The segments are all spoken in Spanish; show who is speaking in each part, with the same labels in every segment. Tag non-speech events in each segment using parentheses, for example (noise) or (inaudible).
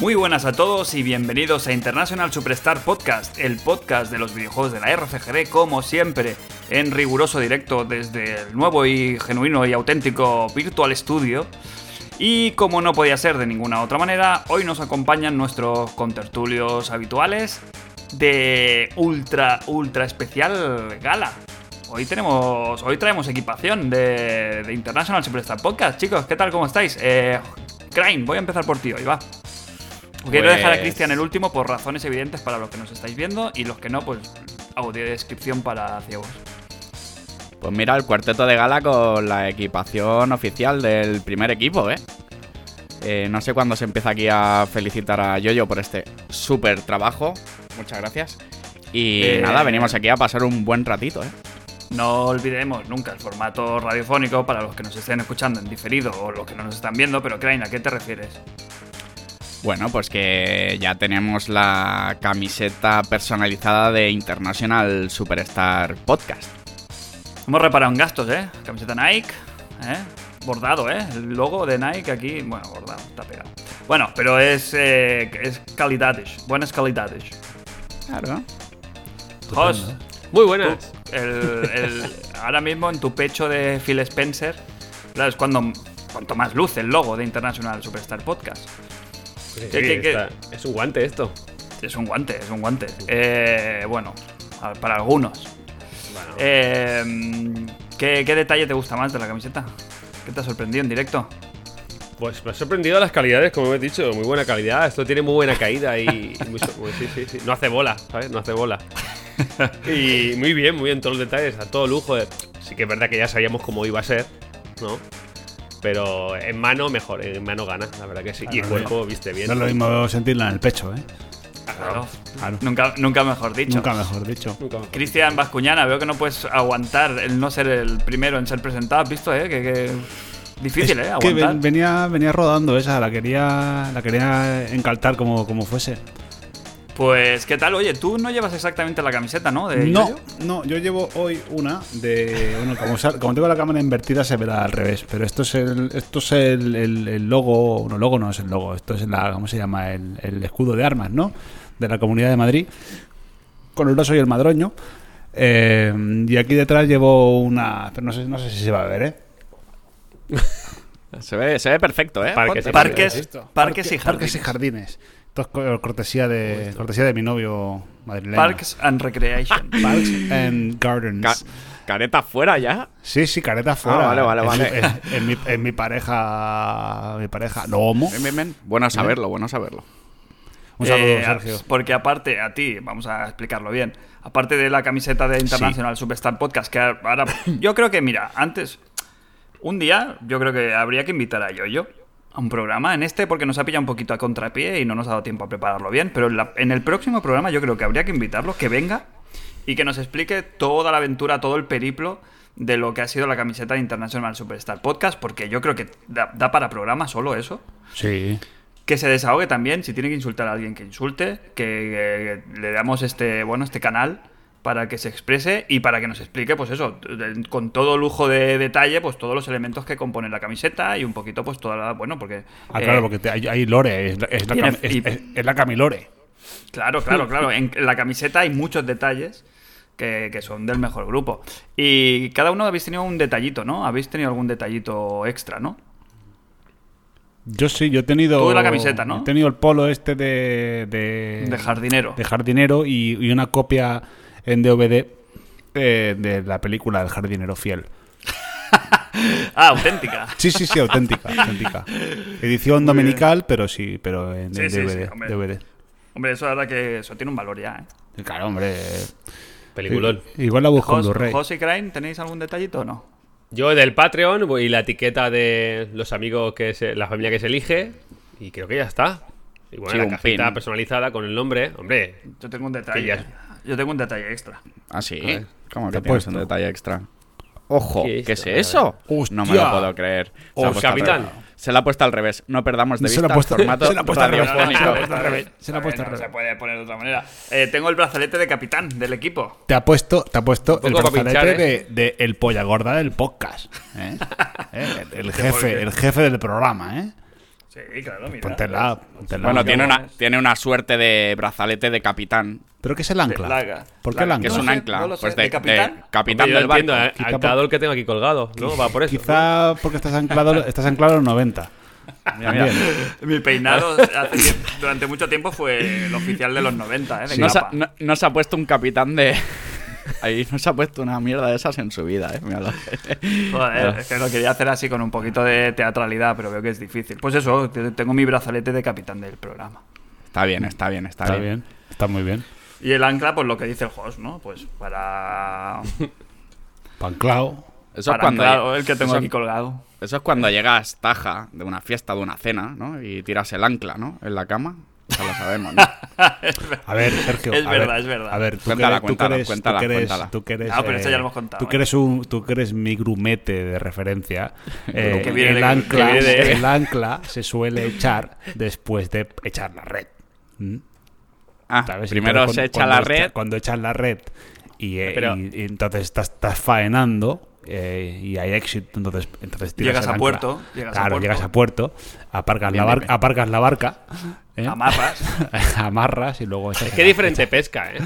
Speaker 1: Muy buenas a todos y bienvenidos a International Superstar Podcast, el podcast de los videojuegos de la RCGD, como siempre, en riguroso directo desde el nuevo y genuino y auténtico Virtual Studio. Y como no podía ser de ninguna otra manera, hoy nos acompañan nuestros contertulios habituales de ultra, ultra especial gala. Hoy tenemos, hoy traemos equipación de, de International Superstar Podcast. Chicos, ¿qué tal? ¿Cómo estáis? Eh, Crane, voy a empezar por ti hoy, va. Quiero
Speaker 2: Pues-
Speaker 1: dejar a Cristian el último por razones evidentes para los que nos estáis viendo y los que no, pues audiodescripción para ciegos.
Speaker 2: Pues mira, el cuarteto de gala con la equipación oficial del primer equipo, ¿eh? Eh, no sé cuándo se empieza aquí a felicitar a Yoyo por este súper trabajo. Muchas gracias. Y
Speaker 1: Eh,
Speaker 2: nada, venimos aquí a pasar un buen ratito, ¿eh?
Speaker 1: No olvidemos nunca el formato radiofónico para los que nos estén escuchando en diferido o los que no nos están viendo, pero Crane, ¿a qué te refieres?
Speaker 2: Bueno, pues que ya tenemos la camiseta personalizada de International Superstar Podcast.
Speaker 1: Hemos reparado en gastos, ¿eh? Camiseta Nike, ¿eh? Bordado, ¿eh? El logo de Nike aquí, bueno, bordado, está pegado. Bueno, pero es, eh, es calidades, buenas calidades.
Speaker 2: Claro.
Speaker 1: Jos,
Speaker 3: Muy buenas.
Speaker 1: el- el- ahora mismo en tu pecho de Phil Spencer, claro, es cuando, cuanto más luce el logo de International Superstar Podcast.
Speaker 3: Sí,
Speaker 1: ¿Qué- qué- qué?
Speaker 3: está- Es un guante esto.
Speaker 1: Es un guante, es un guante. Eh, bueno, a- para algunos.
Speaker 3: Bueno,
Speaker 1: Eh, ¿qué, qué detalle te gusta más de la camiseta? ¿Qué te ha sorprendido en directo?
Speaker 3: pues me ha sorprendido las calidades, como he dicho, muy buena calidad. Esto tiene muy buena caída y. (laughs) y muy so- muy- sí, sí, sí. No hace bola, ¿sabes? No hace
Speaker 4: (laughs)
Speaker 3: bola. Y muy bien, muy bien, todos los detalles, a todo lujo. eh. Sí que es verdad que ya sabíamos cómo iba a ser, ¿no? Pero en mano mejor, en mano gana, la verdad que sí. Y el cuerpo, viste bien.
Speaker 4: No es lo mismo sentirla en el pecho, ¿eh?
Speaker 1: Claro.
Speaker 4: Claro.
Speaker 1: Nunca, nunca mejor dicho.
Speaker 4: Nunca mejor dicho.
Speaker 3: Nunca mejor.
Speaker 1: Cristian Bascuñana, veo que no puedes aguantar el no ser el primero en ser presentado. ¿Has visto, eh? Que, que- Difícil,
Speaker 4: Es
Speaker 1: eh.
Speaker 4: que
Speaker 1: Aguantar.
Speaker 4: ven- venía, venía rodando esa, la quería, la quería encaltar como, como fuese.
Speaker 1: Pues, ¿qué tal? Oye, tú no llevas exactamente la camiseta, ¿no? De
Speaker 4: No,
Speaker 1: Yoyo.
Speaker 4: no, yo llevo hoy una de. Bueno, como, sal- como tengo la cámara invertida se verá al revés, pero esto es el, esto es el, el- el logo, no logo no es el logo, esto es la, ¿cómo se llama? El, el escudo de armas, ¿no? De la Comunidad de Madrid, con el oso y el madroño. Eh, y aquí detrás llevo una, pero no sé, no sé si se va a ver, ¿eh?
Speaker 2: Se ve, se ve perfecto, ¿eh?
Speaker 3: Parque,
Speaker 2: Ponte-
Speaker 3: sí,
Speaker 1: Parques,
Speaker 3: Sí,
Speaker 1: parques y
Speaker 4: Parques
Speaker 1: jardines.
Speaker 4: y jardines. Esto es co- cortesía de, cortesía de mi novio madrileño.
Speaker 1: Parks and Recreation.
Speaker 4: Parks and Gardens.
Speaker 2: Ca- careta fuera ya.
Speaker 4: sí, sí, careta
Speaker 1: Ah,
Speaker 4: fuera.
Speaker 2: vale, vale,
Speaker 4: En
Speaker 2: vale.
Speaker 4: mi- En, en mi, en mi pareja. Mi pareja. No homo.
Speaker 2: Ven, ven, ven. Bueno saberlo, bueno saberlo.
Speaker 4: Un saludo,
Speaker 1: Eh,
Speaker 4: Sergio.
Speaker 1: Porque aparte, a ti, vamos a explicarlo bien, aparte de la camiseta de International Superstar Podcast, que
Speaker 4: (coughs)
Speaker 1: ahora, yo creo que, mira, antes, un día, yo creo que habría que invitar a Yoyo a un programa en este, porque nos ha pillado un poquito a contrapié y no nos ha dado tiempo a prepararlo bien, pero en, la- en el próximo programa yo creo que habría que invitarlo, que venga y que nos explique toda la aventura, todo el periplo de lo que ha sido la camiseta de International Superstar Podcast, porque yo creo que da- da para programa solo eso.
Speaker 4: Sí.
Speaker 1: Que se desahogue también, si tiene que insultar a alguien que insulte, que eh, le damos este, bueno, este canal para que se exprese y para que nos explique, pues eso, de- con todo lujo de detalle, pues todos los elementos que componen la camiseta y un poquito, pues toda la, bueno, porque...
Speaker 4: Ah,
Speaker 1: eh,
Speaker 4: claro, porque te- hay, hay lore. Es la, es la
Speaker 1: tiene-
Speaker 4: cam- es-
Speaker 1: y-
Speaker 4: es- es la Camilore.
Speaker 1: Claro,
Speaker 4: (laughs)
Speaker 1: claro, claro. En la camiseta hay muchos detalles que, que son del mejor grupo. Y cada uno habéis tenido un detallito, ¿no? Habéis tenido algún detallito extra, ¿no?
Speaker 4: Yo sí, yo he tenido.
Speaker 1: Tú de la camiseta, ¿no?
Speaker 4: He tenido el polo este de. De,
Speaker 1: De jardinero.
Speaker 4: de jardinero y, y una copia en DVD eh, de la película El jardinero fiel.
Speaker 1: Ah, auténtica.
Speaker 4: (laughs) Sí, sí, sí, auténtica, auténtica. Edición dominical, pero sí, pero en
Speaker 1: Sí, sí,
Speaker 4: DVD,
Speaker 1: sí, hombre.
Speaker 4: DVD.
Speaker 1: Hombre, eso ahora que eso tiene un valor ya, ¿eh?
Speaker 4: Y Claro, hombre. eh,
Speaker 3: Peliculón.
Speaker 4: Igual la busco en
Speaker 1: Jos,
Speaker 4: Blu-ray.
Speaker 1: Jos y Crane, ¿tenéis algún detallito o no?
Speaker 3: Yo del Patreon voy- y la etiqueta de los amigos que se, la familia que se elige. Y creo que ya está. Y bueno,
Speaker 2: Sí,
Speaker 3: la
Speaker 2: un
Speaker 3: cajita
Speaker 2: pin.
Speaker 3: personalizada con el nombre. Hombre,
Speaker 1: Yo tengo un detalle.
Speaker 3: Que ya es-
Speaker 1: Yo tengo un detalle extra.
Speaker 2: Ah, sí.
Speaker 3: ver,
Speaker 2: Como
Speaker 4: te
Speaker 2: que
Speaker 4: he
Speaker 2: tienes un
Speaker 4: puesto.
Speaker 2: detalle extra. Ojo,
Speaker 3: ¿Qué
Speaker 2: ¿qué,
Speaker 3: es
Speaker 2: es
Speaker 3: esto?
Speaker 2: eso?
Speaker 4: Hostia.
Speaker 2: No me lo puedo creer. Se la ha
Speaker 3: Oh,
Speaker 2: puesto al
Speaker 3: capitán.
Speaker 2: revés. Se la ha puesto al revés. No perdamos de
Speaker 4: Se
Speaker 2: vista
Speaker 4: la ha puesto-
Speaker 2: el formato
Speaker 4: (laughs) se la ha puesto al revés.
Speaker 2: radiofónico.
Speaker 4: Se la ha puesto al revés. Se la ha
Speaker 1: A ver,
Speaker 4: puesto
Speaker 1: no
Speaker 4: al revés.
Speaker 1: se puede poner de otra manera. Eh, tengo el brazalete de capitán del equipo.
Speaker 4: Te ha puesto, te ha puesto el
Speaker 3: poco pa'
Speaker 4: brazalete
Speaker 3: pinchar,
Speaker 4: de, de el polla gorda del podcast. ¿eh? ¿Eh? El, el jefe, el jefe del programa, ¿eh?
Speaker 1: Sí, claro, mira. pues,
Speaker 4: Ponte la app, ponte la
Speaker 2: Bueno,
Speaker 4: app.
Speaker 2: tiene una,
Speaker 1: es-
Speaker 2: tiene una suerte de brazalete de capitán,
Speaker 4: ¿Pero qué es el ancla?
Speaker 1: Laga.
Speaker 4: ¿Por qué el
Speaker 1: Laga,
Speaker 2: que
Speaker 4: ancla?
Speaker 2: es un
Speaker 1: sé,
Speaker 2: ancla.
Speaker 1: no lo sé.
Speaker 2: pues
Speaker 1: ¿De capitán?
Speaker 2: capitán
Speaker 3: yo
Speaker 2: del barco.
Speaker 3: entiendo, ¿eh? al-
Speaker 4: Quizá
Speaker 3: al
Speaker 4: por-
Speaker 3: dador que tengo aquí colgado, ¿no? Va por eso.
Speaker 4: Quizá porque estás anclado, estás anclado en los 90.
Speaker 2: Mira, mira.
Speaker 4: También.
Speaker 1: Mi peinado hace tiemp- durante mucho tiempo fue el oficial de los 90, ¿eh? De
Speaker 2: No, se, ha-
Speaker 1: capa.
Speaker 2: no- no se ha puesto un capitán de. (laughs) Ahí no se ha puesto una mierda de esas en su vida, eh. míralo.
Speaker 1: Joder, es que lo quería hacer así con un poquito de teatralidad, pero veo que es difícil. Pues eso, te- tengo mi brazalete de capitán del programa.
Speaker 2: Está bien, está bien, está,
Speaker 4: Está
Speaker 2: bien.
Speaker 4: bien, está muy bien.
Speaker 1: Y el ancla, pues lo que dice el host, ¿no? Pues
Speaker 4: (laughs)
Speaker 1: para.
Speaker 4: Panclao.
Speaker 2: Eso es
Speaker 1: para
Speaker 2: cuando.
Speaker 1: anclar el que tengo
Speaker 2: eso-
Speaker 1: aquí colgado.
Speaker 2: Eso es cuando llegas taja de una fiesta, de una cena, ¿no? Y tiras el ancla, ¿no? En la cama. Ya lo sabemos, ¿no?
Speaker 4: A ver, Sergio.
Speaker 1: Es
Speaker 4: a
Speaker 1: verdad,
Speaker 4: ver,
Speaker 1: es verdad.
Speaker 4: A ver, tú
Speaker 2: Cuéntala,
Speaker 4: que eres- tú que
Speaker 2: cuéntala,
Speaker 4: eres- tú
Speaker 2: cuéntala,
Speaker 4: que eres-
Speaker 2: cuéntala.
Speaker 4: Tú que eres,
Speaker 1: No, pero esto ya lo hemos
Speaker 4: eh,
Speaker 1: contado,
Speaker 4: Tú que eres, un, tú que eres mi grumete
Speaker 1: (laughs)
Speaker 4: de referencia. eh,
Speaker 1: Que viene
Speaker 4: el,
Speaker 1: de-
Speaker 4: ancla,
Speaker 1: que viene de-
Speaker 4: el ancla se suele echar después de echar la red. ¿Mm?
Speaker 2: Ah,
Speaker 4: ¿sabes?
Speaker 2: primero
Speaker 4: Entonces,
Speaker 2: se echa
Speaker 4: cuando-
Speaker 2: la
Speaker 4: cuando echa-
Speaker 2: red.
Speaker 4: cuando echas la red y, eh,
Speaker 3: Pero-
Speaker 4: y- y entonces estás, estás faenando eh, y hay exit, entonces, entonces tiras
Speaker 1: Llegas
Speaker 4: el
Speaker 1: a
Speaker 4: ancla.
Speaker 1: puerto, llegas a
Speaker 4: claro,
Speaker 1: puerto.
Speaker 4: llegas a puerto, aparcas,
Speaker 2: Bien,
Speaker 4: la, barca
Speaker 2: bien,
Speaker 4: aparcas la barca, ¿eh?
Speaker 1: Amarras.
Speaker 4: (laughs) amarras y luego echas
Speaker 3: Es que
Speaker 4: el-
Speaker 3: diferente pesca, ¿eh?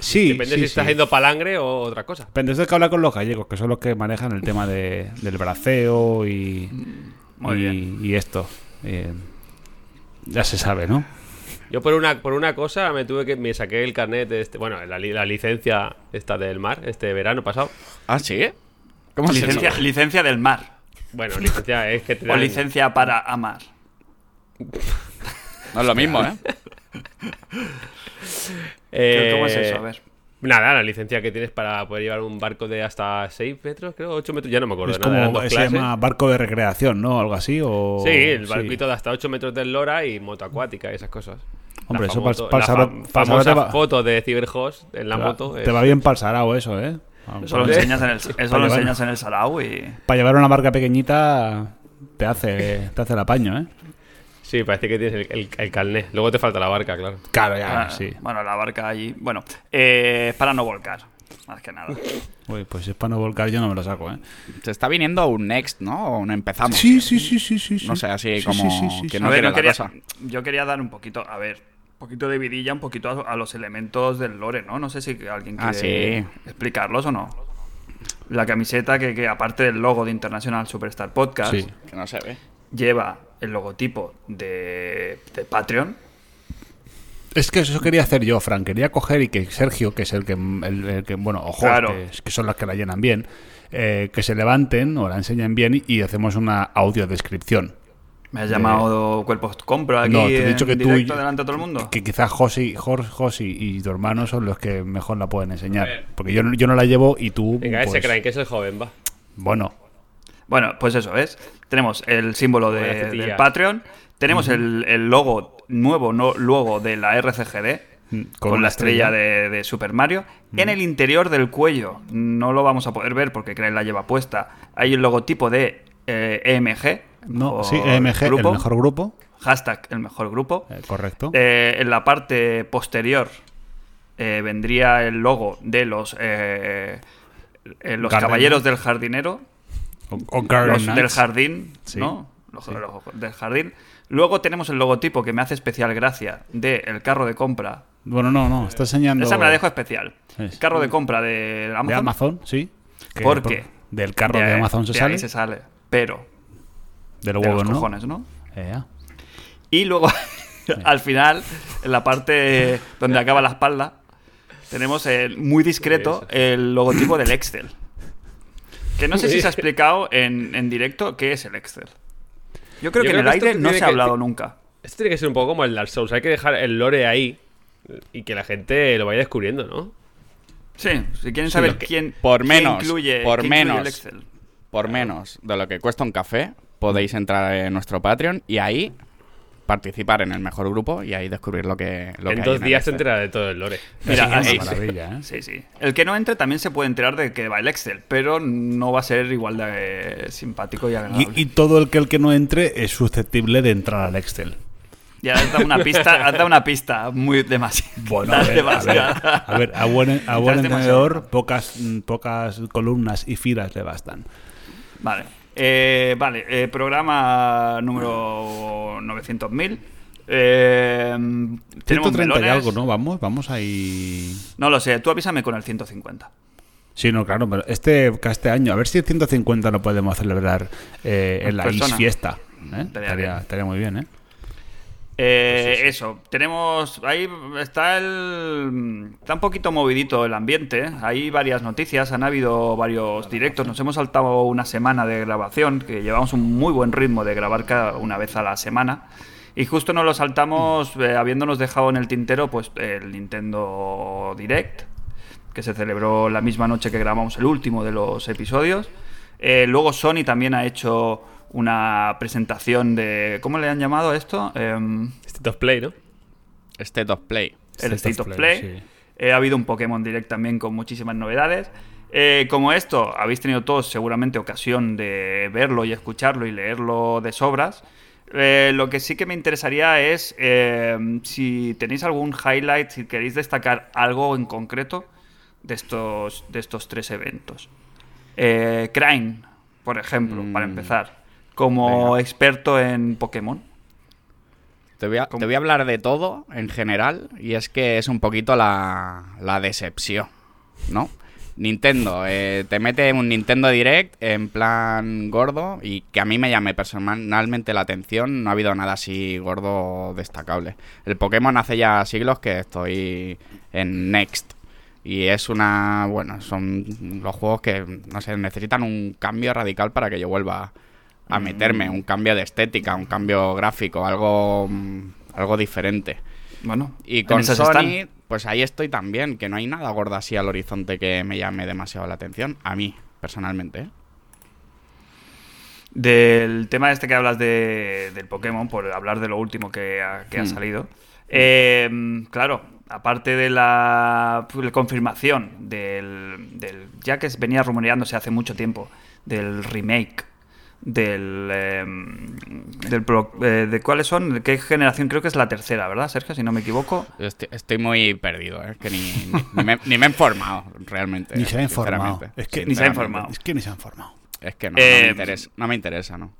Speaker 4: Sí,
Speaker 3: Depende
Speaker 4: sí,
Speaker 3: si estás
Speaker 4: sí.
Speaker 3: haciendo palangre o otra cosa.
Speaker 4: Depende, esto hay que hablar con los gallegos, que son los que manejan el tema de- del braceo y,
Speaker 3: Mm,
Speaker 1: Muy
Speaker 4: y,
Speaker 1: bien.
Speaker 4: y esto. Eh, ya se sabe, ¿no?
Speaker 3: Yo por una, por una cosa me tuve que me saqué el carnet de este, bueno, la, li- la licencia esta del mar este verano pasado.
Speaker 2: Ah, sí. ¿Cómo se
Speaker 1: Licencia,
Speaker 2: llama?
Speaker 1: licencia del mar.
Speaker 3: Bueno, licencia es que te
Speaker 1: O
Speaker 3: dan-
Speaker 1: licencia para amar.
Speaker 2: No es lo mismo, ¿eh?
Speaker 3: eh,
Speaker 1: ¿Cómo es eso? A ver.
Speaker 3: Nada, la licencia que tienes para poder llevar un barco de hasta 6 metros, creo, 8 metros, ya no me acuerdo
Speaker 4: es
Speaker 3: de nada. eran
Speaker 4: como
Speaker 3: dos
Speaker 4: se
Speaker 3: clases.
Speaker 4: llama barco de recreación, ¿no? Algo así. O...
Speaker 3: Sí, el barquito de hasta 8 metros de eslora y moto acuática y esas cosas.
Speaker 4: Hombre,
Speaker 3: La
Speaker 4: eso pa'l-
Speaker 3: famoso-
Speaker 4: pa'l
Speaker 3: la
Speaker 4: sabor-
Speaker 3: fam-
Speaker 4: pa'l sabor te
Speaker 3: famosa
Speaker 4: va-
Speaker 3: foto de Cyberhost en la
Speaker 4: Te va-
Speaker 3: moto.
Speaker 4: Te
Speaker 3: es-
Speaker 4: va bien para el sarao eso, ¿eh?
Speaker 1: Eso lo
Speaker 3: ¿Eh?
Speaker 1: enseñas en el, eso
Speaker 4: Vale,
Speaker 1: lo
Speaker 4: vale.
Speaker 1: enseñas en el Sarau y.
Speaker 4: Para llevar una barca pequeñita te hace, te hace el apaño, ¿eh?
Speaker 3: Sí, parece que tienes el, el, el carné. Luego te falta la barca, claro.
Speaker 4: Claro, ya,
Speaker 1: Ah,
Speaker 4: sí.
Speaker 1: Bueno, la barca allí. Bueno, eh, para no volcar, más que nada.
Speaker 4: Uy, pues si es para no volcar yo no me lo saco, ¿eh?
Speaker 2: Se está viniendo un next, ¿no? O un empezamos.
Speaker 4: Sí, sí, sí, sí, sí. sí.
Speaker 2: No sé, así
Speaker 4: Sí,
Speaker 2: como
Speaker 4: sí, sí, sí,
Speaker 2: que
Speaker 4: sí.
Speaker 2: no
Speaker 1: a ver,
Speaker 2: quiere
Speaker 1: no
Speaker 2: la
Speaker 1: quería,
Speaker 2: cosa.
Speaker 1: yo quería dar un poquito, a ver, un poquito de vidilla, un poquito a, a los elementos del lore, ¿no? No sé si alguien
Speaker 2: Ah,
Speaker 1: quiere
Speaker 2: sí.
Speaker 1: explicarlos o no. La camiseta que, que aparte del logo de International Superstar Podcast,
Speaker 4: Sí.
Speaker 2: Que no se ve.
Speaker 1: lleva el logotipo de, de Patreon.
Speaker 4: Es que eso quería hacer yo, Fran. Quería coger y que Sergio, que es el que, el, el que bueno, ojo,
Speaker 1: Claro.
Speaker 4: que, es- que son las que la llenan bien, eh, que se levanten o la enseñen bien y, y hacemos una audiodescripción.
Speaker 1: Me has llamado cuerpos compra aquí
Speaker 4: no, te he dicho
Speaker 1: en
Speaker 4: que tú.
Speaker 1: directo delante de todo el mundo.
Speaker 4: Que quizás Josi, Jor- Josi y tu hermano son los que mejor la pueden enseñar. Porque yo, no- yo no la llevo y tú.
Speaker 3: Venga,
Speaker 4: pues,
Speaker 3: ese crane que es el joven, va.
Speaker 4: Bueno,
Speaker 1: Bueno, pues eso, ¿ves? Tenemos el símbolo de-
Speaker 3: Buena cetilla.
Speaker 1: del Patreon, tenemos el, el logo nuevo, no, logo de la RCGD,
Speaker 4: Mm,
Speaker 1: con,
Speaker 4: con una
Speaker 1: la estrella,
Speaker 4: estrella. Mm.
Speaker 1: de, de Super Mario, en el interior del cuello, no lo vamos a poder ver porque Crane la lleva puesta, hay el logotipo de eh, EMG.
Speaker 4: no,
Speaker 1: mejor
Speaker 4: sí, EMG,
Speaker 1: grupo,
Speaker 4: el mejor grupo.
Speaker 1: Hashtag, el mejor grupo.
Speaker 4: eh, correcto.
Speaker 1: Eh, en la parte posterior eh, vendría el logo de los, eh, eh, los
Speaker 4: Garden.
Speaker 1: caballeros del jardinero,
Speaker 4: o, o Garden
Speaker 1: los del
Speaker 4: Knights.
Speaker 1: jardín,
Speaker 4: Sí,
Speaker 1: ¿no? Los, los del jardín. Luego tenemos el logotipo que me hace especial gracia del el carro de compra.
Speaker 4: Bueno, no, no, está enseñando.
Speaker 1: Esa me la dejo especial.
Speaker 4: Es-
Speaker 1: Carro de compra de Amazon.
Speaker 4: De Amazon, sí. Que
Speaker 1: ¿Por
Speaker 4: por-
Speaker 1: qué?
Speaker 4: Del carro de,
Speaker 1: ahí-
Speaker 4: Amazon se
Speaker 1: de
Speaker 4: sale.
Speaker 1: ahí se sale. Pero,
Speaker 4: Del
Speaker 1: de
Speaker 4: huevo,
Speaker 1: los
Speaker 4: ¿no?
Speaker 1: cojones, ¿no?
Speaker 4: Eh, ah.
Speaker 1: Y luego, (laughs) al final, en la parte donde acaba la espalda, tenemos el- muy discreto el logotipo del Excel. Que no sé
Speaker 3: (laughs)
Speaker 1: si se ha explicado en, en directo qué es el Excel. Yo creo
Speaker 3: Yo
Speaker 1: que
Speaker 3: creo
Speaker 1: en el
Speaker 3: que esto
Speaker 1: aire no
Speaker 3: tiene
Speaker 1: se ha
Speaker 3: que-
Speaker 1: hablado nunca.
Speaker 3: Esto tiene que ser un poco como el Dark Souls. Hay que dejar el lore ahí y que la gente lo vaya descubriendo, ¿no?
Speaker 1: Sí, si quieren saber
Speaker 2: lo que-
Speaker 1: quién,
Speaker 2: por
Speaker 1: quién
Speaker 2: menos,
Speaker 1: incluye,
Speaker 2: por
Speaker 1: quién incluye el
Speaker 2: menos.
Speaker 1: Excel.
Speaker 2: Por menos de lo que cuesta un café, podéis entrar en nuestro Patreon y ahí participar en el mejor grupo y ahí descubrir lo que, lo que
Speaker 3: en
Speaker 2: hay
Speaker 3: dos
Speaker 2: el este.
Speaker 3: días se
Speaker 2: Excel.
Speaker 3: entera de todo el lore.
Speaker 1: Mira,
Speaker 4: Así que
Speaker 1: así-
Speaker 4: es una maravilla, ¿eh?
Speaker 1: Sí, sí. El que no entre también se puede enterar de que va el Excel, pero no va a ser igual de eh, simpático y agradable.
Speaker 4: Y, y todo el que, el que no entre es susceptible de entrar al Excel.
Speaker 1: Ya has dado una pista, has dado una pista muy demasiado. (laughs)
Speaker 4: Bueno, a ver, a ver, a, ver, a buen, a buen
Speaker 1: Das demasiado.
Speaker 4: entendedor, pocas, mm, pocas columnas y filas le bastan.
Speaker 1: Vale. Eh, vale, eh, programa número 900.000. Eh, tenemos
Speaker 4: 130 y
Speaker 1: melones.
Speaker 4: algo, ¿no? Vamos, vamos ahí.
Speaker 1: No lo sé, tú avísame con el 150.
Speaker 4: Sí, no, claro, pero este, este año, a ver si el 150 lo podemos celebrar eh, en la
Speaker 1: Persona.
Speaker 4: is fiesta. ¿eh?
Speaker 1: Estaría
Speaker 4: Estaría,
Speaker 1: bien.
Speaker 4: estaría muy bien, ¿eh?
Speaker 1: Eh, Eso, tenemos. Ahí está el. Está un poquito movidito el ambiente. Hay varias noticias, han habido varios directos. Nos hemos saltado una semana de grabación, que llevamos un muy buen ritmo de grabar cada una vez a la semana. Y justo nos lo saltamos eh, habiéndonos dejado en el tintero pues el Nintendo Direct, que se celebró la misma noche que grabamos el último de los episodios. Eh, luego Sony también ha hecho una presentación de... ¿Cómo le han llamado a esto? Em,
Speaker 3: State of este Play, ¿no? (laughs)
Speaker 2: State of Este Play.
Speaker 1: el State, of Play. Eh, ha habido un Pokémon Direct también con muchísimas novedades. Eh, como esto, habéis tenido todos seguramente ocasión de verlo y escucharlo y leerlo de sobras. Eh, lo que sí que me interesaría es eh, si tenéis algún highlight, si queréis destacar algo en concreto de estos, de estos tres eventos. Eh, Crane, por ejemplo, para empezar, como experto en Pokémon.
Speaker 2: Te voy, a, te voy a hablar de todo en general y es que es un poquito la, la decepción, ¿no? Nintendo, eh, te mete un Nintendo Direct en plan gordo y que a mí me llame personalmente la atención, no ha habido nada así gordo destacable. El Pokémon hace ya siglos que estoy en Next y es una, bueno, son los juegos que, no sé, necesitan un cambio radical para que yo vuelva a meterme, un cambio de estética, un cambio gráfico, algo, mm, algo diferente.
Speaker 1: Bueno,
Speaker 2: Y
Speaker 1: en
Speaker 2: con
Speaker 1: esas
Speaker 2: Sony,
Speaker 1: están.
Speaker 2: pues ahí estoy también, que no hay nada gorda así al horizonte que me llame demasiado la atención, a mí, personalmente. ¿eh?
Speaker 1: Del tema este que hablas de, del Pokémon, por hablar de lo último que ha, que ha salido. Eh, claro, aparte de la, pues, la confirmación del, del- Ya que venía rumoreándose hace mucho tiempo, del remake. Del. eh, del pro- eh, ¿De cuáles son? ¿De qué generación? Creo que es la tercera, ¿verdad, Sergio? Si no me equivoco.
Speaker 2: Yo Estoy, estoy muy perdido, ¿eh? que ni, ni me, ni me he informado realmente.
Speaker 4: Ni se ha informado.
Speaker 2: sinceramente.
Speaker 4: Es que
Speaker 1: Ni se ha
Speaker 2: Sinceramente.
Speaker 1: informado.
Speaker 4: Es que ni se ha informado.
Speaker 2: Es que no, no me
Speaker 1: Eh,
Speaker 2: interesa, no me interesa, ¿no?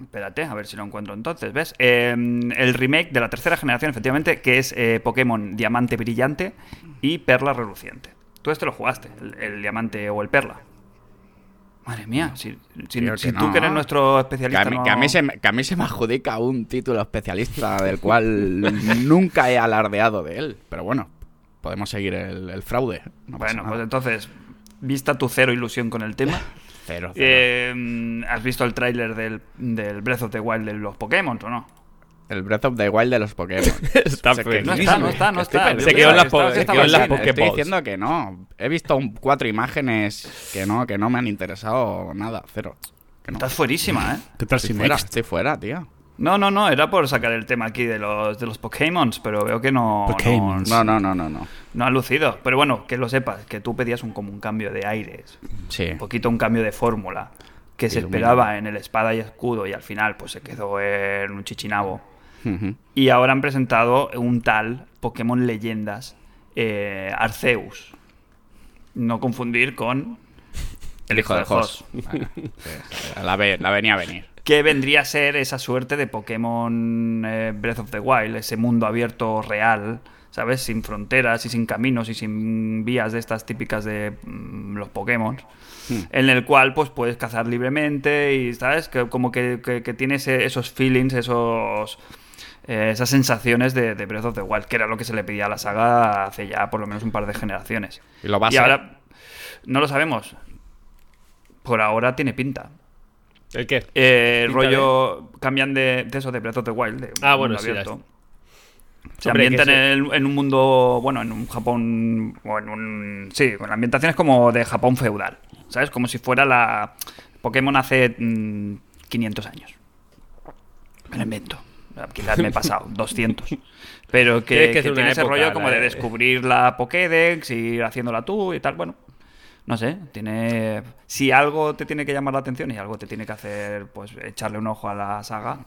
Speaker 1: Espérate, a ver si lo encuentro entonces. ¿Ves? Eh, el remake de la tercera generación, efectivamente, que es eh, Pokémon Diamante Brillante y Perla Reluciente. Tú este lo jugaste, el, el diamante o el perla. Madre mía, si, si-
Speaker 2: Creo
Speaker 1: si
Speaker 2: que
Speaker 1: tú
Speaker 2: no.
Speaker 1: que eres nuestro
Speaker 2: Que a,
Speaker 1: especialista.
Speaker 2: mí,
Speaker 1: no-
Speaker 2: que a mí se me, que a mí se me adjudica un título especialista del cual
Speaker 1: (laughs)
Speaker 2: nunca he alardeado de él. Pero bueno, podemos seguir el, el fraude. No pasa
Speaker 1: Bueno,
Speaker 2: nada.
Speaker 1: pues entonces, vista tu cero ilusión con el
Speaker 2: (laughs)
Speaker 1: tema.
Speaker 2: Cero, cero.
Speaker 1: eh, ¿Has visto el tráiler del, del Breath of the Wild de los Pokémon o no?
Speaker 2: El Breath of the Wild de los Pokémon.
Speaker 3: Está
Speaker 2: Se-
Speaker 3: perdido.
Speaker 1: No está, no está, no
Speaker 2: Estoy
Speaker 1: está. ¿eh?
Speaker 2: perdido.
Speaker 1: Yo
Speaker 3: Se quedó en las
Speaker 1: estaba-
Speaker 3: po- se
Speaker 1: estaba
Speaker 3: quedó en las
Speaker 1: pensando.
Speaker 3: Pokéballs.
Speaker 2: Estoy diciendo que no. He visto un- cuatro imágenes que no, que no me han interesado nada. Cero. Que no.
Speaker 1: Estás fuerísima, ¿eh?
Speaker 4: ¿Qué tal si
Speaker 2: Estoy fuera,
Speaker 4: Next?
Speaker 2: estoy fuera, tío.
Speaker 1: No, no, no, era por sacar el tema aquí de los, de los Pokémons, pero veo que no, no,
Speaker 4: Pokémons.
Speaker 2: No, no, no, no, no.
Speaker 1: no ha lucido. Pero bueno, que lo sepas, que tú pedías un, como un cambio de aires,
Speaker 2: Sí.
Speaker 1: un poquito un cambio de fórmula, que se
Speaker 2: Ilumina.
Speaker 1: esperaba en el espada y escudo y al final pues se quedó en un chichinabo.
Speaker 2: Ujú.
Speaker 1: Y ahora han presentado un tal Pokémon Leyendas, eh, Arceus. No confundir con
Speaker 2: El hijo de Hoss. La, ve- la venía a venir.
Speaker 1: que vendría a ser esa suerte de Pokémon eh, Breath of the Wild, ese mundo abierto real, ¿sabes? Sin fronteras y sin caminos y sin vías de estas típicas de mm, los Pokémon,
Speaker 2: Hmm.
Speaker 1: en el cual pues puedes cazar libremente y, ¿sabes? Que, como que, que- que tienes eh, esos feelings, esos... eh, esas sensaciones de, de Breath of the Wild, que era lo que se le pedía a la saga hace ya por lo menos un par de generaciones.
Speaker 2: Y lo va a
Speaker 1: y
Speaker 2: ser.
Speaker 1: ahora no lo sabemos. Por ahora tiene pinta.
Speaker 3: ¿El qué?
Speaker 1: Eh,
Speaker 3: Pinta
Speaker 1: rollo cambian de, de eso de Breath of the Wild. de
Speaker 3: Ah,
Speaker 1: mundo
Speaker 3: bueno, sí,
Speaker 1: abierto. Se
Speaker 3: Hombre,
Speaker 1: ambientan
Speaker 3: que sí.
Speaker 1: en, el- en un mundo, bueno, en un Japón, o en un... Sí, con la ambientación es como de Japón feudal, ¿sabes? Como si fuera la Pokémon hace mm, 500 años. Me lo invento. Quizás me he
Speaker 3: (laughs)
Speaker 1: pasado, 200. Pero que,
Speaker 3: Tienes que
Speaker 1: que
Speaker 3: hacer una
Speaker 1: tiene ese
Speaker 3: época,
Speaker 1: rollo como
Speaker 3: la-
Speaker 1: de descubrir la Pokédex, ir haciéndola tú y tal, bueno. No sé, tiene. Si algo te tiene que llamar la atención y algo te tiene que hacer, pues echarle un ojo a la saga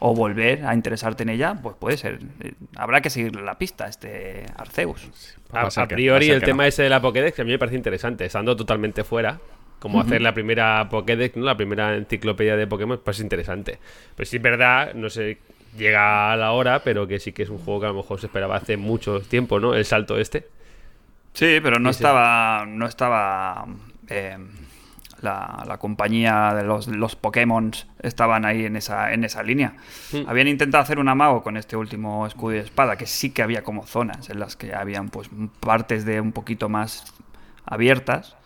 Speaker 1: o volver a interesarte en ella, pues puede ser. Eh, Habrá que seguir la pista, este Arceus.
Speaker 3: A,
Speaker 2: Va a ser
Speaker 3: a
Speaker 2: que- va a
Speaker 3: priori
Speaker 2: ser
Speaker 3: el
Speaker 2: que
Speaker 3: tema
Speaker 2: no.
Speaker 3: ese de la Pokédex que a mí me parece interesante, estando totalmente fuera. Como hacer la primera Pokédex, ¿no? La primera enciclopedia de Pokémon, pues es interesante. Pero sí es verdad, no sé, llega a la hora, pero que sí que es un juego que a lo mejor se esperaba hace mucho tiempo, ¿no? El salto este.
Speaker 1: Sí, pero no estaba. No estaba. eh, la, la compañía de los, los Pokémon estaban ahí en esa, en esa línea. Habían intentado hacer un amago con este último escudo y espada, que sí que había como zonas en las que habían pues partes de un poquito más abiertas,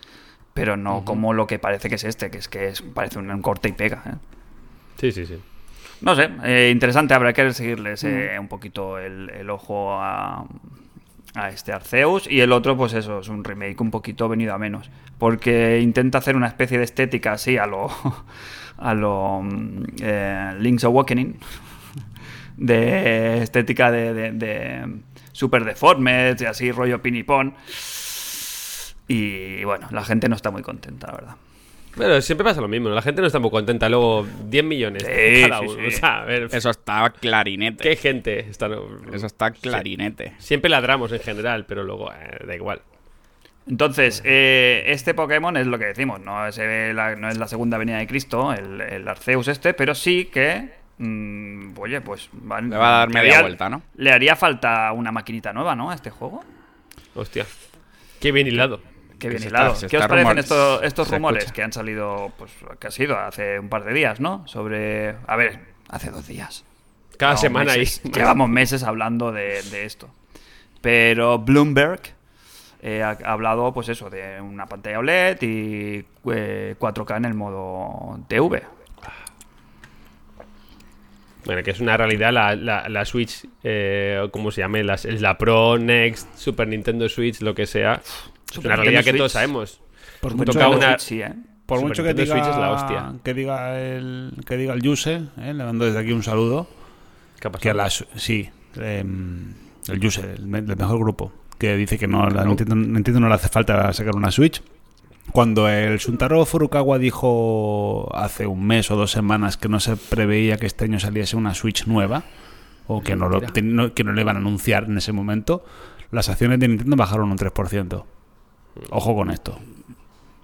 Speaker 1: pero no como lo que parece que es este, que es que es, parece un, un corte y pega. ¿eh?
Speaker 3: Sí, sí, sí.
Speaker 1: No sé, eh, interesante, habrá que seguirles eh, un poquito el, el ojo a, a este Arceus. Y el otro, pues eso, es un remake un poquito venido a menos. Porque intenta hacer una especie de estética así a lo. (laughs) a lo. mm, eh, Link's Awakening. (laughs) De estética de. de, de super deformes y así, rollo pinipón. Y bueno, la gente no está muy contenta, la verdad.
Speaker 3: Pero siempre pasa lo mismo, ¿no? la gente no está muy contenta. Luego, 10 millones
Speaker 1: Sí,
Speaker 3: cada
Speaker 1: sí,
Speaker 3: uno.
Speaker 1: sí.
Speaker 3: O sea, a ver,
Speaker 2: Eso está clarinete.
Speaker 3: qué gente está.
Speaker 2: Eso está clarinete.
Speaker 3: Siempre ladramos en general, pero luego eh, da igual.
Speaker 1: Entonces, eh, este Pokémon es lo que decimos, no es, eh, la, no es la segunda venida de Cristo, el, el Arceus este, pero sí que... mm, oye, pues... van-
Speaker 2: Le va a dar media
Speaker 1: haría-
Speaker 2: vuelta, ¿no?
Speaker 1: Le haría falta una maquinita nueva, ¿no? A este juego.
Speaker 3: Hostia. Qué bien hilado.
Speaker 1: Qué bien
Speaker 2: se
Speaker 1: hilado.
Speaker 2: está- se
Speaker 1: ¿Qué os
Speaker 2: está
Speaker 1: parecen
Speaker 2: rumor-
Speaker 1: estos, estos
Speaker 2: se
Speaker 1: rumores
Speaker 2: escucha.
Speaker 1: que han salido, pues, que ha sido hace un par de días, ¿no? Sobre... A ver, hace dos días.
Speaker 3: Cada
Speaker 1: Llevamos
Speaker 3: semana
Speaker 1: meses- (laughs)
Speaker 3: ahí.
Speaker 1: Llevamos meses hablando de, de esto. Pero Bloomberg eh, ha, ha hablado, pues eso, de una pantalla OLED y eh, 4K en el modo TV.
Speaker 3: Bueno, que es una realidad la, la- la Switch, eh, o como se llame, la, la Pro, Next, Super Nintendo Switch, lo que sea. Es
Speaker 1: Super
Speaker 3: una realidad
Speaker 1: Nintendo
Speaker 3: que todos
Speaker 1: Switch.
Speaker 3: sabemos.
Speaker 4: Por
Speaker 3: Me
Speaker 4: mucho
Speaker 3: toca
Speaker 4: que-
Speaker 3: una.
Speaker 1: Sí, ¿eh?
Speaker 4: Por
Speaker 3: Super
Speaker 4: mucho que
Speaker 3: Nintendo
Speaker 4: diga,
Speaker 3: Switch es la hostia.
Speaker 4: que diga el que diga el Yuse, eh, le mando desde aquí un saludo.
Speaker 3: ¿Qué ha pasado?
Speaker 4: Que a las sí, em, el Yuse, el, me- el mejor grupo, que dice que no, la Nintendo, Nintendo no le hace falta sacar una Switch. Cuando el Shuntaro Furukawa dijo hace un mes o dos semanas que no se preveía que este año saliese una Switch nueva, o que no, lo, que no- que no le iban a anunciar en ese momento, las acciones de Nintendo bajaron un 3%. Ojo con esto.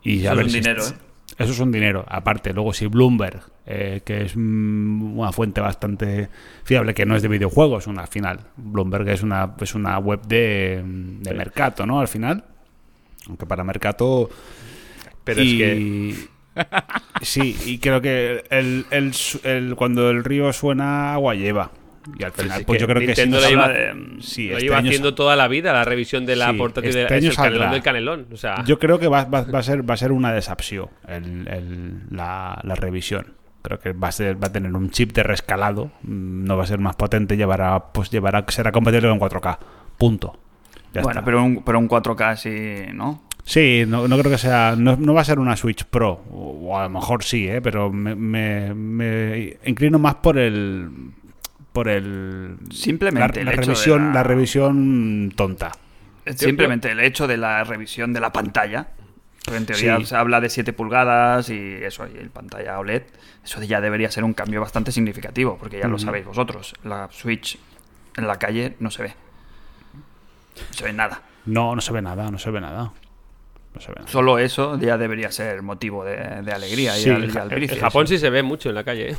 Speaker 4: Y
Speaker 1: Eso
Speaker 4: ya
Speaker 1: es
Speaker 4: ver
Speaker 1: un
Speaker 4: si-
Speaker 1: dinero, ¿eh?
Speaker 4: Eso es un dinero. Aparte, luego si Bloomberg, eh, que es mm, una fuente bastante fiable, que no es de videojuegos, una al final. Bloomberg es una, es una web de, mm, de mercado, ¿no? Al final. Aunque para mercado
Speaker 3: Pero es que.
Speaker 4: que. (laughs) Sí, y creo que el, el su- el- cuando el río suena, agua lleva. Y al final,
Speaker 3: sí
Speaker 4: pues
Speaker 3: que
Speaker 4: yo creo que
Speaker 3: Nintendo le
Speaker 4: sí, nos
Speaker 3: iba-
Speaker 4: habla de- sí,
Speaker 3: lo
Speaker 4: este
Speaker 3: lleva
Speaker 4: año
Speaker 3: haciendo toda la vida, la revisión de la
Speaker 4: Sí,
Speaker 3: portátil
Speaker 4: este
Speaker 3: de,
Speaker 4: año
Speaker 3: es el canelón
Speaker 4: saldrá.
Speaker 3: del canelón. O
Speaker 1: Ah.
Speaker 3: sea,
Speaker 4: Yo creo que va, va- va a ser va a ser una desapción el, el- la, la revisión. Creo que va a ser va a tener un chip de rescalado, mm, no va a ser más potente, llevará pues llevará será compatible con 4K. Punto. Ya
Speaker 1: bueno,
Speaker 4: está.
Speaker 1: pero un, pero un 4K sí, ¿no?
Speaker 4: Sí, no, no creo que sea. No, no va a ser una Switch Pro. O, o a lo mejor sí, ¿eh? pero me, me- me inclino más por el. Por el.
Speaker 1: Simplemente
Speaker 4: La,
Speaker 1: el
Speaker 4: la
Speaker 1: hecho de
Speaker 4: revisión,
Speaker 1: la-
Speaker 4: la revisión tonta.
Speaker 1: Simplemente el hecho de la revisión de la pantalla. porque En teoría
Speaker 4: Sí.
Speaker 1: se habla de 7 pulgadas y eso, y el pantalla OLED. Eso ya debería ser un cambio bastante significativo, porque ya lo sabéis vosotros. La Switch en la calle no se ve. No se ve nada.
Speaker 4: No, no se ve nada, no se ve nada. No se ve nada.
Speaker 1: Solo eso ya debería ser motivo de, de alegría y
Speaker 4: Sí,
Speaker 1: al- y
Speaker 4: ja-
Speaker 1: albricias.
Speaker 3: en Japón sí se ve mucho en la calle. ¿eh?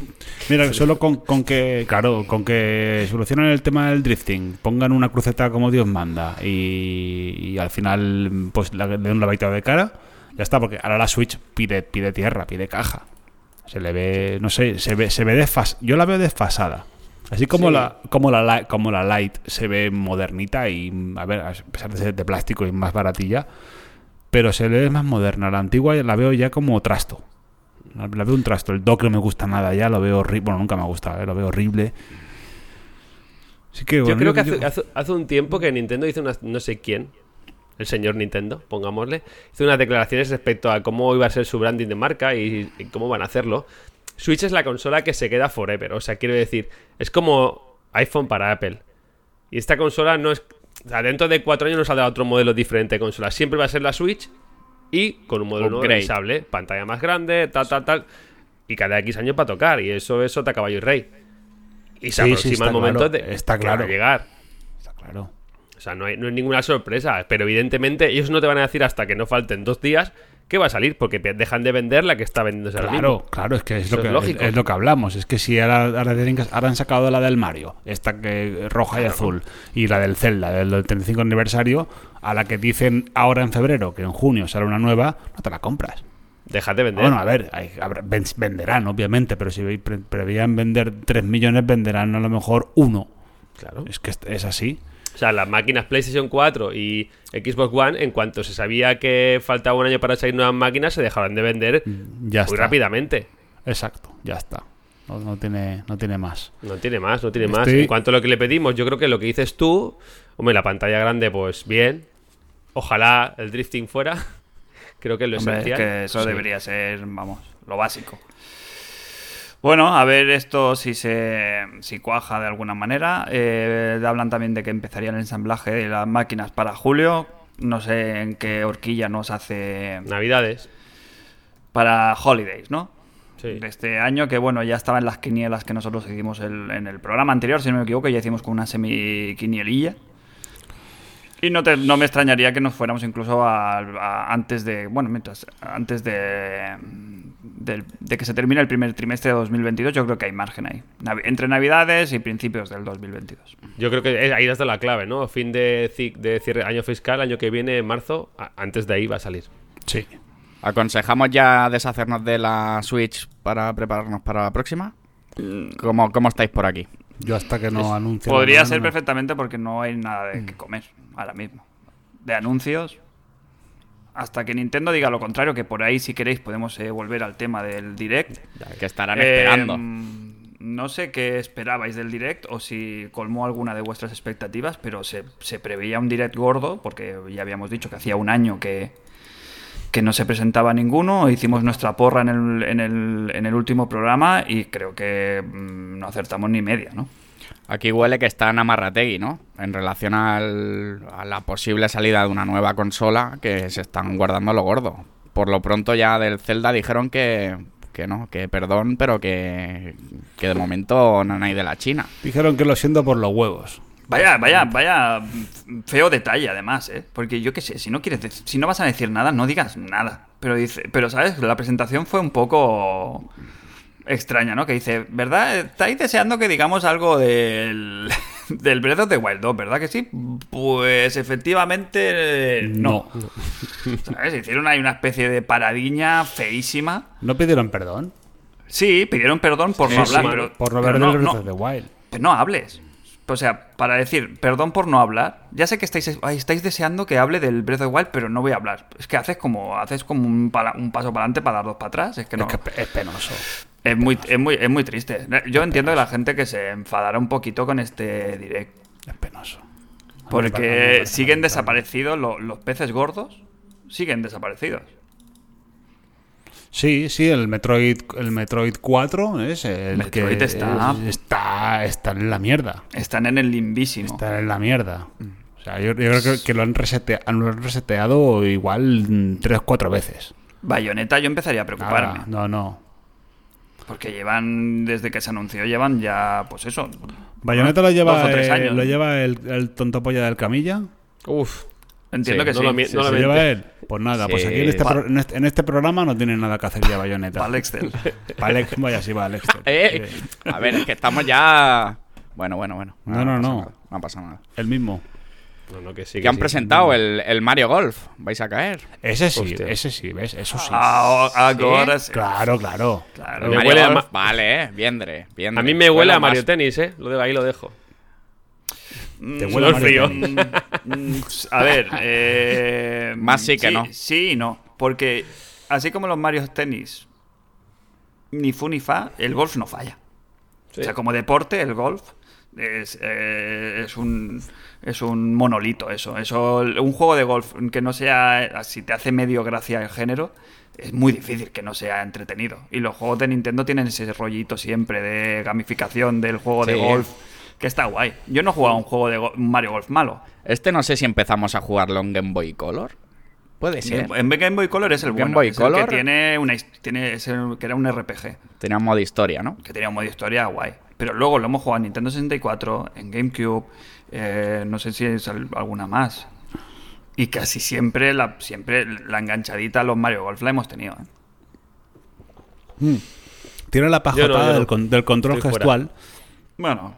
Speaker 4: Mira, solo con, con que, claro, con que solucionen el tema del drifting, pongan una cruceta como Dios manda y, y al final pues la- le den una baita de cara, ya está, porque ahora la Switch pide, pide tierra, pide caja. Se le ve, no sé, se ve, se ve desfas, yo la veo desfasada. Así como la como la Li- como la Light se ve modernita y a ver, a pesar de ser de plástico y más baratilla, pero se le ve más moderna. La antigua la veo ya como trasto. La, la veo un trasto. El dock no me gusta nada ya, lo veo horrible. Bueno, nunca me ha gustado, eh, lo veo horrible. Así que,
Speaker 3: Yo
Speaker 4: bueno,
Speaker 3: creo que hace,
Speaker 4: yo-
Speaker 3: hace- hace un tiempo que Nintendo hizo unas, no sé quién, el señor Nintendo, pongámosle, hizo unas declaraciones respecto a cómo iba a ser su branding de marca y, y cómo van a hacerlo. Switch es la consola que se queda forever, o sea, quiero decir, es como iPhone para Apple. Y esta consola no es... o sea, dentro de cuatro años nos saldrá otro modelo diferente de consola. Siempre va a ser la Switch y con un modelo nuevo
Speaker 2: Upgrade.
Speaker 3: revisable, pantalla más grande, tal, tal, tal. Y cada X años para tocar, y eso es Sota Caballo y Rey. Y se
Speaker 4: Sí, sí,
Speaker 3: aproxima
Speaker 4: está
Speaker 3: el momento
Speaker 4: claro,
Speaker 3: de
Speaker 4: está
Speaker 3: que va a
Speaker 4: claro.
Speaker 3: llegar.
Speaker 4: Está claro.
Speaker 3: O sea, no hay, no hay ninguna sorpresa, pero evidentemente ellos no te van a decir hasta que no falten dos días ¿Qué va a salir? Porque pe- dejan de vender la que está vendiéndose ahora
Speaker 4: Claro,
Speaker 3: mismo.
Speaker 4: claro, es que es
Speaker 3: Eso
Speaker 4: lo
Speaker 3: es
Speaker 4: que,
Speaker 3: lógico.
Speaker 4: es lo que hablamos. Es que si ahora, ahora tienen que- ahora han sacado la del Mario, esta que roja y azul, y la del Zelda, del 35 aniversario, a la que dicen ahora en febrero que en junio sale una nueva, no te la compras.
Speaker 3: Dejan de vender.
Speaker 4: Bueno, a ver, hay- habrá- ven- venderán, obviamente, pero si pre- prevían vender 3 millones, venderán a lo mejor uno.
Speaker 3: Claro.
Speaker 4: Es que es- es así.
Speaker 3: O sea, las máquinas PlayStation 4 y Xbox One, en cuanto se sabía que faltaba un año para salir nuevas máquinas, se dejaban de vender
Speaker 4: Ya
Speaker 3: muy
Speaker 4: está.
Speaker 3: rápidamente.
Speaker 4: Exacto, ya está. No, no tiene, no tiene más.
Speaker 3: No tiene más, no tiene más.
Speaker 4: Estoy-
Speaker 3: En cuanto a lo que le pedimos, yo creo que lo que dices tú, hombre, la pantalla grande, pues bien. Ojalá el drifting fuera. (laughs) Creo que es lo
Speaker 1: Hombre, es
Speaker 3: esencial.
Speaker 1: que eso
Speaker 3: Sí.
Speaker 1: debería ser, vamos, lo básico. Bueno, a ver esto si se si cuaja de alguna manera. Eh, hablan también de que empezaría el ensamblaje de las máquinas para julio. No sé en qué horquilla nos hace
Speaker 3: Navidades.
Speaker 1: para Holidays, ¿no?
Speaker 3: Sí.
Speaker 1: De este año, que bueno, ya estaba en las quinielas que nosotros hicimos el- en el programa anterior, si no me equivoco, ya hicimos con una semi-quinielilla. Y no, te- no me extrañaría que nos fuéramos incluso a, a- antes de. Bueno, mientras. Antes de, del- de que se termine el primer trimestre de 2022, yo creo que hay margen ahí. Navi- entre Navidades y principios del 2022.
Speaker 3: Yo creo que eh, ahí está la clave, ¿no? Fin de, ci- de cierre año fiscal, año que viene, en marzo, a- antes de ahí va a salir.
Speaker 4: Sí.
Speaker 2: ¿Aconsejamos ya deshacernos de la Switch para prepararnos para la próxima?
Speaker 1: Mm.
Speaker 2: ¿Cómo, cómo estáis por aquí?
Speaker 4: Yo hasta que no anuncie.
Speaker 1: Podría
Speaker 4: nada,
Speaker 1: ser
Speaker 4: no-
Speaker 1: perfectamente porque no hay nada de que comer ahora mismo. De anuncios. Hasta que Nintendo diga lo contrario, que por ahí si queréis podemos eh, volver al tema del direct.
Speaker 2: Que estarán
Speaker 1: Eh,
Speaker 2: esperando.
Speaker 1: mm, No sé qué esperabais del direct o si colmó alguna de vuestras expectativas, pero se, se preveía un direct gordo, porque ya habíamos dicho que hacía un año que, que no se presentaba ninguno. Hicimos nuestra porra en el, en el, en el último programa y creo que mm, no acertamos ni media, ¿no?
Speaker 2: Aquí huele que están a Marrategui, ¿no? En relación al- a la posible salida de una nueva consola que se están guardando lo gordo. Por lo pronto ya del Zelda dijeron que, que no, que perdón, pero que, que de momento no hay de la China.
Speaker 4: Dijeron que lo siento por los huevos.
Speaker 1: Vaya, vaya, vaya feo detalle además, ¿eh? Porque yo qué sé, si no quieres, dec- si no vas a decir nada, no digas nada. Pero dice, pero sabes, la presentación fue un poco extraña, ¿no? Que dice, ¿verdad? Estáis deseando que digamos algo del (laughs) del Breath of the Wild 2, ¿verdad que sí? Pues efectivamente eh, no.
Speaker 4: no.
Speaker 1: (laughs) ¿Sabes? Hicieron ahí una especie de paradiña feísima.
Speaker 4: ¿No pidieron perdón?
Speaker 1: Sí, pidieron perdón por no
Speaker 3: sí,
Speaker 1: hablar,
Speaker 3: sí.
Speaker 1: pero
Speaker 4: Por no
Speaker 1: pero
Speaker 4: ver
Speaker 1: no-
Speaker 4: el Breath
Speaker 1: no-
Speaker 4: of the Wild.
Speaker 1: pues no hables. O sea, para decir, perdón por no hablar, ya sé que estáis, ay, estáis deseando que hable del Breath of the Wild, pero no voy a hablar. Es que haces como, haces como un, pala- un paso para adelante para dar dos para atrás. Es que no.
Speaker 4: Es, que es penoso.
Speaker 1: Es muy, es muy, es muy triste. Yo entiendo que la gente que se enfadará un poquito con este direct.
Speaker 4: Es penoso. A mí me
Speaker 1: Porque
Speaker 4: parece
Speaker 1: siguen
Speaker 4: lamentable.
Speaker 1: desaparecidos lo- los peces gordos. Siguen desaparecidos.
Speaker 4: Sí, sí, el Metroid, el Metroid 4 es el
Speaker 1: Metroid
Speaker 4: que
Speaker 1: está-
Speaker 4: es- está, está en la mierda.
Speaker 1: Están en el limbísimo.
Speaker 4: Está en la mierda.
Speaker 1: Mm.
Speaker 4: O sea, yo, yo creo que, que lo, han resete- lo han reseteado igual mm, tres, cuatro veces.
Speaker 1: Bayoneta yo empezaría a preocuparme.
Speaker 4: Nada, Ah, no, no.
Speaker 1: Porque llevan, desde que se anunció, llevan ya, pues eso.
Speaker 4: Bayonetta lo lleva,
Speaker 1: Dos o tres
Speaker 4: eh,
Speaker 1: años.
Speaker 4: lo lleva el, el tonto polla del camilla.
Speaker 3: Uf.
Speaker 1: Entiendo
Speaker 2: Sí,
Speaker 1: que
Speaker 3: no
Speaker 1: sí.
Speaker 3: lo mi-
Speaker 1: Sí,
Speaker 3: no lo
Speaker 1: sí.
Speaker 4: ¿Se
Speaker 1: (laughs)
Speaker 3: Solamente.
Speaker 4: lleva él? Pues nada, pues
Speaker 2: Sí.
Speaker 4: aquí en este,
Speaker 1: Vale.
Speaker 4: pro- en este, en este programa no tiene nada que hacer ya Bayonetta.
Speaker 1: Para el Excel.
Speaker 4: Vale, vaya, sí, vale. Excel.
Speaker 2: Eh,
Speaker 4: Sí.
Speaker 2: A ver, es que estamos ya... Bueno, bueno, bueno.
Speaker 4: No, no,
Speaker 2: pasa
Speaker 4: no.
Speaker 2: nada, no pasa nada.
Speaker 4: El mismo.
Speaker 3: No, no, que sí.
Speaker 2: Que
Speaker 3: que
Speaker 2: han
Speaker 3: sí.
Speaker 2: presentado el, el Mario Golf. Vais a caer.
Speaker 4: Ese sí,
Speaker 3: Hostia.
Speaker 4: ese sí, ¿ves? Eso sí.
Speaker 1: Ah, Ahora sí.
Speaker 4: Claro, claro.
Speaker 1: Claro.
Speaker 3: Me
Speaker 2: Mario
Speaker 3: huele a
Speaker 2: Golf,
Speaker 3: ma-
Speaker 2: Vale, eh. Viendre, viendre.
Speaker 3: A mí me huele
Speaker 2: Bueno,
Speaker 3: a Mario
Speaker 2: más-
Speaker 3: Tennis, ¿eh? Lo de ahí lo dejo.
Speaker 4: Te
Speaker 1: Mm,
Speaker 4: huele
Speaker 3: el
Speaker 4: a Mario
Speaker 3: frío.
Speaker 4: Tennis.
Speaker 1: Mm, mm, A ver, eh,
Speaker 2: Más sí que no.
Speaker 1: Sí y no, porque así como los Marios Tenis, ni fu ni fa, el golf no falla.
Speaker 3: Sí.
Speaker 1: O sea, como deporte, el golf es, eh, es un es un monolito eso. Eso un juego de golf que no sea si te hace medio gracia el género es muy difícil que no sea entretenido. Y los juegos de Nintendo tienen ese rollito siempre de gamificación del juego de
Speaker 2: Sí.
Speaker 1: golf que está guay. Yo no he jugado a un juego de go- un Mario Golf malo.
Speaker 2: Este no sé si empezamos a jugarlo en Game Boy Color. Puede ser.
Speaker 1: En en Game Boy Color es el
Speaker 2: Game
Speaker 1: bueno,
Speaker 2: Boy
Speaker 1: es el
Speaker 2: Color.
Speaker 1: que tiene una his- tiene es el que era un RPG.
Speaker 2: Tenía modo historia, ¿no?
Speaker 1: que tenía un modo historia guay. Pero luego lo hemos jugado en Nintendo 64, en GameCube, eh, no sé si es al- alguna más. Y casi siempre la, siempre la enganchadita a los Mario Golf la hemos tenido. ¿eh?
Speaker 4: Tiene la pajotada
Speaker 3: Yo no, yo no.
Speaker 4: del, con- del control
Speaker 3: Estoy fuera.
Speaker 4: gestual.
Speaker 1: Bueno,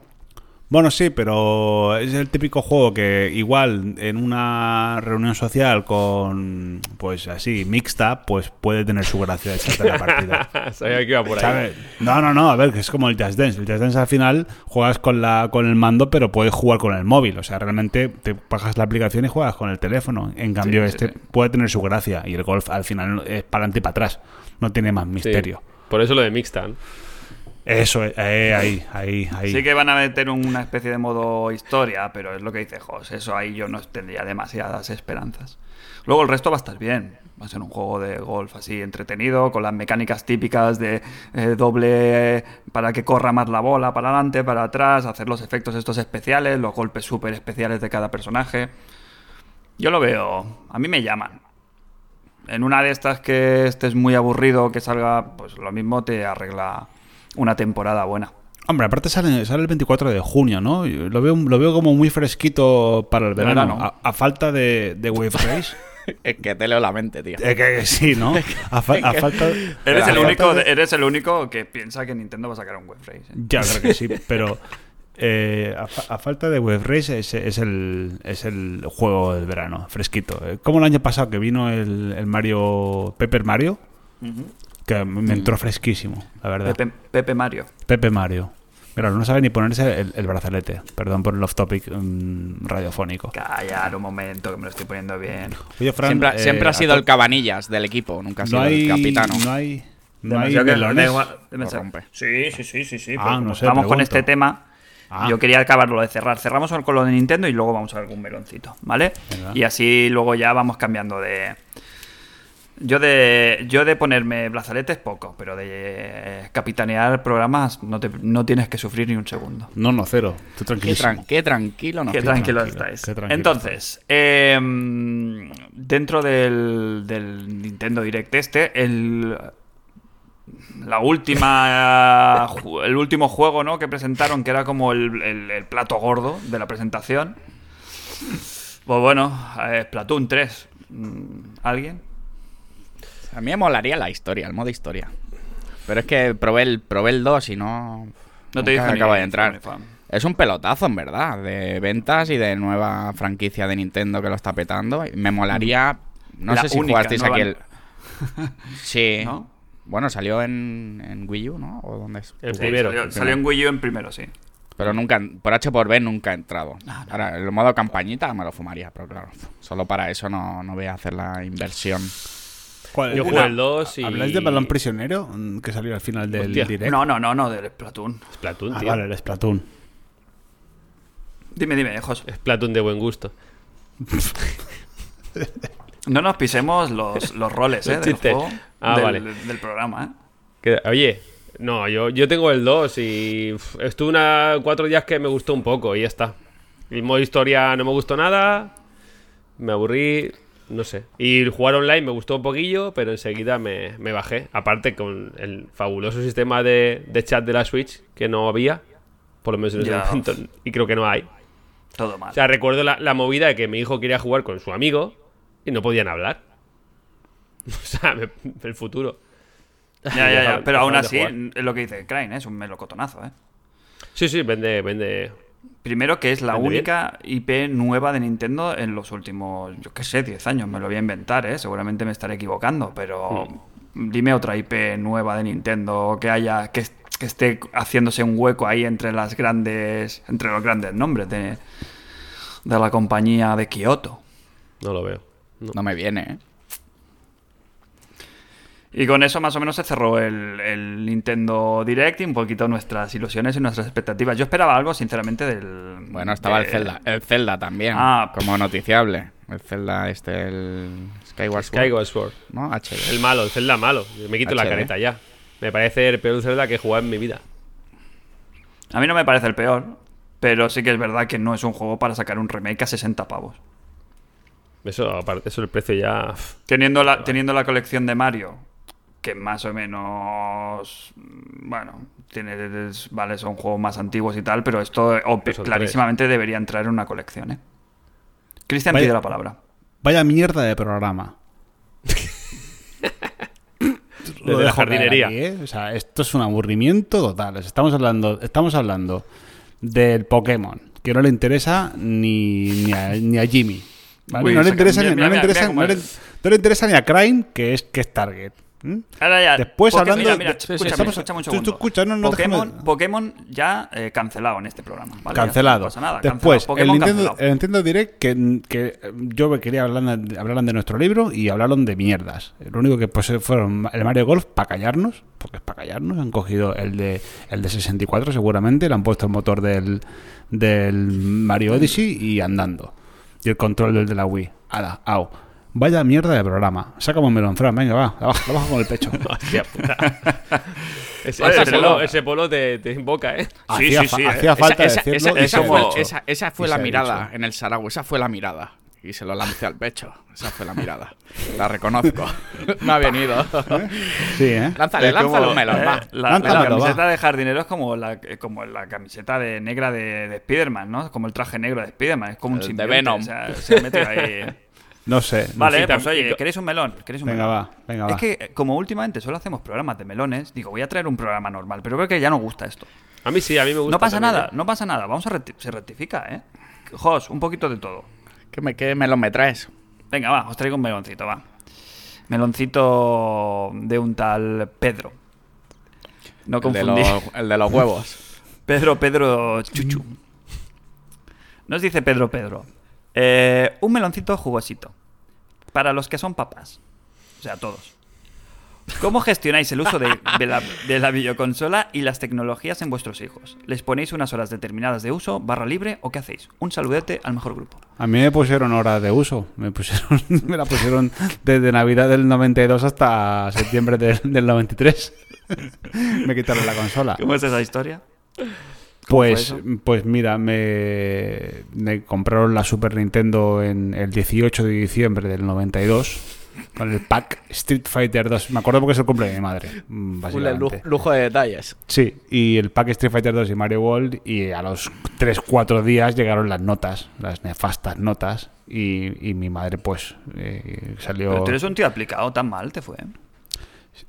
Speaker 4: Bueno, sí, pero es el típico juego que igual en una reunión social con, pues así, mixta, pues puede tener su gracia echarte la
Speaker 3: (laughs)
Speaker 4: partida.
Speaker 3: (laughs) Sabía que iba por ahí.
Speaker 4: ¿Sabes? No, no, no, a ver, que es como el Just Dance. El Just Dance al final juegas con, la, con el mando, pero puedes jugar con el móvil. O sea, realmente te bajas la aplicación y juegas con el teléfono. En cambio,
Speaker 1: sí,
Speaker 4: este
Speaker 1: sí.
Speaker 4: puede tener su gracia. Y el golf al final es para adelante y para atrás. No tiene más
Speaker 3: Sí.
Speaker 4: misterio.
Speaker 3: Por eso lo de mixta. ¿no?
Speaker 4: Eso es, eh, ahí, ahí, ahí.
Speaker 1: sí que van a meter una especie de modo historia, pero es lo que dice Jos. Eso ahí yo no tendría demasiadas esperanzas. Luego el resto va a estar bien. Va a ser un juego de golf así entretenido, con las mecánicas típicas de eh, doble eh, para que corra más la bola para adelante, para atrás, hacer los efectos estos especiales, los golpes súper especiales de cada personaje. Yo lo veo, a mí me llaman. En una de estas que estés muy aburrido, que salga, pues lo mismo te arregla una temporada buena.
Speaker 4: Hombre, aparte sale, sale el 24 de junio, ¿no? Yo Lo veo, lo veo como muy fresquito para el verano.
Speaker 1: verano.
Speaker 4: A, a falta de, de Wave
Speaker 1: (laughs)
Speaker 4: Race.
Speaker 2: Es que te leo la mente, tío.
Speaker 4: Eh, que, que sí, ¿no? A, fa- a falta.
Speaker 1: Eres
Speaker 2: Pero
Speaker 1: el,
Speaker 2: a
Speaker 1: único,
Speaker 4: falta de-
Speaker 1: eres el único que piensa que Nintendo va a sacar un web race. ¿eh?
Speaker 4: Ya, creo que sí, pero. eh, a, fa- a falta de Wave Race es, es el, es el juego del verano, fresquito. Eh, Como el año pasado que vino el, el Mario. Pepper Mario. Que
Speaker 2: Mm.
Speaker 4: me entró fresquísimo, la verdad.
Speaker 1: Pepe, Pepe Mario.
Speaker 4: Pepe Mario. Pero no sabe ni ponerse el, el brazalete. Perdón por el off topic mm, radiofónico.
Speaker 1: Callar un momento, que me lo estoy poniendo bien.
Speaker 4: Oye, Fran,
Speaker 2: Siempre,
Speaker 4: eh,
Speaker 2: siempre ha
Speaker 4: a
Speaker 2: sido
Speaker 4: to-
Speaker 2: el cabanillas del equipo, nunca ha sido
Speaker 4: no hay,
Speaker 2: el capitano.
Speaker 4: No hay. No hay
Speaker 1: Demasiado que-
Speaker 4: melones.
Speaker 1: da igual, demasiado.
Speaker 2: rompe.
Speaker 1: Sí, sí, sí, sí. sí
Speaker 4: Ah,
Speaker 1: pero
Speaker 4: no
Speaker 1: como
Speaker 4: sé,
Speaker 1: Vamos con
Speaker 4: pregunto.
Speaker 1: este tema.
Speaker 4: Ah.
Speaker 1: Yo quería acabar lo de cerrar. Cerramos con lo de Nintendo y luego vamos a algún meloncito, ¿vale?
Speaker 4: Venga.
Speaker 1: Y así luego ya vamos cambiando de. Yo de yo de ponerme brazaletes poco, pero de eh, capitanear programas no, te- no tienes que sufrir ni un segundo.
Speaker 4: No, no, cero. Tú
Speaker 2: Qué,
Speaker 4: tranquilísimo.
Speaker 2: tran- qué tranquilo nos
Speaker 1: Qué
Speaker 2: pilla.
Speaker 1: tranquilos
Speaker 4: tranquilo,
Speaker 1: estáis.
Speaker 4: qué tranquilos
Speaker 1: Entonces, eh, dentro del, del Nintendo Direct este, el, la
Speaker 3: (laughs)
Speaker 1: última, ju- el último juego ¿no? que presentaron, que era como el, el- el plato gordo de la presentación, pues bueno, eh, Splatoon 3. Mm, ¿Alguien?
Speaker 2: A mí me molaría la historia, el modo historia. Pero es que probé el, probé el 2 y no.
Speaker 1: No te
Speaker 2: nunca
Speaker 1: dijo ni-
Speaker 2: acaba de
Speaker 1: ni
Speaker 2: entrar.
Speaker 1: fan.
Speaker 2: Es un pelotazo, en verdad, de ventas y de nueva franquicia de Nintendo que lo está petando. Y Me molaría. No
Speaker 1: La
Speaker 2: sé si
Speaker 1: única
Speaker 2: jugasteis
Speaker 1: nueva-
Speaker 2: aquí el. Sí.
Speaker 1: ¿No?
Speaker 2: Bueno, salió en, en Wii U, ¿no? ¿O dónde es?
Speaker 3: El
Speaker 1: Sí,
Speaker 3: primero.
Speaker 1: salió, salió en Wii U en primero, sí.
Speaker 2: Pero nunca, por H por B nunca he entrado. Ahora, el modo campañita me lo fumaría, pero claro, solo para eso no, no voy a hacer la inversión.
Speaker 4: ¿Cuál-
Speaker 3: Yo
Speaker 4: una-
Speaker 3: jugué el 2 y.
Speaker 4: ¿Habláis de Balón Prisionero? Mm, Que salió al final del
Speaker 3: Hostia.
Speaker 4: direct.
Speaker 1: No, no, no, no, del Splatoon.
Speaker 3: Splatoon,
Speaker 4: Ah,
Speaker 3: tío.
Speaker 4: vale, el Splatoon.
Speaker 1: Dime, dime, José.
Speaker 3: Splatoon de buen gusto.
Speaker 1: No nos pisemos los, los roles
Speaker 3: Los
Speaker 1: ¿eh? del,
Speaker 3: chistes.
Speaker 1: juego,
Speaker 3: Ah,
Speaker 1: del,
Speaker 3: vale.
Speaker 1: del programa. ¿eh?
Speaker 3: Que- oye, no, yo, yo tengo el 2 y uf, estuve una, cuatro días que me gustó un poco y ya está. El modo historia no me gustó nada, me aburrí, no sé. Y jugar online me gustó un poquillo, pero enseguida me, me bajé. Aparte con el fabuloso sistema de, de chat de la Switch que no había, por lo menos en ese
Speaker 1: Ya.
Speaker 3: momento, y creo que no hay.
Speaker 1: Todo mal.
Speaker 3: O sea, recuerdo la, la movida de que mi hijo quería jugar con su amigo y no podían hablar. (laughs) O sea, me- el futuro. (laughs)
Speaker 1: ya, ya, ya. Pero aún
Speaker 3: Dejaban de
Speaker 1: así,
Speaker 3: jugar.
Speaker 1: es lo que dice Crane, ¿eh? es un melocotonazo. ¿eh?
Speaker 3: Sí, sí, vende, vende.
Speaker 1: Primero que es la
Speaker 3: Vende bien.
Speaker 1: única IP nueva de Nintendo en los últimos, yo qué sé, 10 años. Me lo voy a inventar, ¿eh? seguramente me estaré equivocando, pero
Speaker 3: Hmm.
Speaker 1: dime otra IP nueva de Nintendo que haya que, est- que esté haciéndose un hueco ahí entre las grandes entre los grandes nombres de, de la compañía de Kyoto.
Speaker 3: No lo veo. No.
Speaker 2: No me viene, ¿eh?
Speaker 1: Y con eso más o menos se cerró el, el Nintendo Direct y un poquito nuestras ilusiones y nuestras expectativas. Yo esperaba algo, sinceramente, del...
Speaker 2: Bueno, estaba
Speaker 1: de-
Speaker 2: el Zelda. El Zelda también,
Speaker 1: Ah,
Speaker 2: como noticiable. El Zelda este, el Skyward Sword.
Speaker 3: Skyward Sword.
Speaker 2: ¿No? HD.
Speaker 3: El malo, el Zelda malo. Me quito la
Speaker 2: HD.
Speaker 3: careta ya. Me parece el peor Zelda que he jugado en mi vida.
Speaker 1: A mí no me parece el peor, pero sí que es verdad que no es un juego para sacar un remake a 60 pavos.
Speaker 3: Eso, aparte, eso el precio ya. pf,
Speaker 1: Teniendo la, teniendo la colección de Mario, que más o menos... mm, Bueno, tiene, es- vale, son juegos más antiguos y tal, pero esto o-
Speaker 3: Pues son
Speaker 1: clarísimamente debería entrar en una colección, ¿eh? Cristian
Speaker 4: Vaya-
Speaker 1: pide la palabra.
Speaker 4: Vaya mierda
Speaker 1: (laughs)
Speaker 4: de programa.
Speaker 3: Desde la
Speaker 4: dejo caer
Speaker 3: jardinería.
Speaker 4: aquí, ¿eh? O sea, esto es un aburrimiento total. Estamos hablando, estamos hablando del Pokémon, que no le interesa ni, ni, a, ni a Jimmy. ¿vale?
Speaker 1: Uy,
Speaker 4: no, le
Speaker 1: saca-
Speaker 4: interesa,
Speaker 1: mira,
Speaker 4: ni- no le
Speaker 1: mira,
Speaker 4: interesa-
Speaker 1: mira cómo
Speaker 4: no le-
Speaker 1: es.
Speaker 4: no le interesa ni a Crime, que es, que es Target. ¿Mm?
Speaker 1: Ahora ya,
Speaker 4: Después
Speaker 1: Pokémon-
Speaker 4: hablando-
Speaker 1: Mira, mira,
Speaker 4: de- sí, sí,
Speaker 1: escúchame,
Speaker 4: estamos-
Speaker 1: escúchame un
Speaker 4: tú- tú
Speaker 1: segundo.
Speaker 4: escucha, no- no,
Speaker 1: Pokémon,
Speaker 4: déjame-
Speaker 1: Pokémon ya eh, cancelado en este programa. ¿vale? Ya
Speaker 4: cancelado.
Speaker 1: No pasa nada. cancelado.
Speaker 4: Después, el
Speaker 1: Pokémon
Speaker 4: Nintendo,
Speaker 1: cancelado.
Speaker 4: el Nintendo Direct, que, que yo quería hablar hablaran de nuestro libro y hablaron de mierdas. Lo único que pues, fueron el Mario Golf para callarnos, porque es para callarnos. Han cogido el de, el de 64 seguramente, le han puesto el motor del, del Mario Odyssey y andando. Y el control del de la Wii. Ala, au. Vaya mierda de programa. Sácame un melón, Fran. Venga, va. Lo bajo, lo bajo con el pecho.
Speaker 3: Hostia puta. Ese,
Speaker 1: Vale,
Speaker 3: ese
Speaker 1: pero-
Speaker 3: polo, ese polo te, te invoca, ¿eh?
Speaker 1: Sí,
Speaker 4: hacía
Speaker 1: sí,
Speaker 4: fa-
Speaker 1: sí, eh.
Speaker 4: hacía falta
Speaker 2: esa, esa-
Speaker 4: decirlo. y
Speaker 2: esa
Speaker 4: se ha
Speaker 2: fue,
Speaker 4: dicho.
Speaker 2: esa- esa fue
Speaker 4: Y
Speaker 2: la
Speaker 4: se ha
Speaker 2: mirada
Speaker 4: dicho.
Speaker 2: en el Saragüe, esa fue la mirada. Y se lo lancé al pecho. Esa fue la mirada. La reconozco. (laughs) no ha venido.
Speaker 4: Sí, ¿eh?
Speaker 2: lánzale,
Speaker 1: Es como,
Speaker 2: lánzale un melón,
Speaker 1: eh,
Speaker 2: va.
Speaker 1: La,
Speaker 4: Lánzalo,
Speaker 1: la
Speaker 4: va.
Speaker 1: camiseta de jardinero es como la, eh, como la camiseta de negra de, de Spider-Man, ¿no? Es como el traje negro de Spider-Man, es como un
Speaker 2: El de
Speaker 1: simbionte,
Speaker 2: Venom.
Speaker 1: o sea, se ha metido ahí.
Speaker 4: No sé. no
Speaker 1: Vale,
Speaker 4: sé.
Speaker 1: pues oye, ¿queréis un melón? ¿Queréis un
Speaker 4: Venga,
Speaker 1: melón?
Speaker 4: va. Venga, va.
Speaker 1: Es que eh, como últimamente solo hacemos programas de melones, digo, voy a traer un programa normal, pero creo que ya no gusta esto.
Speaker 3: A mí sí, a mí me gusta.
Speaker 1: No pasa
Speaker 3: también,
Speaker 1: nada,
Speaker 3: ¿eh?
Speaker 1: no pasa nada, vamos a recti- se rectifica, ¿eh? Jos, un poquito de todo.
Speaker 2: ¿Qué, me, ¿Qué melón me traes?
Speaker 1: Venga, va, os traigo un meloncito, va. Meloncito de un tal Pedro. No
Speaker 2: El de,
Speaker 1: confundí.
Speaker 2: los, el de los huevos.
Speaker 1: (laughs) Pedro, Pedro, chuchu. Nos dice Pedro, Pedro. eh, un meloncito jugosito. Para los que son papás. O sea, todos. ¿Cómo gestionáis el uso de, de la, de la videoconsola y las tecnologías en vuestros hijos? ¿Les ponéis unas horas determinadas de uso, barra libre o qué hacéis? Un saludete al mejor grupo.
Speaker 4: A mí me pusieron horas de uso. Me pusieron, (laughs) me la pusieron desde Navidad del 92 hasta septiembre del, del 93. me quitaron la consola.
Speaker 1: ¿Cómo es esa historia?
Speaker 4: Pues,
Speaker 1: fue
Speaker 4: pues mira, me, me compraron la Super Nintendo en el 18 de diciembre del 92 con el pack Street Fighter 2. Me acuerdo porque es el cumple de mi madre,
Speaker 2: (laughs)
Speaker 4: mm,
Speaker 2: Un lu-
Speaker 4: básicamente.
Speaker 2: lujo, de detalles.
Speaker 4: Sí, y el pack Street Fighter 2 y Mario World y a los 3-4 días llegaron las notas, las nefastas notas y, y mi madre pues eh, salió...
Speaker 1: Pero tú eres un tío aplicado, tan mal te fue. ¿eh?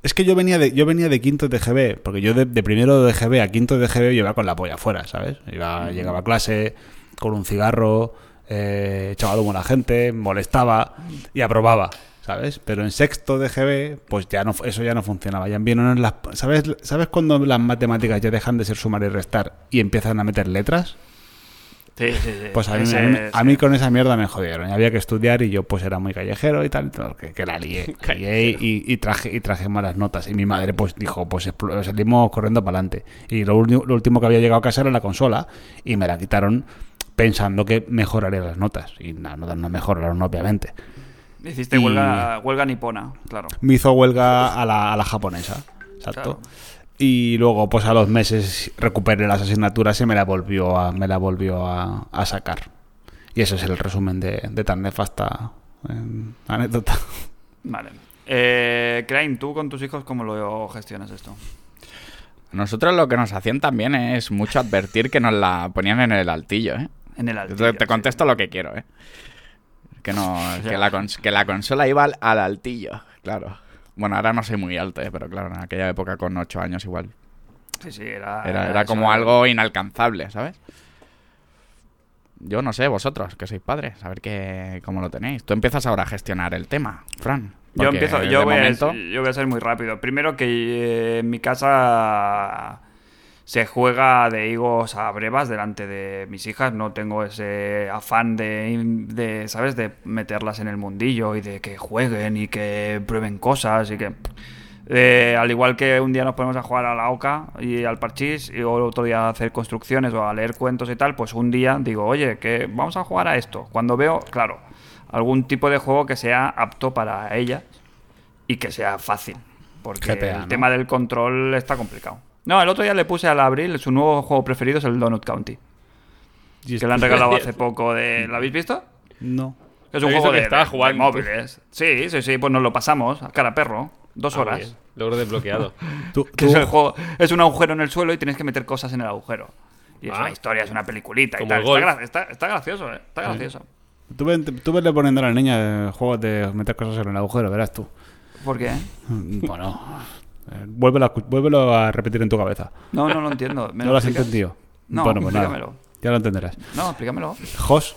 Speaker 4: Es que yo venía de yo venía de quinto de GB, porque yo de, de primero de GB a quinto de GB yo iba con la polla afuera, ¿sabes? Iba- Llegaba a clase con un cigarro, eh, echaba humo a la gente, molestaba y aprobaba. ¿Sabes? Pero en sexto de GB, pues ya no, eso ya no funcionaba. Ya enviaron las. ¿sabes, ¿Sabes cuando las matemáticas ya dejan de ser sumar y restar y empiezan a meter letras?
Speaker 1: Sí, sí, sí.
Speaker 4: Pues a mí,
Speaker 1: Ese-
Speaker 4: a mí- a
Speaker 1: ese-
Speaker 4: mí con esa mierda me jodieron. Y había que estudiar y yo pues era muy callejero y tal, tal, que, que
Speaker 1: (laughs)
Speaker 4: la lié. La lié y, y traje, y traje malas notas. Y mi madre pues dijo, pues expl- salimos corriendo para adelante. Y lo, uni- lo último que había llegado a casa era la consola y me la quitaron pensando que mejoraría las notas. Y las notas no mejoraron, obviamente.
Speaker 1: eh, Hiciste
Speaker 4: y-
Speaker 1: huelga, huelga nipona, claro.
Speaker 4: Me hizo huelga a la, a la japonesa. Exacto.
Speaker 1: Claro.
Speaker 4: Y luego, pues a los meses recuperé las asignaturas y me la volvió a, me la volvió a, a sacar. Y ese es el resumen de, de tan nefasta eh, anécdota.
Speaker 1: Vale. Eh, Crane, ¿tú con tus hijos cómo lo gestionas esto?
Speaker 2: Nosotros lo que nos hacían también es mucho advertir que nos la ponían en el altillo, ¿eh?
Speaker 1: En el
Speaker 2: Yo
Speaker 1: altillo.
Speaker 2: Te, te
Speaker 1: sí.
Speaker 2: contesto lo que quiero, ¿eh? Que, (laughs) no, que, la, cons- que la consola iba al, al altillo, claro. Bueno, ahora no soy muy alto, ¿eh? pero claro, en aquella época con 8 años igual.
Speaker 1: Sí, sí, era,
Speaker 2: Era,
Speaker 1: era
Speaker 2: Ah, era como
Speaker 1: eso. ¿eh?
Speaker 2: algo inalcanzable, ¿sabes? Yo no sé, vosotros, que sois padres, a ver qué, cómo lo tenéis. Tú empiezas ahora a gestionar el tema, Fran.
Speaker 1: Yo
Speaker 2: porque
Speaker 1: empiezo,
Speaker 2: de
Speaker 1: yo voy,
Speaker 2: momento-
Speaker 1: a, yo voy a ser muy rápido. Primero que eh, en mi casa se juega de higos a brevas delante de mis hijas. No tengo ese afán de, de, ¿sabes? De meterlas en el mundillo y de que jueguen y que prueben cosas y que... Eh, al igual que un día nos ponemos a jugar a la oca y al parchís y o otro día a hacer construcciones o a leer cuentos y tal, pues un día digo, oye, que vamos a jugar a esto. Cuando veo, claro, algún tipo de juego que sea apto para ellas y que sea fácil. Porque
Speaker 4: GTA,
Speaker 1: el
Speaker 4: ¿no?
Speaker 1: tema del control está complicado. No, el otro día le puse al Abril, su nuevo juego preferido es el Donut County. Que le han regalado hace poco de... ¿Lo habéis visto?
Speaker 4: No.
Speaker 1: Es
Speaker 3: He
Speaker 1: un
Speaker 3: visto
Speaker 1: juego
Speaker 3: que
Speaker 1: de,
Speaker 3: estaba
Speaker 1: de
Speaker 3: jugando.
Speaker 1: móviles. Sí, sí, sí, pues nos lo pasamos a cara perro. Dos
Speaker 3: Ah,
Speaker 1: horas.
Speaker 3: bien.
Speaker 1: (laughs)
Speaker 3: Logro desbloqueado.
Speaker 4: Tú,
Speaker 1: Que
Speaker 4: tú-
Speaker 1: es, el juego, es un agujero en el suelo y tienes que meter cosas en el agujero. Y es
Speaker 3: Ah.
Speaker 1: una historia, es una peliculita y
Speaker 3: Como
Speaker 1: tal.
Speaker 3: el golf.
Speaker 1: Está, gra- está- está gracioso, ¿eh? Está gracioso.
Speaker 4: Tú, ven, tú venle poniendo a la niña eh, juegos de meter cosas en el agujero,
Speaker 1: (laughs)
Speaker 4: verás tú.
Speaker 1: ¿Por qué?
Speaker 4: Mm, Bueno, eh, vuélvelo, a, escu- vuélvelo a repetir en tu cabeza.
Speaker 1: No, no lo
Speaker 4: (laughs)
Speaker 1: entiendo. ¿Me
Speaker 4: ¿No lo has
Speaker 1: explicas?
Speaker 4: entendido?
Speaker 1: No,
Speaker 4: bueno, pues nada.
Speaker 1: explícamelo.
Speaker 4: Ya lo entenderás.
Speaker 1: No, explícamelo.
Speaker 4: Jos,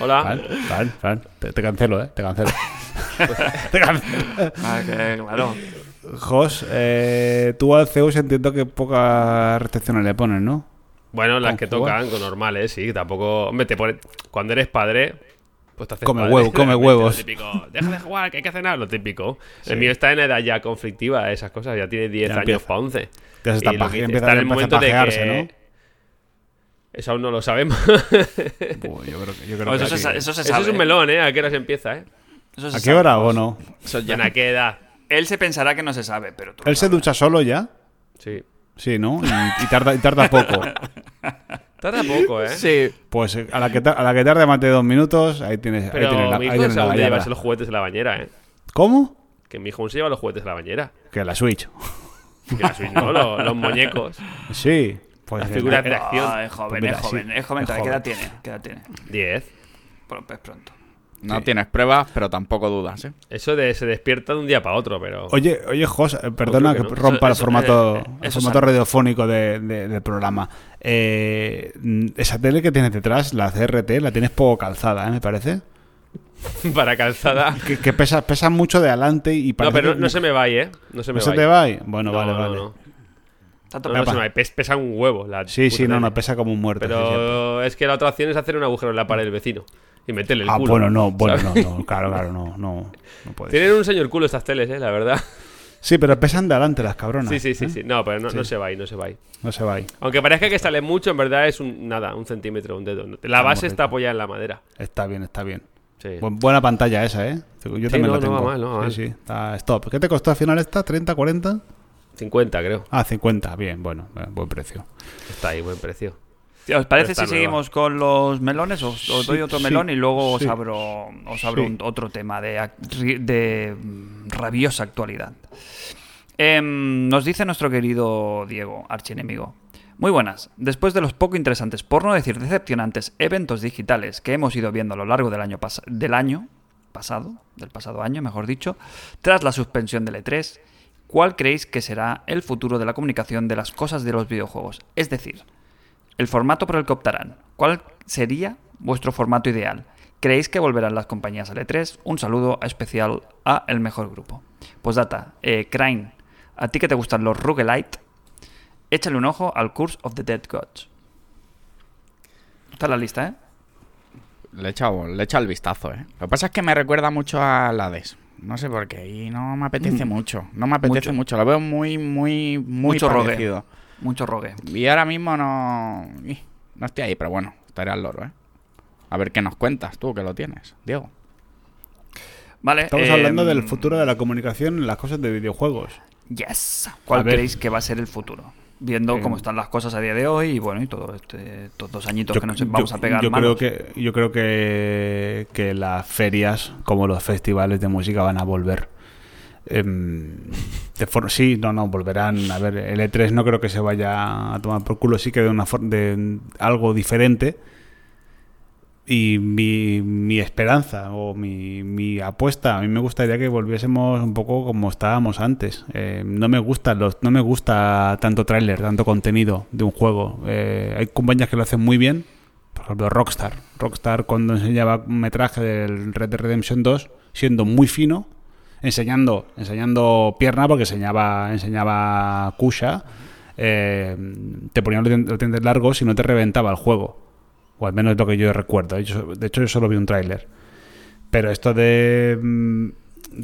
Speaker 3: Hola.
Speaker 4: Fran, Fran, Fran, te, te cancelo, ¿eh?
Speaker 3: (laughs)
Speaker 4: Te cancelo. (laughs) te cancelo.
Speaker 1: Ah, que, claro.
Speaker 4: Jos, eh, tú al Zeus entiendo que pocas restricciones le pones, ¿no?
Speaker 3: Bueno, las
Speaker 4: Con
Speaker 3: que
Speaker 4: jugar.
Speaker 3: tocan, con normales, sí, tampoco. Hombre, te pone- cuando eres padre, pues te haces
Speaker 4: Come
Speaker 3: padre, (laughs)
Speaker 4: huevo, come
Speaker 3: realmente,
Speaker 4: huevos.
Speaker 3: Lo típico, deja de jugar, que hay que cenar, lo típico. El mío está en edad ya conflictiva, esas cosas, ya tiene 10
Speaker 4: Ya
Speaker 3: años
Speaker 4: empieza.
Speaker 3: para 11.
Speaker 4: Ya se está
Speaker 3: Y lo
Speaker 4: paje-
Speaker 3: que dice,
Speaker 4: empieza-
Speaker 3: está en el
Speaker 4: empieza a
Speaker 3: momento de
Speaker 4: pajearse,
Speaker 3: que- Eso aún no
Speaker 1: (laughs)
Speaker 3: lo sabemos.
Speaker 4: Buah, yo creo que, yo creo
Speaker 1: No,
Speaker 4: que
Speaker 1: Pues eso, se,
Speaker 4: aquí-
Speaker 1: sa- eso se
Speaker 3: Pues Eso
Speaker 1: sabe.
Speaker 3: es un melón, ¿eh? ¿A qué hora se empieza, eh?
Speaker 1: Eso se
Speaker 4: ¿A qué
Speaker 1: sabe.
Speaker 4: hora o no?
Speaker 2: Eso ya.
Speaker 3: ¿En a qué edad?
Speaker 1: Él se pensará que no se sabe, pero tú.
Speaker 4: ¿Él se ducha solo ya?
Speaker 3: Sí.
Speaker 4: Sí, ¿no? Y, y tarda, y tarda poco.
Speaker 3: Tarda poco, ¿eh?
Speaker 2: Sí.
Speaker 4: Pues eh, a la, que ta- a la que tarde más de dos minutos, ahí tienes, ahí
Speaker 3: Pero
Speaker 4: tienes la,
Speaker 3: mi
Speaker 4: ahí
Speaker 3: hijo
Speaker 4: tienes
Speaker 3: es
Speaker 4: la
Speaker 3: aún de
Speaker 4: gallada.
Speaker 3: llevarse los juguetes de la bañera, ¿eh?
Speaker 4: ¿Cómo?
Speaker 3: Que mi hijo aún se lleva los juguetes de la bañera.
Speaker 4: Que la Switch. (laughs)
Speaker 3: Que la Switch, ¿no? Los, los muñecos.
Speaker 4: Sí. Pues
Speaker 3: Las figuras de
Speaker 4: eh,
Speaker 3: acción.
Speaker 1: Ah, es joven,
Speaker 4: Pues mira,
Speaker 1: es joven,
Speaker 4: sí,
Speaker 1: es joven.
Speaker 4: es
Speaker 1: ¿Qué
Speaker 4: joven.
Speaker 1: edad tiene? ¿Qué edad tiene?
Speaker 3: 10.
Speaker 1: Pro- Pues pronto.
Speaker 2: No tienes pruebas, pero tampoco dudas, ¿eh?
Speaker 3: Eso de se despierta de un día para otro, pero.
Speaker 4: Oye, oye, Jos, eh, perdona que
Speaker 3: Creo que no.
Speaker 1: Eso-
Speaker 4: rompa
Speaker 1: eso,
Speaker 4: el formato,
Speaker 1: eh, eh,
Speaker 4: el
Speaker 1: eso
Speaker 4: formato
Speaker 1: sale.
Speaker 4: radiofónico de- de- del programa. Eh, mm, esa tele que tienes detrás, la CRT, la tienes poco calzada, ¿eh? Me parece.
Speaker 3: (laughs) para
Speaker 4: (laughs)
Speaker 3: calzada.
Speaker 4: Que, que pesa, pesa mucho de adelante y
Speaker 3: No,
Speaker 4: parece
Speaker 3: pero no,
Speaker 4: que-
Speaker 3: no se me va, ahí, ¿eh? No se
Speaker 4: ¿no
Speaker 3: me
Speaker 4: se
Speaker 3: va.
Speaker 4: te
Speaker 3: ahí.
Speaker 4: va ahí? Bueno,
Speaker 3: No,
Speaker 4: vale,
Speaker 3: no,
Speaker 4: vale.
Speaker 3: no.
Speaker 1: Está
Speaker 3: No,
Speaker 1: topado.
Speaker 3: no se me va ahí. Pes- Pesa un huevo. La
Speaker 4: Sí, sí,
Speaker 3: puta
Speaker 4: no,
Speaker 3: tele.
Speaker 4: no, pesa como un muerto. sí, sí.
Speaker 3: Pero es que la otra opción es hacer un agujero en la pared del vecino y meterle el
Speaker 4: Ah,
Speaker 3: culo. (laughs)
Speaker 4: bueno, no, bueno,
Speaker 3: ¿sabes?
Speaker 4: no, pues. no, claro, claro, no, no, no puede ser.
Speaker 3: Tienen un señor culo estas teles, ¿eh? La verdad.
Speaker 4: Sí, pero pesan de adelante las cabronas.
Speaker 3: Sí, sí, sí,
Speaker 4: ¿eh?
Speaker 3: sí. No, pero no, no se va ahí, no se va ahí.
Speaker 4: No se va ahí.
Speaker 3: Aunque parezca que sale mucho, en verdad es un nada, un centímetro, un dedo. La base está apoyada en la madera.
Speaker 4: Está bien, está bien.
Speaker 3: Sí.
Speaker 4: Bu- buena pantalla esa, ¿eh? Yo también
Speaker 3: no,
Speaker 4: la
Speaker 3: no
Speaker 4: tengo.
Speaker 3: va mal, no va mal.
Speaker 4: sí, sí, está stop. ¿Qué te costó al final esta? ¿30, 40?
Speaker 3: 50, creo.
Speaker 4: Ah, 50, bien, bueno, eh, buen precio.
Speaker 3: Está ahí, buen precio.
Speaker 1: Tío, ¿Os parece
Speaker 3: Está
Speaker 1: si
Speaker 3: nueva.
Speaker 1: seguimos con los melones? Os, os doy otro
Speaker 4: sí,
Speaker 1: melón y luego
Speaker 4: sí.
Speaker 1: os abro, os abro
Speaker 4: Sí.
Speaker 1: un- otro tema de, ac- ri- de mm, rabiosa actualidad. Em, nos dice nuestro querido Diego, archienemigo. Muy buenas. Después de los poco interesantes, por no decir decepcionantes, eventos digitales que hemos ido viendo a lo largo del año, pas- del año pasado, del pasado año, mejor dicho, tras la suspensión del E3, ¿cuál creéis que será el futuro de la comunicación de las cosas de los videojuegos? Es decir, el formato por el que optarán. ¿Cuál sería vuestro formato ideal? ¿Creéis que volverán las compañías al E3? Un saludo especial a El Mejor Grupo. Pues data, eh, Crane, a ti que te gustan los roguelite, échale un ojo al Curse of the Dead Gods. Está la lista, ¿eh?
Speaker 2: Le he echado, le he echado el vistazo, ¿eh? Lo que pasa es que me recuerda mucho a la DES. No sé por qué. Y no me apetece mucho. No me apetece mucho. Lo veo muy, muy, muy
Speaker 1: Mucho rogue.
Speaker 2: parecido.
Speaker 1: Mucho rogue.
Speaker 2: Y ahora mismo no. ih, No estoy ahí, pero bueno, estaré al loro, ¿eh? A ver qué nos cuentas tú, que lo tienes, Diego.
Speaker 1: Vale.
Speaker 4: Estamos
Speaker 1: eh,
Speaker 4: hablando del futuro de la comunicación en las cosas de videojuegos.
Speaker 1: Yes. ¿Cuál
Speaker 4: A ver. Em.
Speaker 1: creéis que va a ser el futuro? Viendo cómo están las cosas a día de hoy y bueno, y todo este- estos dos añitos que nos vamos a pegar
Speaker 4: yo
Speaker 1: malos.
Speaker 4: creo que yo creo que, que las ferias como los festivales de música van a volver Em, de for- sí no no volverán a ver el E3 no creo que se vaya a tomar por culo sí que de una for- de algo diferente y mi, mi esperanza o mi, mi apuesta, a mí me gustaría que volviésemos un poco como estábamos antes. Eh, no me gustan los, no me gusta tanto tráiler, tanto contenido de un juego. Eh, hay compañías que lo hacen muy bien, por ejemplo Rockstar. Rockstar cuando enseñaba un metraje del Red Dead Redemption 2, siendo muy fino, enseñando, enseñando pierna porque enseñaba, enseñaba Kusha, eh, te ponían los dien- los dientes largos y no te reventaba el juego. O al menos es lo que yo recuerdo. Yo- de hecho, yo solo vi un tráiler. Pero esto de mm,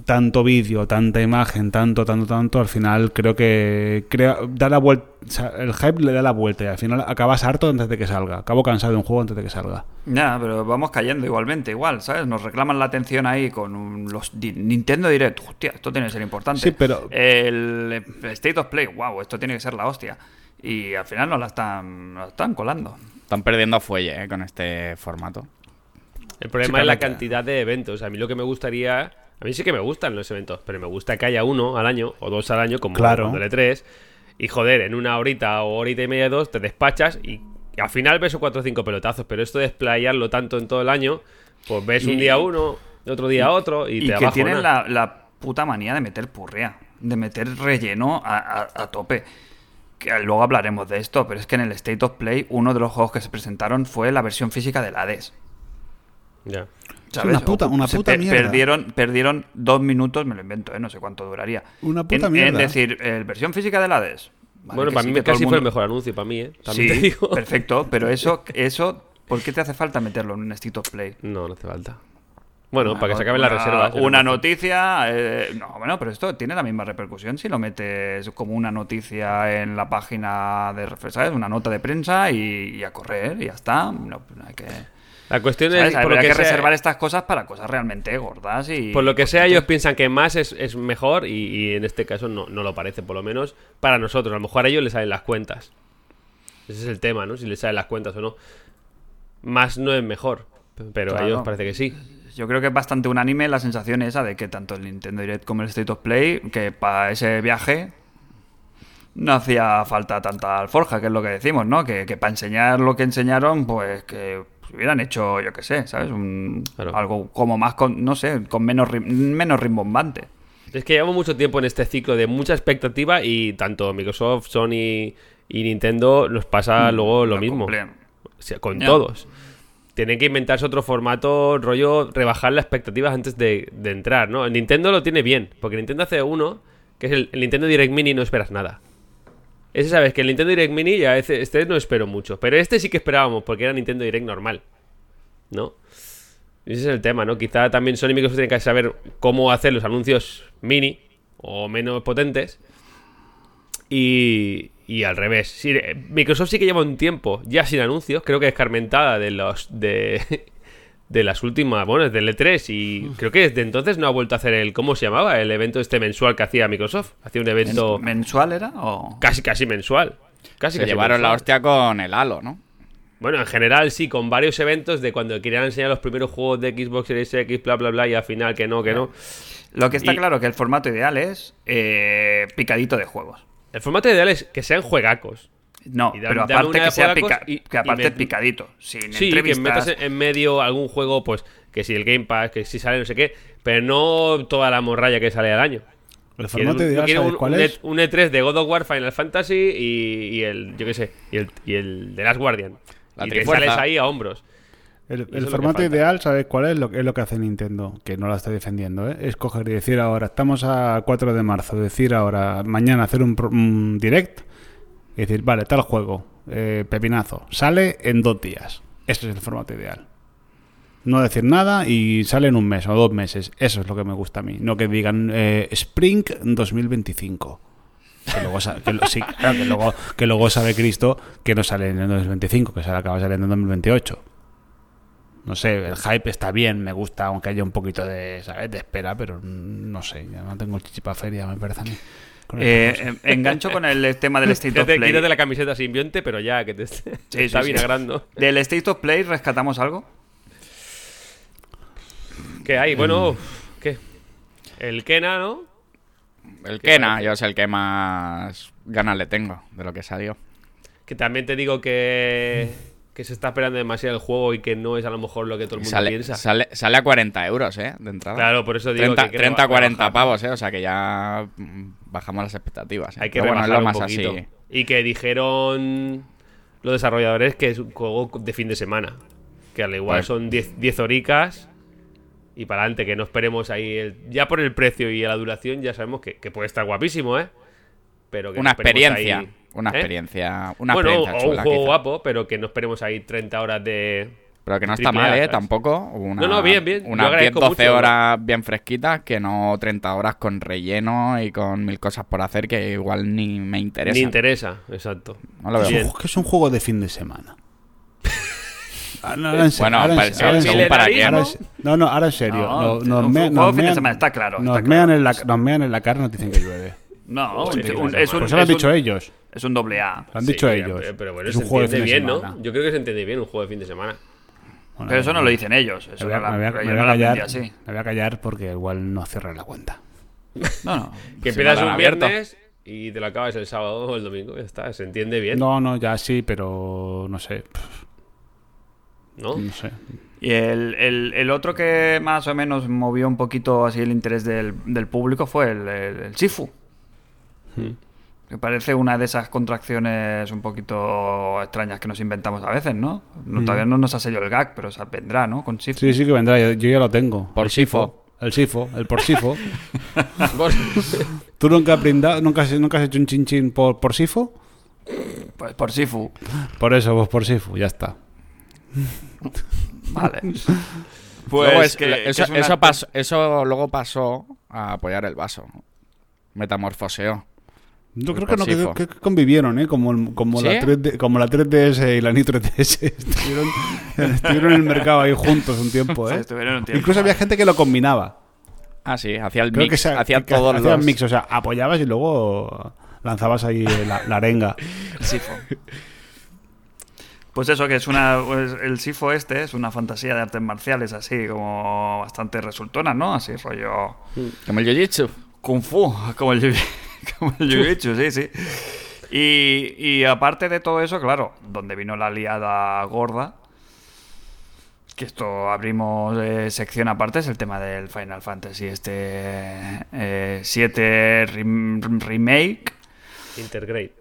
Speaker 4: tanto vídeo, tanta imagen, tanto, tanto, tanto, al final creo que crea- da la vuelta. el hype le da la vuelta y al final acabas harto antes de que salga. Acabo cansado de un juego antes de que salga.
Speaker 1: Ya, pero vamos cayendo igualmente, igual, ¿sabes? Nos reclaman la atención ahí con un- los di- Nintendo Direct. Hostia, esto tiene que ser importante.
Speaker 4: Sí, pero-
Speaker 1: El eh, State of Play, wow, esto tiene que ser la hostia. Y al final nos la están, nos la están colando.
Speaker 2: Están perdiendo fuelle, ¿eh? Con este formato.
Speaker 3: El problema es la cantidad de eventos. A mí lo que me gustaría. A mí sí que me gustan los eventos, pero me gusta que haya uno al año o dos al año, como
Speaker 4: Claro.
Speaker 3: cuando el E3. Y joder, en una horita o horita y media, dos, te despachas y, y al final ves o cuatro o cinco pelotazos. Pero esto de desplayarlo tanto en todo el año, Pues ves
Speaker 1: Y-
Speaker 3: un día uno, otro día otro y,
Speaker 1: Y,
Speaker 3: te
Speaker 1: que
Speaker 3: abajona.
Speaker 1: tienen la, la puta manía de meter purrea, de meter relleno a, a- a tope. Que luego hablaremos de esto, pero es que en el State of Play uno de los juegos que se presentaron fue la versión física del Hades.
Speaker 3: Ya.
Speaker 1: ¿sabes?
Speaker 4: una puta- una
Speaker 1: Se
Speaker 4: puta mierda.
Speaker 1: Perdieron, perdieron dos minutos, me lo invento, ¿eh? no sé cuánto duraría.
Speaker 4: Una puta
Speaker 1: en, En
Speaker 4: mierda.
Speaker 1: decir, eh, versión física del Hades. Vale,
Speaker 3: bueno,
Speaker 1: que
Speaker 3: para
Speaker 1: sí,
Speaker 3: mí
Speaker 1: que todo
Speaker 3: casi fue el
Speaker 1: mundo-
Speaker 3: mejor anuncio, para mí, ¿eh? También te
Speaker 1: Sí,
Speaker 3: digo.
Speaker 1: perfecto, pero eso, eso, ¿por qué te hace falta meterlo en un State of Play?
Speaker 3: No, no hace falta. Bueno, para que se acaben
Speaker 1: acabe
Speaker 3: las reservas.
Speaker 1: Una
Speaker 3: no
Speaker 1: noticia. eh, no, bueno, pero esto tiene la misma repercusión si lo metes como una noticia en la página de Refresh, ¿sabes? Una nota de prensa y, y a correr, y ya está. No, no hay que.
Speaker 3: La cuestión
Speaker 1: ¿sabes?
Speaker 3: es, por lo
Speaker 1: Habría
Speaker 3: que,
Speaker 1: que
Speaker 3: sea, eh.
Speaker 1: reservar estas cosas para cosas realmente gordas y. pues
Speaker 3: por lo que sea, ellos piensan que más es, es mejor y, y en este caso no, no lo parece, por lo menos para nosotros. A lo mejor a ellos les salen las cuentas. Ese es el tema, ¿no? Si les salen las cuentas o no. Más no es mejor, pero a
Speaker 1: Claro.
Speaker 3: ellos parece que sí.
Speaker 1: Yo creo que es bastante unánime la sensación esa de que tanto el Nintendo Direct como el State of Play, que para ese viaje no hacía falta tanta alforja, que es lo que decimos, ¿no? Que, que para enseñar lo que enseñaron, pues que hubieran hecho, yo qué sé, ¿sabes? Un-
Speaker 3: Claro.
Speaker 1: Algo como más, con, no sé, con menos, rim- menos rimbombante.
Speaker 3: Es que llevamos mucho tiempo en este ciclo de mucha expectativa y tanto Microsoft, Sony y Nintendo nos pasa luego lo
Speaker 1: Lo
Speaker 3: mismo.
Speaker 1: Mm, cumplen.
Speaker 3: O sea, con
Speaker 1: Ya.
Speaker 3: todos. Tienen que inventarse otro formato, rollo, rebajar las expectativas antes de, de entrar, ¿no? El Nintendo lo tiene bien, porque Nintendo hace uno, que es el, el Nintendo Direct Mini, no esperas nada. Ese sabes que el Nintendo Direct Mini ya este, este no espero mucho, pero este sí que esperábamos, porque era Nintendo Direct normal, ¿no? Ese es el tema, ¿no? Quizá también Sony y Microsoft tienen que saber cómo hacer los anuncios mini o menos potentes. Y, y al revés. Sí, eh, Microsoft sí que lleva un tiempo ya sin anuncios. Creo que escarmentada de los. de. (laughs) de las últimas. Bueno, desde el E3. Y creo que desde entonces no ha vuelto a hacer el. ¿Cómo se llamaba? El evento este mensual que hacía Microsoft. Hacía un evento
Speaker 1: ¿Mensual era? O...
Speaker 3: casi casi mensual. Casi
Speaker 2: Se
Speaker 3: casi
Speaker 2: llevaron la
Speaker 3: mensual.
Speaker 2: hostia con el halo, ¿no?
Speaker 3: Bueno, en general sí, con varios eventos de cuando querían enseñar los primeros juegos de Xbox Series X, bla, bla, bla, y al final que no, que no.
Speaker 1: Lo que está
Speaker 3: Y-
Speaker 1: claro que el formato ideal es eh, picadito de juegos.
Speaker 3: El formato ideal es que sean juegacos.
Speaker 1: No,
Speaker 3: Y dan-
Speaker 1: pero
Speaker 3: dan
Speaker 1: aparte
Speaker 3: una
Speaker 1: que sea
Speaker 3: juegacos
Speaker 1: pica-
Speaker 3: y-
Speaker 1: que
Speaker 3: y
Speaker 1: aparte
Speaker 3: met-
Speaker 1: picadito, sin
Speaker 3: Sí, que metas
Speaker 1: entrevistas,
Speaker 3: en en medio algún juego, pues que si el Game Pass, que si sale no sé qué, pero no toda la morralla que sale al año.
Speaker 4: El
Speaker 3: Quieren
Speaker 4: formato
Speaker 3: un-
Speaker 4: ideal,
Speaker 3: quieren
Speaker 4: ¿sabéis
Speaker 3: un-
Speaker 4: cuál
Speaker 3: un,
Speaker 4: es?
Speaker 3: E- un E3 de God of War, Final Fantasy y, y el, yo qué sé, y el, y el The Last Guardian.
Speaker 2: La
Speaker 3: y te
Speaker 2: Trifuerza.
Speaker 3: sales ahí a hombros.
Speaker 4: El,
Speaker 3: es lo
Speaker 4: el
Speaker 3: que
Speaker 4: formato
Speaker 3: falta.
Speaker 4: ideal, ¿sabes cuál es? Lo, que- es lo que hace Nintendo, que no la está defendiendo, ¿eh? Es coger y decir ahora, estamos a 4 de marzo, decir ahora, mañana hacer un, pro- un direct y decir, vale, tal juego, eh, pepinazo, sale en dos días. Ese es el formato ideal. No decir nada y sale en un mes o dos meses. Eso es lo que me gusta a mí. No que digan eh, Spring 2025. Que luego, sa- que, lo- sí, claro, que luego, que luego sabe Cristo que no sale en el 2025, que sale, acaba saliendo en 2028. No sé, el hype está bien, me gusta, aunque haya un poquito de, ¿sabes? de espera, pero mm, no sé, ya no tengo chichipa feria, me parece a mí. Con el
Speaker 1: Eh, em- engancho con el tema
Speaker 3: (laughs)
Speaker 1: del State of
Speaker 3: Quítate,
Speaker 1: Play.
Speaker 3: quítate la camiseta simbionte, pero ya, que te, (laughs)
Speaker 1: sí,
Speaker 3: está
Speaker 1: sí.
Speaker 3: vinagrando.
Speaker 1: Del State of Play rescatamos algo.
Speaker 3: ¿Qué hay? Bueno,
Speaker 2: Mm.
Speaker 3: uf, ¿qué? El Kena, ¿no?
Speaker 2: El
Speaker 3: ¿Qué
Speaker 2: Kena,
Speaker 3: parece?
Speaker 2: yo es el que más ganas le tengo de lo que salió.
Speaker 3: Que también te digo que, que se está esperando demasiado el juego y que no es a lo mejor lo que todo el mundo
Speaker 2: Sale,
Speaker 3: piensa.
Speaker 2: sale, sale a 40 euros, ¿eh? De entrada.
Speaker 3: Claro, por eso digo
Speaker 2: 30,
Speaker 3: que creo
Speaker 2: 30,
Speaker 3: que va a
Speaker 2: 40
Speaker 3: bajar.
Speaker 2: pavos, ¿eh? O sea que ya mm, bajamos las expectativas. ¿eh?
Speaker 3: Hay que
Speaker 2: Pero bueno, es
Speaker 3: rebajar
Speaker 2: lo más
Speaker 3: un poquito.
Speaker 2: así.
Speaker 3: Y que dijeron los desarrolladores que es un juego de fin de semana. Que al igual
Speaker 2: Vale.
Speaker 3: son 10 10 horicas y para adelante, que no esperemos ahí. el- ya por el precio y la duración ya sabemos que, que puede estar guapísimo, ¿eh? Pero que no
Speaker 2: Una
Speaker 3: esperemos
Speaker 2: experiencia.
Speaker 3: ahí-
Speaker 2: Una
Speaker 3: ¿Eh?
Speaker 2: experiencia. Una
Speaker 3: bueno,
Speaker 2: experiencia
Speaker 3: o
Speaker 2: chula,
Speaker 3: un juego
Speaker 2: quizá.
Speaker 3: guapo, pero que no esperemos ahí 30 horas de...
Speaker 2: Pero que no está
Speaker 3: triple A,
Speaker 2: mal, ¿eh?
Speaker 3: ¿sabes?
Speaker 2: Tampoco. Una,
Speaker 3: No, no, bien, bien. Yo
Speaker 2: Unas
Speaker 3: agradezco
Speaker 2: 10-12
Speaker 3: mucho. ¿eh?
Speaker 2: horas bien fresquitas que no 30 horas con relleno y con mil cosas por hacer que igual ni me interesa.
Speaker 3: Ni interesa, exacto.
Speaker 2: No lo veo.
Speaker 3: Bien.
Speaker 4: Ojo, que es un juego de fin
Speaker 1: (laughs)
Speaker 4: de semana. Ah, no, ahora en se-
Speaker 2: Bueno,
Speaker 4: ahora en
Speaker 2: para-
Speaker 4: se- ahora en
Speaker 2: según
Speaker 4: se-
Speaker 2: para quién.
Speaker 4: ahora en se- No, no, ahora en serio.
Speaker 1: No,
Speaker 4: No,
Speaker 1: un
Speaker 4: nos
Speaker 1: juego
Speaker 4: mea-
Speaker 1: de
Speaker 4: nos
Speaker 1: fin de
Speaker 4: mean-
Speaker 1: semana, está claro,
Speaker 4: Nos,
Speaker 1: está
Speaker 4: mean
Speaker 1: claro.
Speaker 4: en la, nos mean en la cara y nos dicen que llueve.
Speaker 1: No,
Speaker 3: Joder,
Speaker 1: es
Speaker 3: tío,
Speaker 1: un,
Speaker 3: la
Speaker 1: es un-
Speaker 4: Pues eso lo han
Speaker 1: es un-
Speaker 4: dicho ellos.
Speaker 1: es un doble A.
Speaker 4: Lo han dicho
Speaker 3: Sí,
Speaker 4: ellos.
Speaker 3: Pero, pero bueno,
Speaker 4: es
Speaker 3: se
Speaker 4: un juego de
Speaker 3: entiende
Speaker 4: fin de
Speaker 3: bien,
Speaker 4: semana.
Speaker 3: ¿no? Yo creo que se entiende bien un juego de fin de semana.
Speaker 4: Bueno,
Speaker 1: Pero eso no lo dicen ellos. Eso
Speaker 4: Me voy a,
Speaker 1: no la-
Speaker 4: me voy a-
Speaker 1: pero
Speaker 4: me
Speaker 1: yo
Speaker 4: voy a
Speaker 1: no la
Speaker 4: callar,
Speaker 1: vendí así.
Speaker 4: me voy a callar porque igual no cierra la cuenta.
Speaker 1: No, no.
Speaker 3: Que
Speaker 2: Si no
Speaker 3: empiezas
Speaker 2: la han
Speaker 3: un
Speaker 2: abierto.
Speaker 3: viernes y te lo acabas el sábado o el domingo, ya está, se entiende bien, ¿no?
Speaker 4: No, no, ya sí, pero no sé. pff, No sé.
Speaker 1: Y el, el- el otro que más o menos movió un poquito así el interés del, del público fue el, el- el Sifu.
Speaker 4: Mm.
Speaker 3: (laughs)
Speaker 1: Que parece una de esas contracciones un poquito extrañas que nos inventamos a veces, ¿no? No, Todavía no nos ha sellado el gag, pero se vendrá, ¿no? Con Sifu.
Speaker 4: Sí, sí que vendrá, yo, yo ya lo tengo.
Speaker 2: Por
Speaker 4: El sifo.
Speaker 2: sifo.
Speaker 4: El sifo, el por
Speaker 1: (laughs)
Speaker 4: sifo. ¿Tú nunca has brindado, nunca has, nunca has hecho un chin chin por, por sifo?
Speaker 1: Pues por Sifu.
Speaker 4: Por eso, pues por sifo, ya está. (laughs)
Speaker 1: Vale.
Speaker 2: Luego
Speaker 3: Pues
Speaker 2: es-
Speaker 1: que- Pues, eh, que
Speaker 2: eso,
Speaker 1: es una-
Speaker 2: eso pasó- eso luego pasó a apoyar el vaso. Metamorfoseo.
Speaker 4: Yo
Speaker 2: El
Speaker 4: creo que, no, que,
Speaker 2: Parsifo.
Speaker 4: que- que convivieron, ¿eh? Como, el- como,
Speaker 2: ¿Sí?
Speaker 4: la 3D, como la 3DS y la Nitro DS. (laughs) Estuvieron, estuvieron en el mercado ahí juntos un tiempo,
Speaker 1: Sí,
Speaker 4: ¿eh?
Speaker 1: estuvieron un tiempo.
Speaker 4: Incluso había gente que lo combinaba.
Speaker 2: Ah, sí, hacía el
Speaker 4: Creo que
Speaker 2: mix.
Speaker 4: se-
Speaker 2: hacía
Speaker 4: que
Speaker 2: todos
Speaker 4: hacían
Speaker 2: los.
Speaker 4: mix, o sea, apoyabas y luego lanzabas ahí la, la arenga.
Speaker 1: Sifo. Pues eso, que es una. pues el Sifo este es una fantasía de artes marciales así, como bastante resultona, ¿no? Así, rollo.
Speaker 2: Como el jiu-jitsu.
Speaker 1: Kung Fu, (laughs) como el, jiu- como el jiu-jitsu, sí, sí. Y, y aparte de todo eso, claro, donde vino la liada gorda, que esto abrimos eh, sección aparte, es el tema del Final Fantasy este 7 Remake.
Speaker 3: (laughs) Intergrade.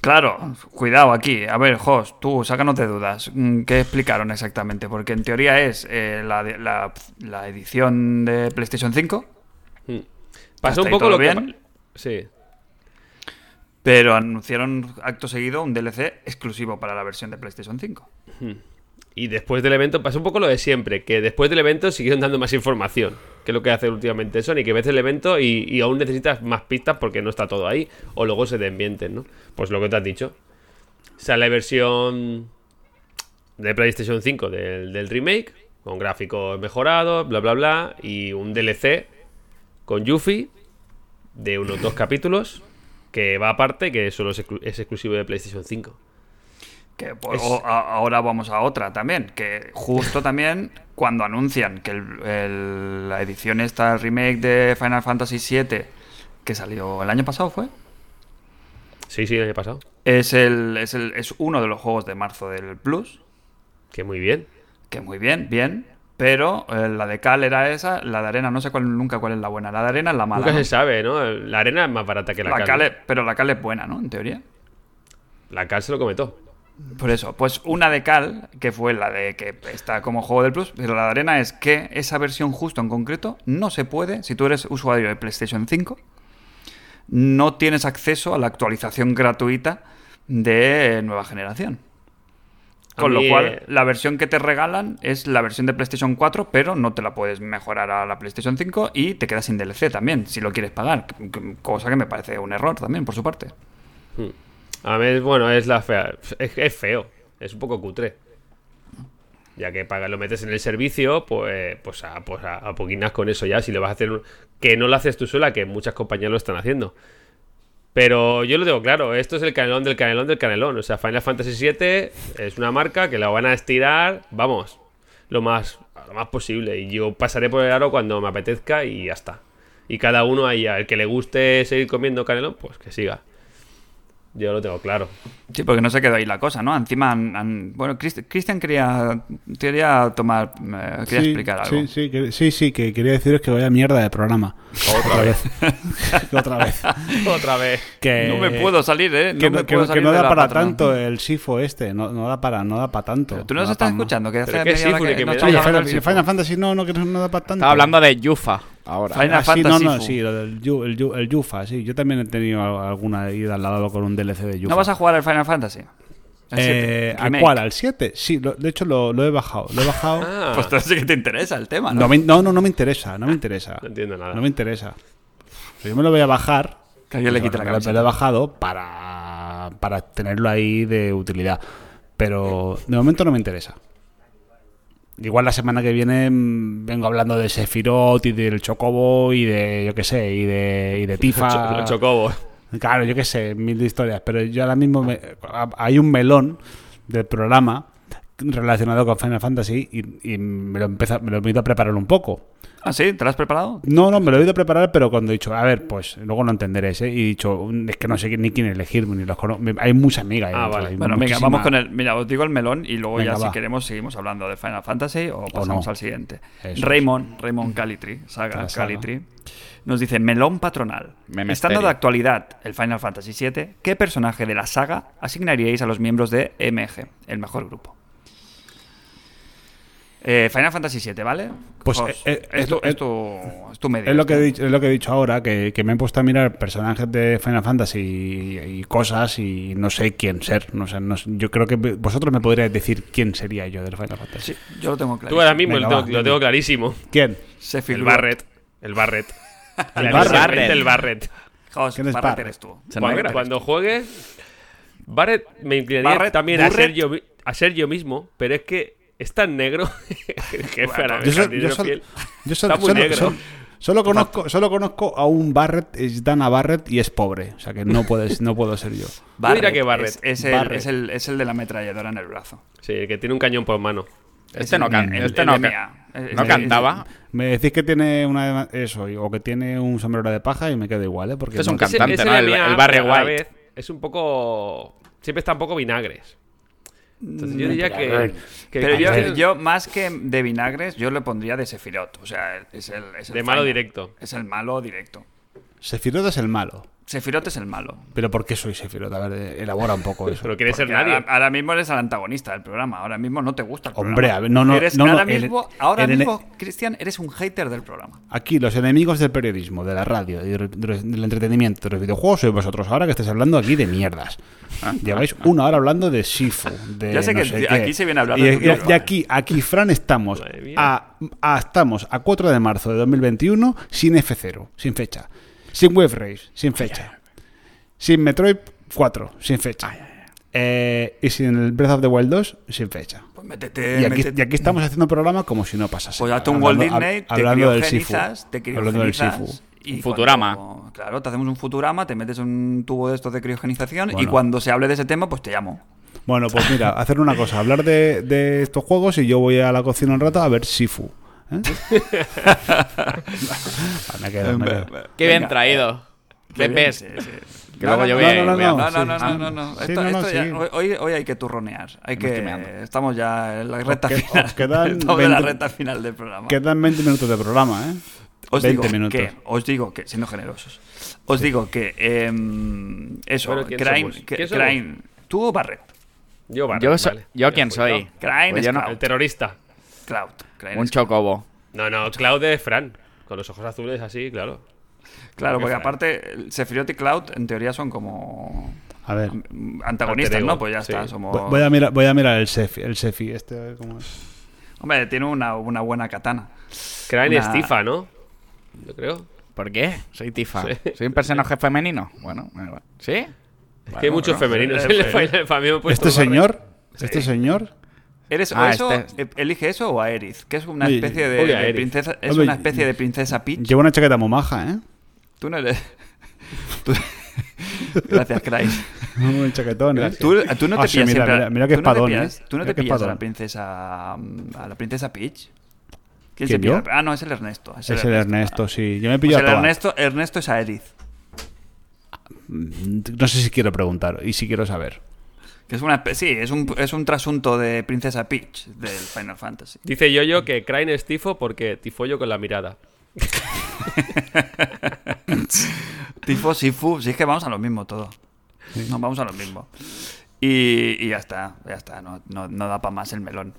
Speaker 1: Claro, cuidado aquí. A ver, Jos, tú, sácanos de dudas. Mm, ¿Qué explicaron exactamente? Porque en teoría es eh, la, de- la- la edición de PlayStation 5,
Speaker 3: Mm. Pasó
Speaker 1: ahí
Speaker 3: un poco
Speaker 1: todo
Speaker 3: lo
Speaker 1: bien.
Speaker 3: que. pa- Sí.
Speaker 1: pero anunciaron acto seguido un DLC exclusivo para la versión de PlayStation 5.
Speaker 3: Y después del evento pasó un poco lo de siempre, que después del evento siguieron dando más información, que es lo que hace últimamente Sony, que ves el evento y, y aún necesitas más pistas porque no está todo ahí, o luego se te mienten, ¿no? Pues lo que te has dicho. Sale versión de PlayStation 5 del, del remake, con gráficos mejorados, bla, bla, bla, y un DLC con Yuffie de unos dos capítulos, que va aparte, que solo es, exclu- es exclusivo de PlayStation 5.
Speaker 1: Que pues,
Speaker 3: Es-
Speaker 1: o- a- ahora vamos a otra también, que
Speaker 3: (laughs)
Speaker 1: justo también cuando anuncian que el- el- la edición esta, el remake de Final Fantasy VII, que salió el año pasado, ¿fue?
Speaker 3: Sí, sí, el año pasado.
Speaker 1: Es, el, es, el, es uno de los juegos de marzo del Plus.
Speaker 3: Que muy bien.
Speaker 1: Que muy bien, bien. Pero eh, la de cal era esa, la de arena, no sé cuál, nunca cuál es la buena. La de arena es la mala.
Speaker 3: Nunca
Speaker 1: ¿no?
Speaker 3: se sabe, ¿no? La arena es más barata que la,
Speaker 1: La
Speaker 3: cal.
Speaker 1: cal es- pero la cal es buena, ¿no? En teoría.
Speaker 3: La cal se lo comentó.
Speaker 1: Por eso, pues una de cal, que fue la de que está como juego del Plus, pero la de arena es que esa versión justo en concreto no se puede, si tú eres usuario de PlayStation 5, no tienes acceso a la actualización gratuita de nueva generación.
Speaker 3: A
Speaker 1: Con
Speaker 3: mí,
Speaker 1: lo cual,
Speaker 3: eh,
Speaker 1: la versión que te regalan es la versión de PlayStation 4, pero no te la puedes mejorar a la PlayStation 5 y te quedas sin DLC también, si lo quieres pagar. c- c- Cosa que me parece un error también, por su parte.
Speaker 3: A mí, es- bueno, es la fea. Es, es feo. Es un poco cutre. Ya que pagas, lo metes en el servicio, pues, pues, a, pues a, a poquinas con eso ya. Si le vas a hacer. un- Que no lo haces tú sola, que muchas compañías lo están haciendo. Pero yo lo tengo claro, esto es el canelón del canelón del canelón. O sea, Final Fantasy VII es una marca que la van a estirar, vamos, lo más, lo más posible. Y yo pasaré por el aro cuando me apetezca y ya está. Y cada uno ahí, al que le guste seguir comiendo canelón, pues que siga. Yo lo tengo claro.
Speaker 1: Sí, porque no se quedó ahí la cosa, ¿no? Encima, han- han- bueno, Crist- Cristian quería, quería tomar, eh, quería
Speaker 4: Sí,
Speaker 1: explicar algo.
Speaker 4: Sí, sí, que, sí, sí, que quería deciros que vaya mierda de programa. Otra vez. Otra vez. (laughs)
Speaker 3: Otra vez.
Speaker 4: Que,
Speaker 1: No me puedo salir, ¿eh? No
Speaker 4: que,
Speaker 1: me
Speaker 4: que-
Speaker 1: puedo
Speaker 4: que
Speaker 1: salir
Speaker 4: no
Speaker 1: de
Speaker 4: da
Speaker 1: la
Speaker 4: para
Speaker 1: patrona.
Speaker 4: tanto el sifo este. No, no da para, no da para tanto.
Speaker 1: Pero tú nos
Speaker 4: da
Speaker 1: estás
Speaker 4: pa' más.
Speaker 1: escuchando, que hace
Speaker 3: qué
Speaker 1: media hora
Speaker 3: Sifu,
Speaker 1: que,
Speaker 3: de que
Speaker 1: no
Speaker 3: me
Speaker 1: estamos
Speaker 4: Oye,
Speaker 1: hablando
Speaker 4: Final,
Speaker 1: del Sifu.
Speaker 4: Final Fantasy no, no, que no, no da para tanto.
Speaker 2: Estaba hablando de Yufa ahora.
Speaker 1: Final
Speaker 4: Ah, sí, no,
Speaker 1: Fantasy
Speaker 4: no,
Speaker 1: Fu.
Speaker 4: sí, lo del Yu- el, Yu- el Yufa, sí. Yo también he tenido al- alguna ida al lado con un DLC de Yufa.
Speaker 1: ¿No vas a jugar al Final Fantasy? Al siete,
Speaker 4: Eh, ¿A
Speaker 1: remake.
Speaker 4: cuál? ¿Al 7? Sí, lo- de hecho lo, lo he bajado. Lo he bajado.
Speaker 1: (laughs)
Speaker 3: Ah,
Speaker 1: Pues entonces sí que te interesa el tema, ¿no?
Speaker 4: No, me, no, no, no me interesa, no me interesa.
Speaker 3: no entiendo nada.
Speaker 4: No me interesa. Si yo me lo voy a bajar.
Speaker 1: Que alguien le quite
Speaker 4: quita
Speaker 1: la
Speaker 4: Pues Me lo
Speaker 1: cabeza.
Speaker 4: he bajado para, para tenerlo ahí de utilidad. Pero de momento no me interesa. Igual la semana que viene mm, vengo hablando de Sephiroth y del Chocobo y de, yo qué sé, y de,
Speaker 1: (laughs)
Speaker 4: y de Tifa.
Speaker 3: Cho- los chocobos.
Speaker 4: Claro, yo qué sé, mil de historias, pero yo ahora mismo me- a- hay un melón del programa relacionado con Final Fantasy y, y me, lo empeza- me lo he ido a preparar un poco.
Speaker 1: Ah, sí, ¿te lo has preparado?
Speaker 4: No, no, me lo he ido a preparar, pero cuando he dicho, a ver, pues luego no entenderéis, ¿eh? Y he dicho, es que no sé ni quién elegir, ni los conozco. Hay muchas amigas.
Speaker 3: Ah, vale.
Speaker 1: Bueno, venga, vamos con el. Mira, os digo el melón y luego
Speaker 4: Venga,
Speaker 1: ya, si
Speaker 4: va.
Speaker 1: queremos, seguimos hablando de Final Fantasy o pasamos
Speaker 4: no.
Speaker 1: al siguiente.
Speaker 4: Eso es.
Speaker 1: Raymond, Raymond Calitri, saga
Speaker 4: La saga.
Speaker 1: Calitri, nos dice: Melón patronal.
Speaker 2: Memesterio.
Speaker 1: Estando de actualidad el Final Fantasy VII, ¿qué personaje de la saga asignaríais a los miembros de MG, el mejor grupo? Eh, Final Fantasy VII, ¿vale?
Speaker 4: Pues,
Speaker 1: Jos,
Speaker 4: eh, eh,
Speaker 1: es, tu,
Speaker 4: eh,
Speaker 1: es tu- es tu medio.
Speaker 4: Es lo, que he
Speaker 1: esto.
Speaker 4: dicho, es lo que he dicho ahora, que, que me he puesto a mirar personajes de Final Fantasy y, y cosas y no sé quién ser. No sé, no sé. yo creo que vosotros me podríais decir quién sería yo del Final Fantasy.
Speaker 1: Sí, yo lo tengo
Speaker 3: Tú ahora
Speaker 1: claro.
Speaker 3: mismo
Speaker 4: Venga,
Speaker 3: lo, tengo,
Speaker 4: va.
Speaker 3: lo tengo clarísimo.
Speaker 4: ¿Quién?
Speaker 1: Sephiroth.
Speaker 3: El Barret. El Barret.
Speaker 4: (laughs) El
Speaker 3: Clarísimamente
Speaker 2: Barret.
Speaker 3: El Barret.
Speaker 1: Jos,
Speaker 4: ¿Quién es
Speaker 1: Barret
Speaker 4: Barret?
Speaker 1: eres tú.
Speaker 2: Se
Speaker 3: Cuando,
Speaker 2: negra.
Speaker 3: cuando juegues, Barret me inclinaría
Speaker 1: Barret,
Speaker 3: también a
Speaker 1: Burret.
Speaker 3: ser, yo, mi- a ser yo mismo, pero es que es tan negro (laughs) el jefe ahora
Speaker 4: Yo,
Speaker 3: mismo,
Speaker 4: so-
Speaker 3: tiene
Speaker 4: yo
Speaker 3: la
Speaker 4: so-
Speaker 3: piel.
Speaker 4: yo so-
Speaker 3: Está muy
Speaker 4: solo,
Speaker 3: negro.
Speaker 4: so- solo conozco, solo conozco a un Barrett, es Dana Barrett y es pobre. O sea que no, puedes, no puedo ser yo.
Speaker 3: Yo diría que
Speaker 1: Barret.
Speaker 3: Barret.
Speaker 1: Es, es el,
Speaker 4: Barret.
Speaker 1: Es, el, es el de la ametralladora en el brazo.
Speaker 3: Sí, el que tiene un cañón por mano.
Speaker 2: Este no, can-
Speaker 1: el-
Speaker 2: este
Speaker 1: el
Speaker 2: no,
Speaker 1: de
Speaker 2: ca-
Speaker 1: Mia. Es-
Speaker 2: no
Speaker 1: es-
Speaker 2: cantaba.
Speaker 4: Me decís que tiene una eso y- o que tiene un sombrero de paja y me queda igual, ¿eh? Porque
Speaker 2: Este es un
Speaker 4: no-
Speaker 2: cantante,
Speaker 3: Ese- ese
Speaker 2: ¿no?
Speaker 3: de
Speaker 2: El-
Speaker 3: mía,
Speaker 2: el Barry
Speaker 3: a la
Speaker 2: White.
Speaker 3: vez, es un poco... Siempre está un poco vinagres. Entonces
Speaker 4: Mm.
Speaker 3: yo diría que... que-
Speaker 1: Pero
Speaker 3: que-
Speaker 1: yo, yo, más que de vinagres, yo le pondría de Sefirot. O sea, es el. es el
Speaker 3: De malo directo.
Speaker 1: Es el malo directo.
Speaker 4: Sephiroth es el malo.
Speaker 1: Sefirot es el malo.
Speaker 4: Pero ¿por qué soy Sephiroth? A ver, eh, elabora
Speaker 2: (laughs)
Speaker 4: un poco eso.
Speaker 3: Pero quiere ser
Speaker 1: Porque
Speaker 3: nadie.
Speaker 1: Ahora, ahora mismo eres el antagonista del programa. Ahora mismo no te gusta el
Speaker 4: Hombre,
Speaker 1: programa.
Speaker 4: a ver, no, no,
Speaker 1: Eres-
Speaker 4: no, no,
Speaker 1: ahora
Speaker 4: el-
Speaker 1: mismo, ahora
Speaker 4: el-
Speaker 1: mismo Cristian, eres un hater del programa.
Speaker 4: Aquí los enemigos del periodismo, de la radio, y de- de- del entretenimiento, de los videojuegos, sois vosotros. Ahora que estáis hablando aquí de mierdas. Lleváis una hora hablando de Sifu. De
Speaker 1: Ah. Ya sé
Speaker 4: no
Speaker 1: que
Speaker 4: sé
Speaker 1: aquí
Speaker 4: qué.
Speaker 1: se viene a hablar
Speaker 4: Y,
Speaker 1: de
Speaker 4: y-
Speaker 1: fútbol.
Speaker 4: y aquí, aquí, Fran, estamos
Speaker 3: Madre mía.
Speaker 4: a, a- estamos a 4 de marzo de 2021 sin F0, sin fecha. Sin Wave Race, sin fecha. Sin Metroid 4, sin fecha. Eh, y sin el Breath of the Wild 2, sin fecha.
Speaker 1: Pues métete.
Speaker 4: Y aquí, y aquí estamos haciendo un programa como si no pasase.
Speaker 1: Pues hazte un Walt
Speaker 4: Hablando-
Speaker 1: Disney,
Speaker 4: hab-
Speaker 1: te
Speaker 4: hablando del Sifu.
Speaker 1: criogenizas, te
Speaker 4: Hablando del
Speaker 1: criogenizas.
Speaker 4: Sifu.
Speaker 1: y
Speaker 2: Un Futurama.
Speaker 1: cuando- claro, te hacemos un Futurama, te metes un tubo de estos de criogenización y
Speaker 4: Bueno.
Speaker 1: cuando se hable de ese tema, pues te llamo.
Speaker 4: Bueno, pues
Speaker 1: (laughs)
Speaker 4: mira, hacer una cosa, hablar de, de estos juegos y yo voy a la cocina un rato a ver Sifu.
Speaker 1: (laughs)
Speaker 4: ¿eh? Ah, me quedo, me quedo.
Speaker 2: Qué bien traído.
Speaker 1: Qué
Speaker 2: Qué
Speaker 1: bien,
Speaker 2: pes.
Speaker 1: sí, sí.
Speaker 2: Que luego
Speaker 1: No,
Speaker 2: yo
Speaker 1: no,
Speaker 2: voy a-
Speaker 4: no, no,
Speaker 2: voy a-
Speaker 1: No, no,
Speaker 4: sí,
Speaker 1: no,
Speaker 4: sí.
Speaker 1: no, no, no.
Speaker 4: Sí,
Speaker 1: Esto-
Speaker 4: no, no,
Speaker 1: esto ya-
Speaker 4: sí.
Speaker 1: hoy- Hoy, hoy hay que turronear. Hay
Speaker 2: estoy
Speaker 1: que,
Speaker 2: meando.
Speaker 1: estamos ya en la recta
Speaker 4: que-
Speaker 1: final.
Speaker 4: os quedan
Speaker 1: estamos en la
Speaker 4: 20
Speaker 1: recta final del programa.
Speaker 4: Quedan 20 minutos de programa, ¿eh?
Speaker 1: os
Speaker 4: 20
Speaker 1: digo
Speaker 4: minutos.
Speaker 1: Que, os digo que, siendo generosos, os digo que em, eso,
Speaker 3: Bueno, ¿quién
Speaker 1: Crane,
Speaker 3: somos?
Speaker 1: que-
Speaker 3: ¿Quién somos?
Speaker 1: Crane, tú o Barret,
Speaker 3: Yo, Barret,
Speaker 2: Yo, so-
Speaker 3: vale.
Speaker 2: yo
Speaker 3: Ya
Speaker 2: quién
Speaker 3: fui,
Speaker 2: soy.
Speaker 3: ¿no?
Speaker 1: Crane
Speaker 2: Pues yo no-
Speaker 1: Scout.
Speaker 3: El terrorista.
Speaker 1: Cloud. Crane
Speaker 2: Un
Speaker 1: Scout.
Speaker 2: chocobo.
Speaker 3: No, no, Cloud es Fran. Con los ojos azules así, claro.
Speaker 1: Claro, porque
Speaker 3: Fran.
Speaker 1: aparte, el Sephiroth y Cloud en teoría son como
Speaker 4: A ver,
Speaker 1: mm, antagonistas,
Speaker 3: Alter ego,
Speaker 1: ¿no? Pues ya
Speaker 3: sí.
Speaker 1: está, somos...
Speaker 4: voy voy a mirar, voy a mirar el Sefi, el Sefi este, a ver cómo es.
Speaker 1: Hombre, tiene una, una buena katana.
Speaker 3: Crane
Speaker 1: Una-
Speaker 3: es Tifa, ¿no? Yo creo.
Speaker 2: ¿Por qué? Soy Tifa.
Speaker 3: Sí.
Speaker 2: ¿Soy un personaje femenino? Bueno, me da igual. ¿Sí?
Speaker 3: Es que hay muchos (laughs) femeninos en el Final Fantasy. me he puesto
Speaker 4: Este
Speaker 3: Barret.
Speaker 4: señor, este señor,
Speaker 1: ¿Eres o
Speaker 2: Ah,
Speaker 1: eso,
Speaker 2: este-
Speaker 1: e- elige eso o a Aerith? Que es una
Speaker 4: Oye,
Speaker 1: especie de,
Speaker 3: oye,
Speaker 1: de
Speaker 3: Aerith.
Speaker 1: princesa... Es
Speaker 4: Hombre,
Speaker 1: una especie de princesa Peach.
Speaker 4: lleva una chaqueta muy maja, ¿eh? (laughs)
Speaker 1: Tú no eres... (laughs) tú- Gracias, Crane.
Speaker 4: Un chaquetón, ¿eh?
Speaker 1: Tú, tú no te
Speaker 4: Ah, sí,
Speaker 1: pillas
Speaker 4: mira,
Speaker 1: siempre a-
Speaker 4: mira, mira qué
Speaker 1: tú no te
Speaker 4: espadón,
Speaker 1: pillas-
Speaker 4: ¿eh?
Speaker 1: Tú no te
Speaker 4: Mira qué
Speaker 1: pillas a la
Speaker 4: espadón.
Speaker 1: princesa... mm, A la princesa Peach. ¿Quién, se
Speaker 4: ¿Quién,
Speaker 1: pilla?
Speaker 4: yo?
Speaker 1: Ah, no, es el Ernesto. Es el
Speaker 4: Es el
Speaker 1: Ernesto.
Speaker 4: Ernesto, sí. Yo me he
Speaker 1: Pues
Speaker 4: pillado
Speaker 1: el
Speaker 4: a todas.
Speaker 1: Ernesto, Ernesto es Aerith.
Speaker 4: Mm, No sé si quiero preguntar y si quiero saber.
Speaker 1: Que es una, espe- sí, es un, es un trasunto de Princesa Peach del Final Fantasy.
Speaker 3: Dice Yoyo que Crane es Tifo porque tifollo con la mirada.
Speaker 1: Tifo, Sifu, si es que vamos a lo mismo todo. No, vamos a lo mismo. Y, y ya está, ya está, no, no- no da para más el melón.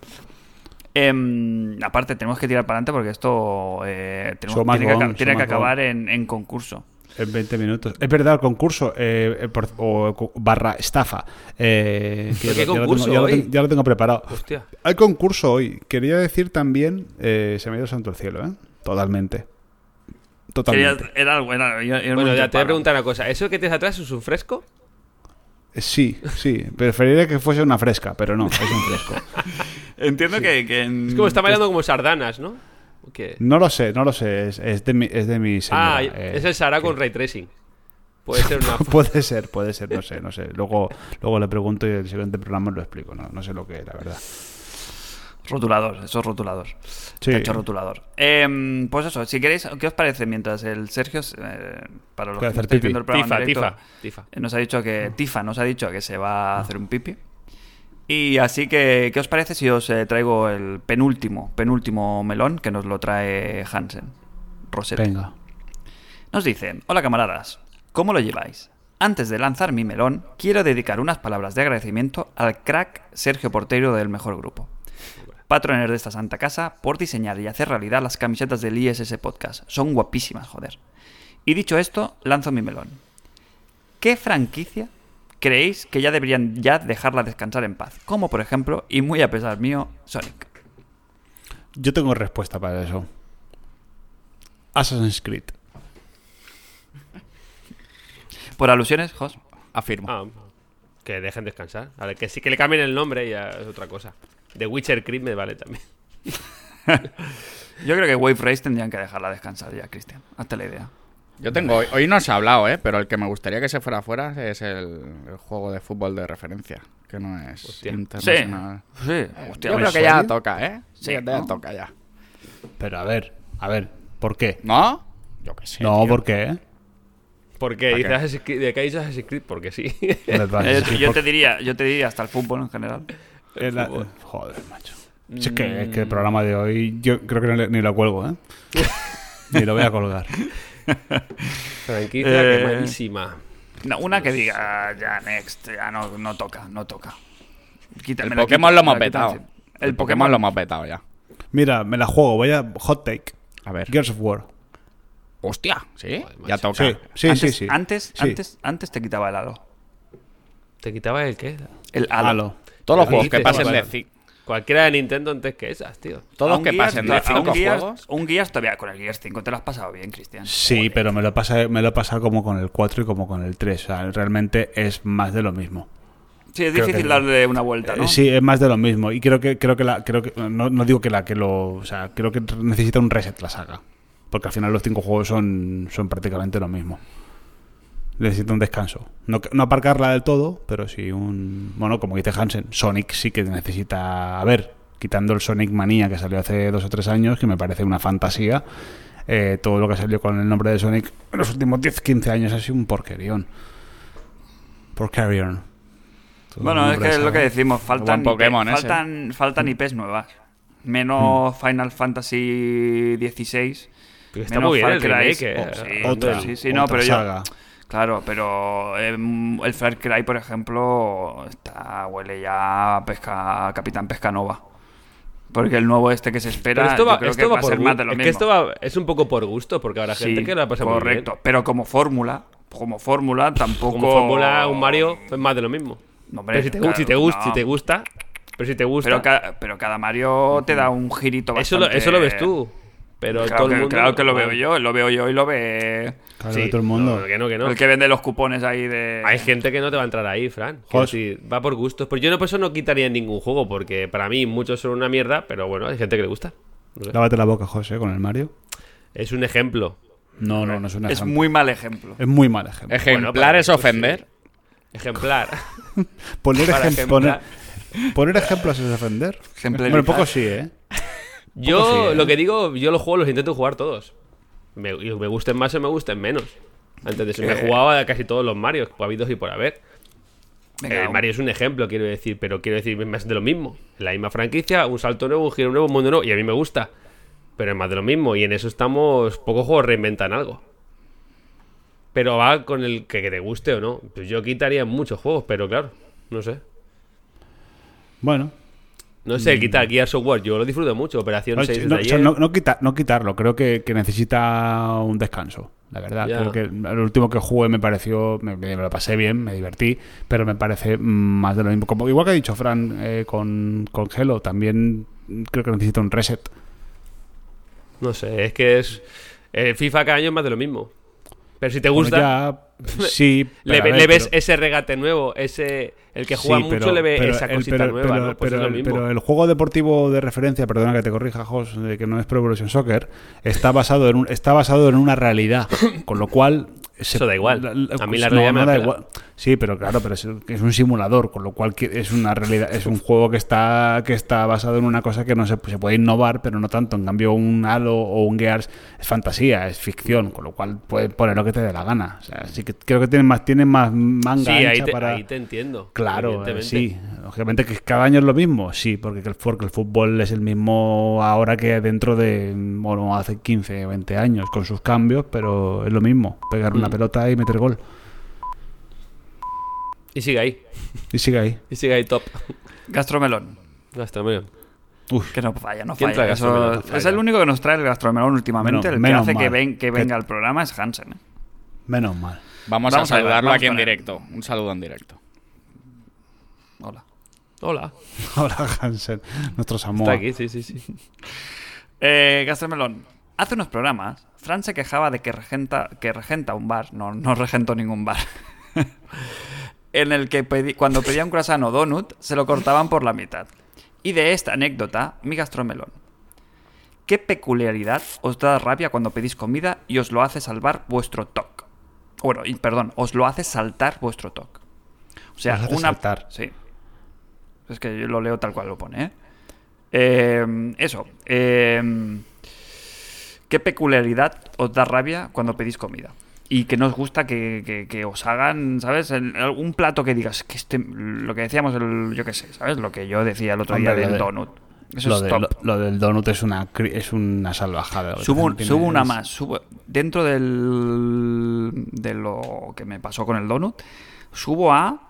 Speaker 1: Em, aparte, tenemos que tirar para adelante porque esto eh, tenemos-
Speaker 4: Son más
Speaker 1: tiene, que, aca-
Speaker 4: gong, son
Speaker 1: tiene que
Speaker 4: más
Speaker 1: acabar en, en concurso.
Speaker 4: En 20 minutos. Es verdad, el concurso eh, eh, por- o cu- barra estafa.
Speaker 3: (laughs)
Speaker 4: Eh, que
Speaker 3: ¿Pero qué
Speaker 4: ya lo tengo-
Speaker 3: concurso
Speaker 4: ya, lo
Speaker 3: hoy?
Speaker 4: tengo, ya lo tengo preparado.
Speaker 3: Hostia.
Speaker 4: Hay concurso hoy. Quería decir también, eh, se me ha ido santo el cielo, ¿eh? Totalmente. Totalmente.
Speaker 1: Quería- era algo- era- era- era
Speaker 3: Bueno,
Speaker 1: un
Speaker 3: ya te voy a
Speaker 1: disparo.
Speaker 3: preguntar una cosa. ¿Eso que tienes atrás es un fresco?
Speaker 4: Eh, Sí, sí. Preferiría que fuese una fresca, pero no, es un
Speaker 1: (laughs)
Speaker 4: fresco.
Speaker 1: Entiendo que, que en-
Speaker 3: Es como está bailando como sardanas, ¿no? ¿O qué?
Speaker 4: No lo sé, no lo sé. Es, es de, mi, es de mi señora,
Speaker 3: ah,
Speaker 4: eh.
Speaker 3: es el Sara con ray tracing. Puede ser
Speaker 4: (laughs)
Speaker 3: una.
Speaker 4: Puede ser, puede ser, no sé, no sé. Luego, luego le pregunto y el siguiente programa os lo explico. No, no sé lo que es, la verdad.
Speaker 1: Rotulador, eso es rotulador.
Speaker 4: Sí.
Speaker 1: Cacho rotulador. Em, pues eso, si queréis, ¿qué os parece mientras el Sergio, eh, para los
Speaker 4: Puede
Speaker 1: que
Speaker 4: hacer
Speaker 1: no estáis
Speaker 4: pipí. Mm.
Speaker 1: viendo el programa
Speaker 3: Tifa,
Speaker 1: en directo,
Speaker 3: tifa, tifa.
Speaker 1: eh, nos ha dicho que, Tifa nos ha dicho que se va a hacer un pipi. Y así que, ¿qué os parece si os eh, traigo el penúltimo, penúltimo melón que nos lo trae Hansen? Rosetta.
Speaker 4: Venga.
Speaker 1: Nos dice, hola camaradas, ¿cómo lo lleváis? Antes de lanzar mi melón, quiero dedicar unas palabras de agradecimiento al crack Sergio Portero del mejor grupo. Patroner de esta santa casa por diseñar y hacer realidad las camisetas del ISS Podcast. Son guapísimas, joder. Y dicho esto, lanzo mi melón. ¿Qué franquicia creéis que ya deberían ya dejarla descansar en paz? Como por ejemplo, y muy a pesar mío, Sonic.
Speaker 4: Yo tengo respuesta para eso. Assassin's Creed.
Speaker 1: Por alusiones, Jos.
Speaker 2: Afirmo.
Speaker 3: Ah, que dejen descansar. A ver, que sí que le cambien el nombre y ya es otra cosa. The Witcher Creed me vale también. (laughs)
Speaker 1: Yo creo que Wave Race tendrían que dejarla descansar ya, Cristian. Hasta la idea.
Speaker 2: Yo tengo, hoy, hoy no se ha hablado, ¿eh? pero el que me gustaría que se fuera fuera es el, el juego de fútbol de referencia, que no es
Speaker 3: Hostia.
Speaker 1: Sí.
Speaker 2: internacional.
Speaker 1: Sí.
Speaker 2: Yo creo que ya toca, ¿eh?
Speaker 1: Sí,
Speaker 2: ya
Speaker 1: ¿no?
Speaker 2: toca ya.
Speaker 4: Pero a ver, a ver, ¿por qué?
Speaker 2: ¿No? Yo qué sé.
Speaker 4: no,
Speaker 2: tío.
Speaker 4: ¿por qué?
Speaker 3: Porque
Speaker 2: ¿Para
Speaker 3: dices
Speaker 2: qué?
Speaker 3: Assassin's Creed- ¿de qué ha dicho Assassin's Creed? Porque sí. (laughs)
Speaker 1: Eh, yo, te diría, yo te diría hasta el fútbol en general.
Speaker 4: Es la- Joder, macho.
Speaker 1: Mm.
Speaker 4: Si es, que, es que el programa de hoy yo creo que no le- ni
Speaker 1: (laughs)
Speaker 4: lo cuelgo, ¿eh? ni lo voy a colgar.
Speaker 3: Franquicia que
Speaker 1: Eh.
Speaker 3: malísima.
Speaker 1: No, una que diga, ya, next, ya no, no toca, no toca. Quítame
Speaker 2: El
Speaker 1: la
Speaker 2: Pokémon
Speaker 1: quita,
Speaker 2: lo hemos
Speaker 1: la quita
Speaker 2: petado.
Speaker 1: encima.
Speaker 2: El Pokémon lo hemos petado ya.
Speaker 4: Mira, me la juego, voy a hot take.
Speaker 2: A ver.
Speaker 4: Gears of War.
Speaker 2: Hostia, ¿sí?
Speaker 3: macho.
Speaker 2: Ya toca.
Speaker 4: Sí, sí,
Speaker 1: antes,
Speaker 4: sí, sí.
Speaker 1: Antes,
Speaker 4: Sí.
Speaker 1: Antes, antes te quitaba el halo.
Speaker 3: ¿Te quitabas el qué?
Speaker 1: El halo.
Speaker 4: Halo.
Speaker 2: Todos los
Speaker 3: ¿Qué
Speaker 2: juegos que
Speaker 3: dices?
Speaker 2: pasen
Speaker 3: Vale.
Speaker 2: de cinco.
Speaker 3: Cualquiera de Nintendo antes que esas, tío.
Speaker 1: A
Speaker 2: Todos
Speaker 1: un
Speaker 2: los que
Speaker 1: Gears-
Speaker 2: pasen
Speaker 1: a
Speaker 2: de
Speaker 1: un
Speaker 2: cinco
Speaker 1: Gears-
Speaker 2: juegos.
Speaker 1: Un Gears todavía, con el Gears 5 te lo has pasado bien, Cristian.
Speaker 4: Sí, pero me lo pasa, me lo pasa como con el 4 y como con el 3. O sea, realmente es más de lo mismo.
Speaker 1: Sí, es
Speaker 4: Creo
Speaker 1: difícil
Speaker 4: que-
Speaker 1: darle una vuelta, ¿no?
Speaker 4: Eh, Sí, es más de lo mismo. Y creo que, creo que la, creo que, no, no digo que la que lo, o sea, creo que necesita un reset la saga. Porque al final los cinco juegos son, son prácticamente lo mismo. Necesita un descanso. No, no aparcarla del todo, pero sí un. Bueno, como dice Hansen, Sonic sí que necesita. A ver, quitando el Sonic Manía que salió hace dos o tres años, que me parece una fantasía. eh, todo lo que salió con el nombre de Sonic en los últimos 10-15 años ha sido un porquerión. Porquerión. Todo
Speaker 1: Bueno, es
Speaker 4: nombre
Speaker 1: que
Speaker 4: de
Speaker 1: es lo que
Speaker 4: saga.
Speaker 1: decimos, faltan,
Speaker 2: Buen Pokémon
Speaker 1: IP,
Speaker 2: ese.
Speaker 1: faltan,
Speaker 4: Mm.
Speaker 1: faltan IPs nuevas. Menos Final Fantasy XVI.
Speaker 3: Pero está
Speaker 1: menos
Speaker 3: muy bien
Speaker 1: Far
Speaker 3: el
Speaker 1: Cry. Oh,
Speaker 3: remake, eh.
Speaker 1: Sí,
Speaker 4: Otra,
Speaker 1: sí, sí, no,
Speaker 4: otra
Speaker 1: pero yo-
Speaker 4: saga.
Speaker 1: Claro, pero em, el Far Cry, por ejemplo, está huele ya a pesca, a Capitán Pescanova. Porque el nuevo este que se espera,
Speaker 3: Pero esto
Speaker 1: yo
Speaker 3: va,
Speaker 1: creo
Speaker 3: esto
Speaker 1: que
Speaker 3: va
Speaker 1: va a
Speaker 3: por
Speaker 1: ser
Speaker 3: gu-
Speaker 1: más de lo
Speaker 3: es
Speaker 1: mismo.
Speaker 3: que esto va, es un poco por gusto, porque habrá gente
Speaker 1: Sí,
Speaker 3: que la pasa muy bien.
Speaker 1: correcto, pero como fórmula, como fórmula tampoco...
Speaker 3: Como Fórmula,
Speaker 1: (laughs)
Speaker 3: un Mario, es más de lo mismo.
Speaker 1: No, hombre,
Speaker 3: pero si te, gu-
Speaker 1: claro,
Speaker 3: si te gusta,
Speaker 1: no.
Speaker 3: si te gusta, pero si te gusta,
Speaker 1: Pero, ca- pero cada Mario te da un girito
Speaker 3: Pues eso, lo,
Speaker 1: bastante-
Speaker 3: eso lo ves tú. Pero
Speaker 1: Claro,
Speaker 3: todo
Speaker 1: que,
Speaker 3: el mundo,
Speaker 1: claro que lo veo yo, lo veo yo y lo ve
Speaker 4: Claro,
Speaker 3: Sí,
Speaker 4: de todo el mundo.
Speaker 3: no, que no, que no.
Speaker 1: el que vende los cupones ahí de...
Speaker 3: Hay gente que no te va a entrar ahí, Fran. Quiero
Speaker 4: Jos.
Speaker 3: decir, va por gustos. Pero yo no, por eso no quitaría ningún juego, porque para mí muchos son una mierda, pero bueno, hay gente que le gusta. No sé.
Speaker 4: Lávate la boca, José, con el Mario.
Speaker 3: Es un ejemplo.
Speaker 4: No, no, no es una
Speaker 1: es muy mal ejemplo.
Speaker 4: Es muy mal ejemplo.
Speaker 2: Ejemplar
Speaker 3: Bueno, para
Speaker 2: es
Speaker 3: esto sí.
Speaker 2: ofender.
Speaker 4: (laughs)
Speaker 3: Ejemplar.
Speaker 4: poner,
Speaker 3: para
Speaker 4: ejem-
Speaker 3: ejemplar.
Speaker 4: poner, poner ejemplos es ofender.
Speaker 1: Ejemplarizar.
Speaker 4: Bueno, poco sí, ¿eh?
Speaker 3: yo
Speaker 4: sí, ¿eh?
Speaker 3: lo que digo, yo los juegos los intento jugar todos. Me, y me gusten más o me gusten menos. Antes de eso me jugaba a casi todos los Marios, habidos y por haber.
Speaker 1: Venga,
Speaker 3: Eh, el
Speaker 1: un-
Speaker 3: Mario es un ejemplo, quiero decir, pero quiero decir, es más de lo mismo. La misma franquicia, un salto nuevo, un giro nuevo, un mundo nuevo, y a mí me gusta. Pero es más de lo mismo, y en eso estamos. Pocos juegos reinventan algo. Pero va con el que, que te guste o no. Pues yo quitaría muchos juegos, pero claro, no sé.
Speaker 4: Bueno.
Speaker 3: No sé, quitar Gears of War, yo lo disfruto mucho. Operación
Speaker 4: No,
Speaker 3: 6 desde
Speaker 4: Mm. no, o
Speaker 3: ayer.
Speaker 4: sea, no- no quita- no quitarlo, creo que, que necesita un descanso, la verdad.
Speaker 3: Ya.
Speaker 4: Creo que el último que jugué me pareció, me, me lo pasé bien, me divertí, pero me parece mm, más de lo mismo. Como, igual que ha dicho Fran eh, con, con Hello, también mm, creo que necesita un reset.
Speaker 3: No sé, es que es. El FIFA cada año es más de lo mismo. Pero si te
Speaker 4: Bueno,
Speaker 3: gusta,
Speaker 4: ya, sí,
Speaker 3: (laughs) le,
Speaker 4: pero a
Speaker 3: ve-
Speaker 4: ver,
Speaker 3: le ves
Speaker 4: pero-
Speaker 3: ese regate nuevo, ese. El que juega
Speaker 4: Sí,
Speaker 3: mucho
Speaker 4: pero-
Speaker 3: le ve
Speaker 4: pero
Speaker 3: esa
Speaker 4: el-
Speaker 3: cosita
Speaker 4: pero-
Speaker 3: nueva,
Speaker 4: pero-
Speaker 3: ¿no? Pues
Speaker 4: pero
Speaker 3: es
Speaker 4: el-
Speaker 3: lo mismo.
Speaker 4: pero el juego deportivo de referencia, perdona que te corrija, Jos, de que no es Pro Evolution Soccer, está basado en, un, está basado en una realidad, con lo cual se-
Speaker 3: Eso da igual. A mí la
Speaker 4: no,
Speaker 3: realidad me
Speaker 4: no
Speaker 3: la
Speaker 4: da
Speaker 3: pela.
Speaker 4: igual. Sí, pero claro, pero es, es un simulador, con lo cual que- es una realidad, es un juego que está que está basado en una cosa que no se, se puede innovar, pero no tanto. En cambio, un Halo o un Gears es fantasía, es ficción, con lo cual puedes poner lo que te dé la gana. O sea, sí que creo que tienen más tienen más manga
Speaker 3: Sí, ahí
Speaker 4: ancha
Speaker 3: te,
Speaker 4: para
Speaker 3: ahí te entiendo.
Speaker 4: Claro, eh,
Speaker 3: evidentemente.
Speaker 4: sí. Lógicamente que cada año es lo mismo, sí, porque que el, porque el fútbol es el mismo ahora que dentro de, bueno, hace 15, 20 años, con sus cambios, pero es lo mismo, pegar una
Speaker 3: Mm.
Speaker 4: pelota y meter gol.
Speaker 3: Y sigue ahí.
Speaker 4: Y sigue ahí.
Speaker 3: Y sigue ahí top. (laughs)
Speaker 1: Gastromelón.
Speaker 3: Gastromelón.
Speaker 4: Uf.
Speaker 1: Que no falla, no
Speaker 3: ¿Quién trae
Speaker 1: falla. Eso-
Speaker 3: gastromelón? No falla.
Speaker 1: es el único que nos trae el gastromelón últimamente.
Speaker 4: No,
Speaker 1: el que
Speaker 4: menos
Speaker 1: hace que,
Speaker 4: mal.
Speaker 1: ven- que
Speaker 4: Que-
Speaker 1: venga al programa es Hansen. ¿eh?
Speaker 4: Menos mal. (laughs)
Speaker 1: Vamos
Speaker 2: Vamos, a
Speaker 1: a ver,
Speaker 2: saludarlo
Speaker 1: vamos
Speaker 2: aquí en
Speaker 1: con él.
Speaker 2: directo. Un saludo en directo.
Speaker 1: Hola.
Speaker 3: Hola.
Speaker 4: Ahora Hansen, nuestro Samoa.
Speaker 3: Está aquí, sí, sí, sí.
Speaker 1: Eh, Gastromelón. Hace unos programas, Fran se quejaba de que regenta, que regenta un bar. No, no regento ningún bar. (laughs) en el que pedí- cuando pedía un croissant o donut, se lo cortaban por la mitad. Y de esta anécdota, mi gastromelón. ¿Qué peculiaridad os da rabia cuando pedís comida y os lo hace salvar vuestro toc? Bueno, y, perdón, os lo hace saltar vuestro toc. O sea,
Speaker 4: Os hace
Speaker 1: una...
Speaker 4: saltar.
Speaker 1: Sí. Es que yo lo leo tal cual lo pone, ¿eh? Eh, eso. eh, ¿Qué peculiaridad os da rabia cuando pedís comida? Y que no os gusta que, que- que os hagan, ¿sabes? El- algún plato que digas, que este, lo que decíamos, el, yo qué sé, ¿sabes? Lo que yo decía el otro
Speaker 4: Hombre,
Speaker 1: día
Speaker 4: lo
Speaker 1: del
Speaker 4: de-
Speaker 1: donut. Eso
Speaker 4: Lo,
Speaker 1: es
Speaker 4: de-
Speaker 1: top.
Speaker 4: lo- lo del donut es una, cri- es una salvajada. lo que
Speaker 1: Subo,
Speaker 4: también
Speaker 1: subo
Speaker 4: tiene
Speaker 1: una
Speaker 4: es-
Speaker 1: más. subo- dentro del, de lo que me pasó con el donut, subo a...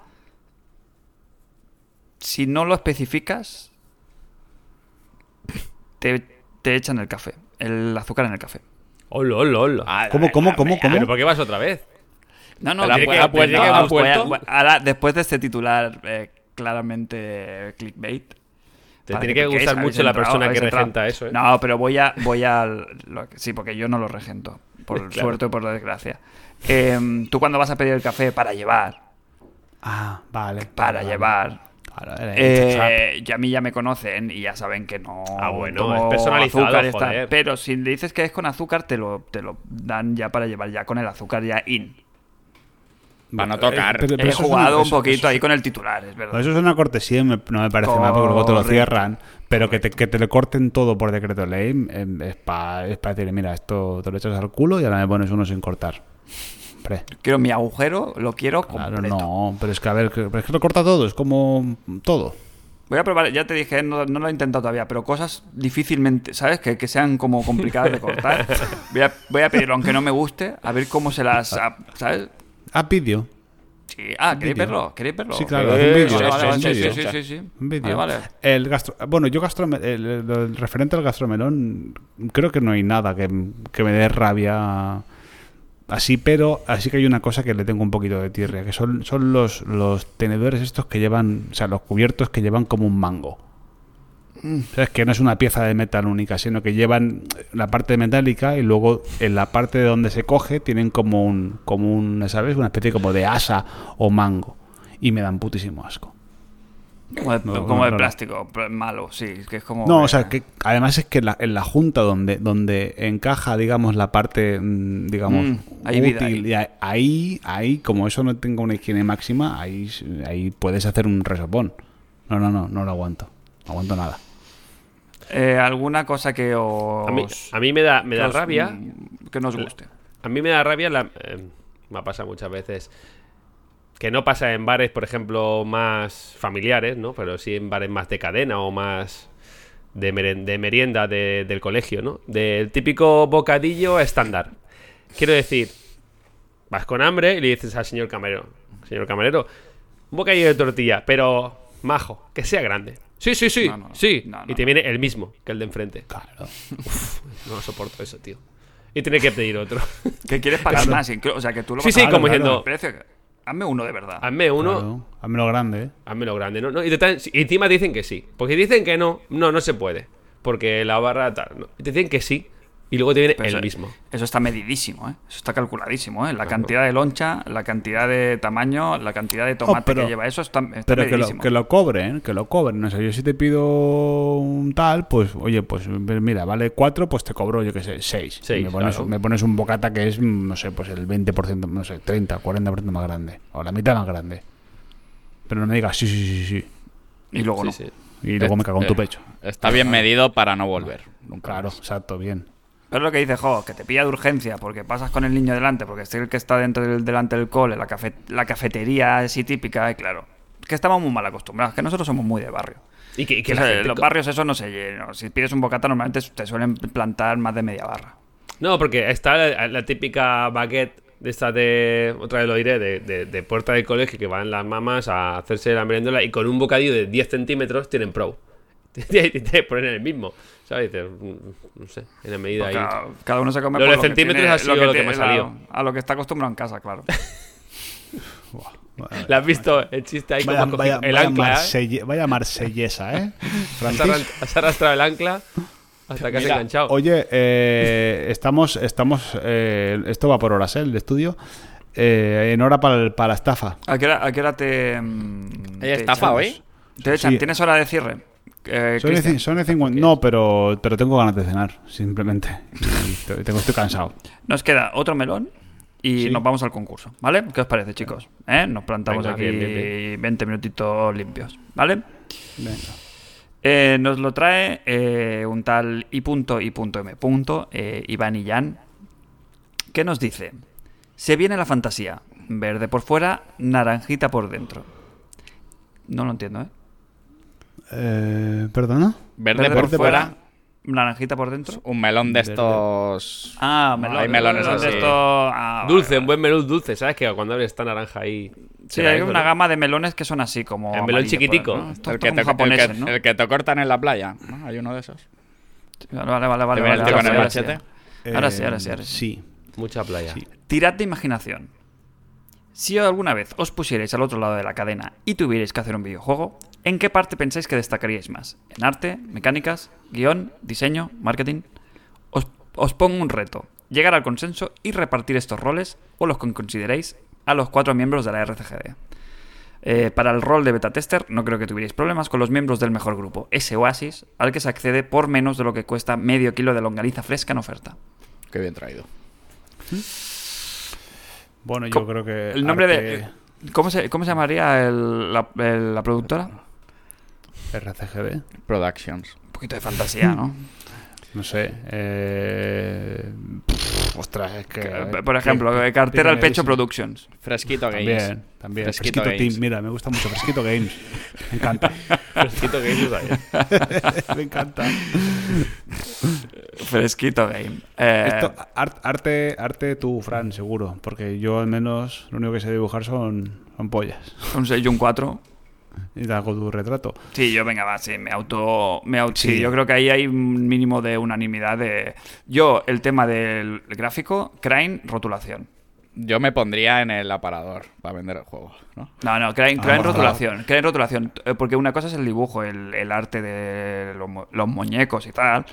Speaker 1: Si no lo especificas, te, te echan el café, el azúcar en el café.
Speaker 3: Hola, hola, hola.
Speaker 4: ¿Cómo, cómo, cómo, Ah, cómo?
Speaker 3: ¿Pero por qué vas otra vez?
Speaker 1: No, no,
Speaker 2: ¿Pero
Speaker 1: tiene
Speaker 2: ha
Speaker 1: que-
Speaker 2: pu- ha puesto-
Speaker 1: tiene que
Speaker 2: ha
Speaker 1: bus- voy a-
Speaker 2: puesto?
Speaker 1: ahora, después de este titular eh, claramente clickbait.
Speaker 3: Te
Speaker 1: para
Speaker 3: tiene
Speaker 1: que
Speaker 3: que
Speaker 1: piquéis,
Speaker 3: gustar
Speaker 1: habéis
Speaker 3: mucho la
Speaker 1: entrado,
Speaker 3: persona
Speaker 1: habéis
Speaker 3: que
Speaker 1: entrado.
Speaker 3: regenta eso, ¿eh?
Speaker 1: No, pero voy a. Voy al, lo que- sí, porque yo no lo regento. Por
Speaker 3: (laughs)
Speaker 1: suerte o por desgracia. Em, Tú cuando vas a pedir el café para llevar.
Speaker 4: Ah, vale.
Speaker 1: Para
Speaker 4: vale.
Speaker 1: llevar.
Speaker 4: Ahora, eh,
Speaker 1: Eh, y a mí ya me conocen y ya saben que no.
Speaker 3: Ah, bueno,
Speaker 1: tomo
Speaker 3: es personalizado,
Speaker 1: y tal.
Speaker 3: joder.
Speaker 1: Pero si le dices que es con azúcar, te lo, te lo dan ya para llevar ya con el azúcar ya in.
Speaker 2: Va a no tocar.
Speaker 4: pero-
Speaker 1: eh, He
Speaker 4: eso es una-
Speaker 1: jugado un
Speaker 4: eso-
Speaker 1: poquito
Speaker 4: eso-
Speaker 1: ahí con el titular, es verdad.
Speaker 4: Pues Eso es una cortesía, y me- no me parece mal, porque luego te lo
Speaker 1: Correcto.
Speaker 4: cierran. Pero que te, que te le corten todo por decreto de ley em, es para es pa decirle, mira, esto te lo echas al culo y ahora me pones uno sin cortar. Hombre,
Speaker 1: Quiero mi agujero, lo quiero
Speaker 4: claro,
Speaker 1: completo.
Speaker 4: no. Pero es que, a ver, que- pero es que lo corta todo, es como todo.
Speaker 1: Voy a probar, ya te dije, no, no lo he intentado todavía, pero cosas difícilmente, ¿sabes? Que, que sean como complicadas de
Speaker 4: (laughs)
Speaker 1: cortar. Voy a, voy a pedirlo, aunque no me guste, a ver cómo se las... a- ¿Sabes?
Speaker 4: Ah, vídeo.
Speaker 1: Sí. Ah, ¿queréis
Speaker 4: Vídeo.
Speaker 1: verlo? ¿Queréis verlo?
Speaker 4: Sí, claro,
Speaker 1: Vale,
Speaker 4: un
Speaker 1: vale,
Speaker 4: vídeo,
Speaker 1: vale,
Speaker 4: es un
Speaker 1: sí, sí,
Speaker 4: vídeo.
Speaker 1: sí, sí, sí.
Speaker 4: Un vídeo.
Speaker 1: Vale, vale.
Speaker 4: El gastro, bueno, yo gastro, el, el- el referente al gastromelón, creo que no hay nada que, que me dé rabia así, pero así que hay una cosa que le tengo un poquito de tirria, que son, son los, los tenedores estos que llevan, o sea, los cubiertos que llevan como un mango. O sea, es que no es una pieza de metal única, sino que llevan la parte metálica y luego en la parte de donde se coge tienen como un, como un, ¿sabes? Una especie como de asa o mango. Y me dan putísimo asco.
Speaker 1: Como de,
Speaker 4: No,
Speaker 1: como
Speaker 4: no,
Speaker 1: de
Speaker 4: no.
Speaker 1: plástico, pl- malo, sí, es que es como...
Speaker 4: No, o sea, que además es que la- en la junta donde, donde encaja, digamos, la parte, mm, digamos,
Speaker 1: Mm, hay vida
Speaker 4: útil,
Speaker 1: ahí.
Speaker 4: y a- ahí, ahí, como eso no tenga una higiene máxima, ahí, ahí puedes hacer un resopón. No, no, no, no lo aguanto. No aguanto nada.
Speaker 1: Eh, alguna cosa que os...
Speaker 3: A mí, a mí me da, me
Speaker 1: que
Speaker 3: da
Speaker 1: os-
Speaker 3: rabia.
Speaker 1: Que nos guste.
Speaker 3: A mí me da rabia la. eh, me ha pasado muchas veces. Que no pasa en bares, por ejemplo, más familiares, ¿no? Pero sí en bares más de cadena o más de, meren- de merienda de- del colegio, ¿no? Del típico bocadillo estándar. Quiero decir, vas con hambre y le dices al señor camarero, señor camarero, un bocadillo de tortilla, pero majo, que sea grande. Sí, sí, sí,
Speaker 1: No, no, no.
Speaker 3: sí.
Speaker 1: No, no,
Speaker 3: y te
Speaker 1: no.
Speaker 3: viene el mismo que el de enfrente.
Speaker 4: Claro.
Speaker 3: No soporto eso, tío. Y tiene que
Speaker 1: (laughs)
Speaker 3: pedir otro.
Speaker 1: Que quieres pagar más, inclu- o sea, que tú lo
Speaker 3: Sí,
Speaker 1: vas
Speaker 3: sí,
Speaker 1: a pagar
Speaker 4: como
Speaker 1: el
Speaker 3: diciendo-
Speaker 1: precio que- Hazme uno de verdad.
Speaker 3: Hazme uno,
Speaker 4: Claro. Hazme lo grande, ¿eh?
Speaker 3: házmelo grande, ¿no? No, y, te traen- y encima te dicen que sí. Porque dicen que no, no, no se puede. Porque la barra tal. no. Y te dicen que sí. Y luego te viene
Speaker 1: Pero
Speaker 3: el
Speaker 1: eso-
Speaker 3: mismo.
Speaker 1: Eso está medidísimo, ¿eh? Eso está calculadísimo, ¿eh? La cantidad de loncha, la cantidad de tamaño, la cantidad de tomate
Speaker 4: Oh, pero-
Speaker 1: que lleva eso está, está
Speaker 4: Pero que lo,
Speaker 1: medidísimo.
Speaker 4: que lo cobren, que lo cobren. O sea, yo si te pido un tal, pues, oye, pues mira, vale 4, pues te cobro, yo qué sé, 6.
Speaker 3: Seis,
Speaker 4: me, pones,
Speaker 3: claro.
Speaker 4: me pones un bocata que es, mm, no sé, pues el 20%, no sé, 30, 40% más grande. O la mitad más grande. Pero no me digas, sí, sí, sí, sí. sí,
Speaker 1: Y luego
Speaker 3: Sí,
Speaker 1: no.
Speaker 3: sí.
Speaker 4: Y luego me cago en tu
Speaker 2: Eh,
Speaker 4: pecho.
Speaker 2: Está bien medido para no volver. Nunca
Speaker 4: Claro,
Speaker 2: más.
Speaker 4: exacto, bien.
Speaker 1: Pero es lo que dice Jo, que te pilla de urgencia porque pasas con el niño delante, porque es el que está dentro del, delante del cole, la, cafe- la cafetería así típica, y claro. Que estamos muy mal acostumbrados, que nosotros somos muy de barrio.
Speaker 3: Y que, y que
Speaker 1: O
Speaker 3: la
Speaker 1: sea,
Speaker 3: gente
Speaker 1: los barrios eso no se llenan. Si pides un bocata normalmente te suelen plantar más de media barra.
Speaker 3: No, porque está la, la típica baguette de esta de. Otra vez lo diré, de, de- de puerta del colegio que van las mamás a hacerse la merendola y con un bocadillo de 10 centímetros tienen pro. (laughs) Y te ponen el mismo. ¿Sabes? Y dices, mm, no sé, en la medida ahí.
Speaker 1: Cada, cada uno se come
Speaker 3: Lo de
Speaker 1: por
Speaker 3: los
Speaker 1: que
Speaker 3: centímetros
Speaker 1: tiene-
Speaker 3: ha sido lo que
Speaker 1: tiene-
Speaker 3: me ha salido.
Speaker 1: A lo que está acostumbrado en casa, claro.
Speaker 3: ¿La has visto? El chiste ahí como
Speaker 4: Vaya,
Speaker 3: ha cogido
Speaker 4: vaya,
Speaker 3: el
Speaker 4: vaya
Speaker 3: ancla. ¿eh?
Speaker 4: marselle- vaya marsellesa,
Speaker 3: (laughs)
Speaker 4: ¿eh?
Speaker 3: Has,
Speaker 4: Francis. (laughs)
Speaker 3: arran- has arrastrado el ancla hasta que has
Speaker 2: Mira,
Speaker 3: enganchado.
Speaker 4: Oye, eh, estamos, estamos, eh, esto va por horas, ¿eh? El estudio. Eh, en hora para, el- para la estafa.
Speaker 1: ¿A qué hora, a qué hora te. mm,
Speaker 2: ¿Hay
Speaker 1: te
Speaker 2: estafa
Speaker 1: echan?
Speaker 2: hoy?
Speaker 1: Te echan,
Speaker 4: Sí.
Speaker 1: tienes hora de cierre. Eh,
Speaker 4: Son, y
Speaker 1: Cristian,
Speaker 4: cin- son y cincuenta- No, pero, pero tengo ganas de cenar,
Speaker 1: (laughs)
Speaker 4: simplemente. Y te- tengo, estoy cansado.
Speaker 1: Nos queda otro melón y
Speaker 4: Sí.
Speaker 1: nos vamos al concurso, ¿vale? ¿Qué os parece, chicos? ¿Eh? Nos plantamos
Speaker 3: Venga,
Speaker 1: aquí
Speaker 3: bien, bien, bien.
Speaker 1: 20 minutitos limpios, ¿vale?
Speaker 4: Venga.
Speaker 1: Eh, nos lo trae eh, un tal i.i.m. eh, Iván Illán, que nos dice: Se viene la fantasía, verde por fuera, naranjita por dentro. No lo entiendo, ¿eh?
Speaker 4: Eh, ¿Perdona?
Speaker 2: Verde, por fuera,
Speaker 1: naranjita por dentro.
Speaker 2: un melón de estos.
Speaker 1: Ah, melón.
Speaker 2: hay melones
Speaker 1: melón de
Speaker 2: así.
Speaker 1: estos- ah, vale,
Speaker 3: dulce,
Speaker 1: vale.
Speaker 3: un buen menú dulce. ¿Sabes que cuando abres esta naranja ahí.
Speaker 1: Sí,
Speaker 3: será
Speaker 1: hay
Speaker 3: eso,
Speaker 1: una
Speaker 3: ¿no?
Speaker 1: gama de melones que son así, como.
Speaker 3: El melón
Speaker 1: amarillo,
Speaker 3: chiquitico.
Speaker 1: por- ¿no? Estos
Speaker 2: El que,
Speaker 1: como
Speaker 2: te,
Speaker 1: japoneses,
Speaker 2: el que-
Speaker 1: ¿no?
Speaker 2: el que te cortan en la playa. ¿no? Hay uno de esos.
Speaker 1: Vale, vale, vale.
Speaker 2: viene el
Speaker 1: vale, ahora
Speaker 2: tío con el
Speaker 1: sí, ahora
Speaker 2: machete.
Speaker 1: sí. Ahora sí, ahora sí, ahora sí.
Speaker 4: Sí.
Speaker 3: Mucha playa. (laughs)
Speaker 1: Tirad de imaginación. Si alguna vez os pusierais al otro lado de la cadena y tuvierais que hacer un videojuego, ¿en qué parte pensáis que destacaríais más? ¿En arte, mecánicas, guión, diseño, marketing? Os, os pongo un reto. Llegar al consenso y repartir estos roles o los que consideréis a los cuatro miembros de la RCGD. Eh, para el rol de beta tester no creo que tuvierais problemas con los miembros del mejor grupo, ese oasis al que se accede por menos de lo que cuesta medio kilo de longaniza fresca en oferta.
Speaker 2: Qué bien traído.
Speaker 4: Bueno, yo
Speaker 1: Co-
Speaker 4: creo que.
Speaker 1: El nombre
Speaker 4: arte
Speaker 1: de. eh, ¿Cómo se, cómo se llamaría el- la, el- la productora? Un
Speaker 4: RCGD.
Speaker 2: Productions.
Speaker 1: poquito de fantasía, ¿no?
Speaker 4: No sé. Eh... pff, ostras, es (laughs) que.
Speaker 1: Que, Por ejemplo,
Speaker 4: que-
Speaker 1: Cartera al
Speaker 4: tiene-
Speaker 1: Pecho Productions. (laughs)
Speaker 2: Fresquito Games.
Speaker 4: También, también.
Speaker 2: Fresquito
Speaker 4: Fresquito,
Speaker 2: Games.
Speaker 4: Team, mira, me gusta mucho Fresquito Games.
Speaker 1: (laughs)
Speaker 4: Me encanta.
Speaker 3: Fresquito que dices ahí.
Speaker 4: (laughs) me encanta.
Speaker 1: Eh. Fresquito Game. Eh,
Speaker 4: Esto, ar- arte, arte tú, Fran, seguro. Porque yo al menos lo único que sé dibujar son, son pollas.
Speaker 1: Un 6 y un 4.
Speaker 4: Y te hago tu retrato.
Speaker 1: Sí, yo, venga, va, sí, me auto. Me auto sí.
Speaker 4: Sí.
Speaker 1: yo creo que ahí hay un mínimo de unanimidad. de Yo, el tema del gráfico, Crane, rotulación.
Speaker 2: Yo me pondría en el aparador para vender el juego. ¿no?
Speaker 1: No, no, creen, creen
Speaker 4: Ah,
Speaker 1: rotulación, creen rotulación. eh, Porque una cosa es el dibujo, el, el arte de los, mu- los muñecos y tal,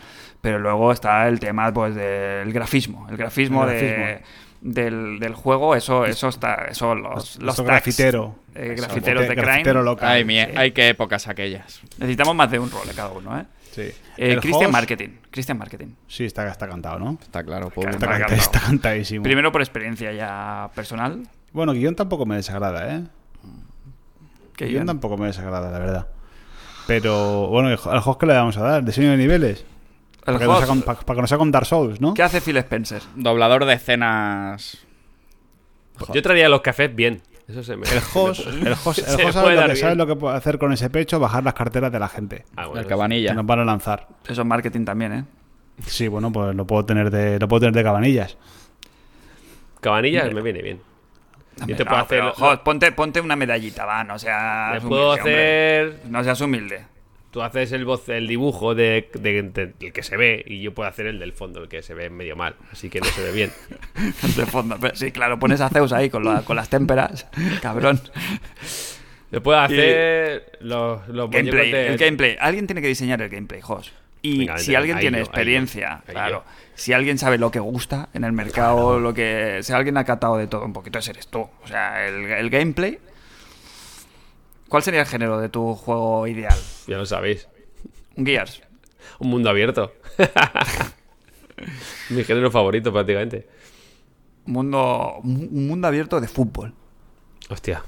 Speaker 1: pero luego está el tema pues del grafismo. El grafismo,
Speaker 4: El
Speaker 1: de- del, del juego, eso, eso está, eso los, los
Speaker 4: Esto
Speaker 1: tags,
Speaker 4: grafitero.
Speaker 1: eh,
Speaker 4: Eso,
Speaker 1: grafiteros de
Speaker 4: grafite-
Speaker 1: Crane.
Speaker 4: grafitero local.
Speaker 2: Ay, mie- ay, qué épocas aquellas.
Speaker 1: Necesitamos más de un rol de cada uno, ¿eh?
Speaker 4: Sí.
Speaker 1: Eh,
Speaker 4: El
Speaker 1: Christian
Speaker 4: host-
Speaker 1: Marketing. Christian Marketing.
Speaker 4: Sí, está, está cantado, ¿no?
Speaker 2: Está claro,
Speaker 1: Claro.
Speaker 2: público.
Speaker 4: Está,
Speaker 1: Marcado.
Speaker 4: canta- está cantadísimo.
Speaker 1: Primero por experiencia ya personal.
Speaker 4: Bueno, guión tampoco me desagrada, ¿eh?
Speaker 1: Que
Speaker 4: guión
Speaker 1: yo-
Speaker 4: tampoco me desagrada, la verdad. Pero, bueno, al host que le vamos a dar, diseño de niveles.
Speaker 1: el
Speaker 4: para, que nos
Speaker 1: host,
Speaker 4: haga un- para- para que nos haga un Dark Souls, ¿no?
Speaker 1: ¿Qué hace Phil Spencer?
Speaker 2: Doblador de escenas.
Speaker 3: Yo traería los cafés bien. Eso se me.
Speaker 4: El
Speaker 3: (laughs)
Speaker 1: (laughs)
Speaker 4: host, el host, el
Speaker 3: Se le
Speaker 4: host
Speaker 3: puede
Speaker 4: sabe, lo
Speaker 3: dar
Speaker 4: que, sabe
Speaker 3: bien.
Speaker 4: lo que puede hacer con ese pecho, bajar las carteras de la gente.
Speaker 3: Ah, bueno,
Speaker 2: el cabanilla.
Speaker 4: Que nos van a lanzar.
Speaker 1: Eso es marketing también, ¿eh?
Speaker 4: Sí, bueno, pues lo puedo tener de, lo puedo tener de cabanillas.
Speaker 3: Cabanillas me viene bien. Yo te
Speaker 1: No,
Speaker 3: puedo hacer.
Speaker 1: pero, joder, ponte, ponte una medallita, va, no seas
Speaker 3: Te puedo
Speaker 1: humilde, hombre.
Speaker 3: hacer.
Speaker 1: No seas humilde.
Speaker 3: Tú haces el, voz, el dibujo de, de- de- del que se ve y yo puedo hacer el del fondo, el que se ve medio mal. Así que no se ve
Speaker 4: (laughs)
Speaker 3: bien.
Speaker 1: (laughs) De fondo. Pero sí, claro, pones a Zeus ahí con, la- con las témperas. (laughs) Cabrón.
Speaker 3: Yo puedo hacer los, los muñecos
Speaker 1: Gameplay,
Speaker 3: de-
Speaker 1: el gameplay. Alguien tiene que diseñar el gameplay, Jos. Y
Speaker 3: pues, eh, Venga,
Speaker 1: si
Speaker 3: vente,
Speaker 1: alguien
Speaker 3: ahí
Speaker 1: tiene
Speaker 3: yo, ahí yo,
Speaker 1: experiencia,
Speaker 3: ahí
Speaker 1: claro, si alguien sabe lo que gusta en el mercado, lo que si alguien ha catado de todo un poquito, ese eres tú. O sea, el, el gameplay. ¿Cuál sería el género de tu juego ideal?
Speaker 3: Ya lo sabéis.
Speaker 1: Un Gears.
Speaker 3: Un mundo abierto. (laughs) Mi género favorito, prácticamente.
Speaker 1: Un mundo, un mundo abierto de fútbol.
Speaker 3: Hostia.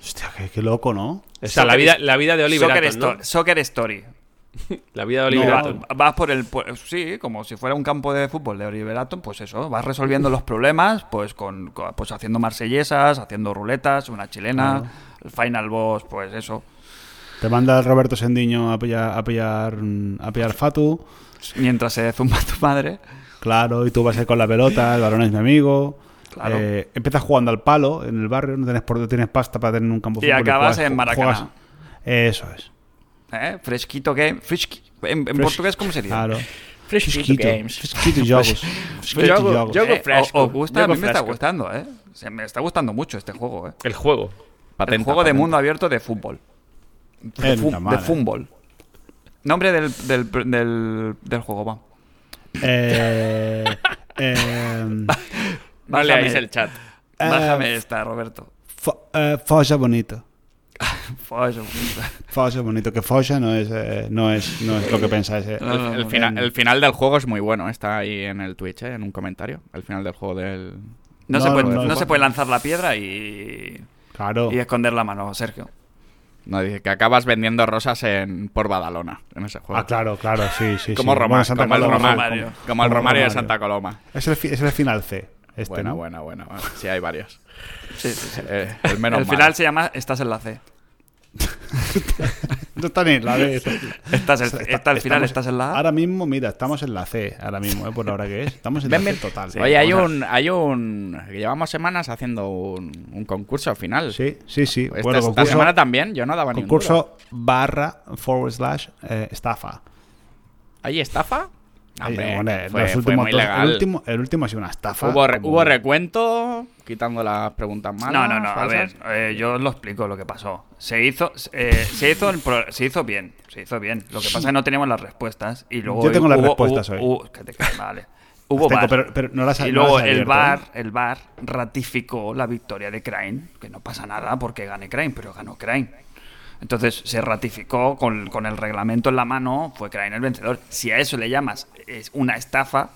Speaker 4: Hostia, qué, qué loco, ¿no?
Speaker 3: O sea,
Speaker 1: Soccer-
Speaker 3: la vida, la vida de Oliver
Speaker 1: Soccer,
Speaker 3: Atom, ¿no?
Speaker 1: Sto- Soccer Story.
Speaker 3: La vida de Oliver
Speaker 4: No,
Speaker 3: Atom.
Speaker 1: Va- Vas por el. por- sí, como si fuera un campo de fútbol de Oliver Atom, pues eso. Vas resolviendo los problemas, pues con, con- pues haciendo marsellesas, haciendo ruletas, una chilena, el final boss, pues eso.
Speaker 4: Te manda Roberto Sendiño a pillar, a pillar, mm, a pillar Fatu.
Speaker 1: Mientras se zumba tu madre.
Speaker 4: Claro, y tú vas a ir con la pelota, el balón es mi amigo.
Speaker 1: Claro.
Speaker 4: Eh, empiezas jugando al palo en el barrio, no tienes, por, no tienes pasta para tener un campo
Speaker 1: Y
Speaker 4: de fútbol
Speaker 1: acabas
Speaker 4: juegas-
Speaker 1: en Maracaná.
Speaker 4: juegas- Eso es.
Speaker 1: ¿eh? Fresquito game. Frisqui- en, en portugués, ¿cómo sería?
Speaker 4: Claro.
Speaker 2: Fresquito Games.
Speaker 4: Fresquito y jogos. Fresquito y
Speaker 2: Jogo-
Speaker 4: jogos.
Speaker 2: jogo
Speaker 1: Eh,
Speaker 2: fresco,
Speaker 1: ¿Os gusta? A
Speaker 2: jogo
Speaker 1: mí me está
Speaker 2: fresco.
Speaker 1: gustando, ¿eh? Se me está gustando mucho este juego, ¿eh?
Speaker 3: El juego.
Speaker 1: el
Speaker 2: Patenta,
Speaker 1: juego de
Speaker 2: patenta.
Speaker 1: mundo abierto de fútbol. De,
Speaker 4: Eh, no
Speaker 1: fu-
Speaker 4: está mal,
Speaker 1: de
Speaker 4: eh.
Speaker 1: fútbol. Nombre del, del, del, del juego, va.
Speaker 4: Eh, eh,
Speaker 2: No
Speaker 1: Bájame-
Speaker 2: leáis el chat.
Speaker 1: Bájame
Speaker 4: Eh,
Speaker 1: esta, Roberto.
Speaker 4: fo- eh, folla bonito. (laughs)
Speaker 1: Foso.
Speaker 4: Folla bonito. Que folla no es, eh, no es, no es lo que pensáis. eh.
Speaker 1: No, no,
Speaker 2: El,
Speaker 1: no.
Speaker 2: fina- el final del juego es muy bueno. Está ahí en el Twitch, ¿eh? en un comentario. El final del juego del.
Speaker 1: No, se
Speaker 4: No,
Speaker 1: puede,
Speaker 4: no,
Speaker 1: no
Speaker 4: no. Oh.
Speaker 1: se puede lanzar la piedra y,
Speaker 4: Claro.
Speaker 1: y esconder la mano, Sergio.
Speaker 2: No, dice que acabas vendiendo rosas en por Badalona en ese juego.
Speaker 4: Ah, claro, claro, sí, sí.
Speaker 2: Como
Speaker 4: sí.
Speaker 2: Román,
Speaker 4: Bueno, Santa
Speaker 2: como, el
Speaker 4: Coloma,
Speaker 2: Román,
Speaker 1: Romario.
Speaker 2: como- como el Romario de Santa Coloma.
Speaker 4: Es el, fi- es el final C. Este,
Speaker 2: bueno,
Speaker 4: ¿no?
Speaker 2: bueno, bueno, bueno. Sí, hay varios.
Speaker 1: Sí, sí, sí.
Speaker 2: Eh, el
Speaker 1: (laughs)
Speaker 2: menos
Speaker 1: El
Speaker 2: malo.
Speaker 1: final se llama Estás en la C.
Speaker 4: No está ni la D.
Speaker 1: Estás
Speaker 4: (laughs)
Speaker 1: el, está el final,
Speaker 4: Estamos-
Speaker 1: estás en la A.
Speaker 4: Ahora mismo, mira, estamos en la C. Ahora mismo, eh, por la hora que es. Estamos en la C total.
Speaker 2: Oye, hay
Speaker 1: vamos
Speaker 2: un, hay un. Llevamos semanas haciendo un, un concurso final.
Speaker 4: Sí, sí, sí.
Speaker 2: Pues Esta,
Speaker 4: bueno,
Speaker 2: esta
Speaker 4: concurso,
Speaker 2: semana también, yo no daba ningún.
Speaker 4: concurso barra forward slash eh, estafa.
Speaker 2: ¿Hay estafa? Hombre,
Speaker 4: Eh, bueno, eh,
Speaker 2: fue,
Speaker 4: los
Speaker 2: fue
Speaker 4: últimos
Speaker 2: muy
Speaker 4: dos-
Speaker 2: legal.
Speaker 4: El, último, el último ha sido una estafa.
Speaker 2: Hubo, re-
Speaker 4: como-
Speaker 2: hubo recuento, quitando las preguntas malas.
Speaker 1: No, no, no. A ver,
Speaker 2: falsas.
Speaker 1: eh, yo lo explico lo que pasó. Se hizo, eh, se hizo, el pro- se hizo bien, se hizo bien. Lo que pasa es que no teníamos las respuestas y luego
Speaker 4: Yo tengo
Speaker 1: hubo-
Speaker 4: las
Speaker 1: hubo-
Speaker 4: respuestas hoy.
Speaker 1: hubo- que te cae, vale. Hubo
Speaker 4: tengo,
Speaker 1: VAR.
Speaker 4: pero- pero no las ha-
Speaker 1: y
Speaker 4: no las
Speaker 1: luego
Speaker 4: ha
Speaker 1: el
Speaker 4: abierto, ¿eh?
Speaker 1: VAR, el VAR ratificó la victoria de Crane, que no pasa nada porque gane Crane, pero ganó Crane. Entonces se ratificó con, con el reglamento en la mano, fue Crane el vencedor. Si a eso le llamas es una estafa,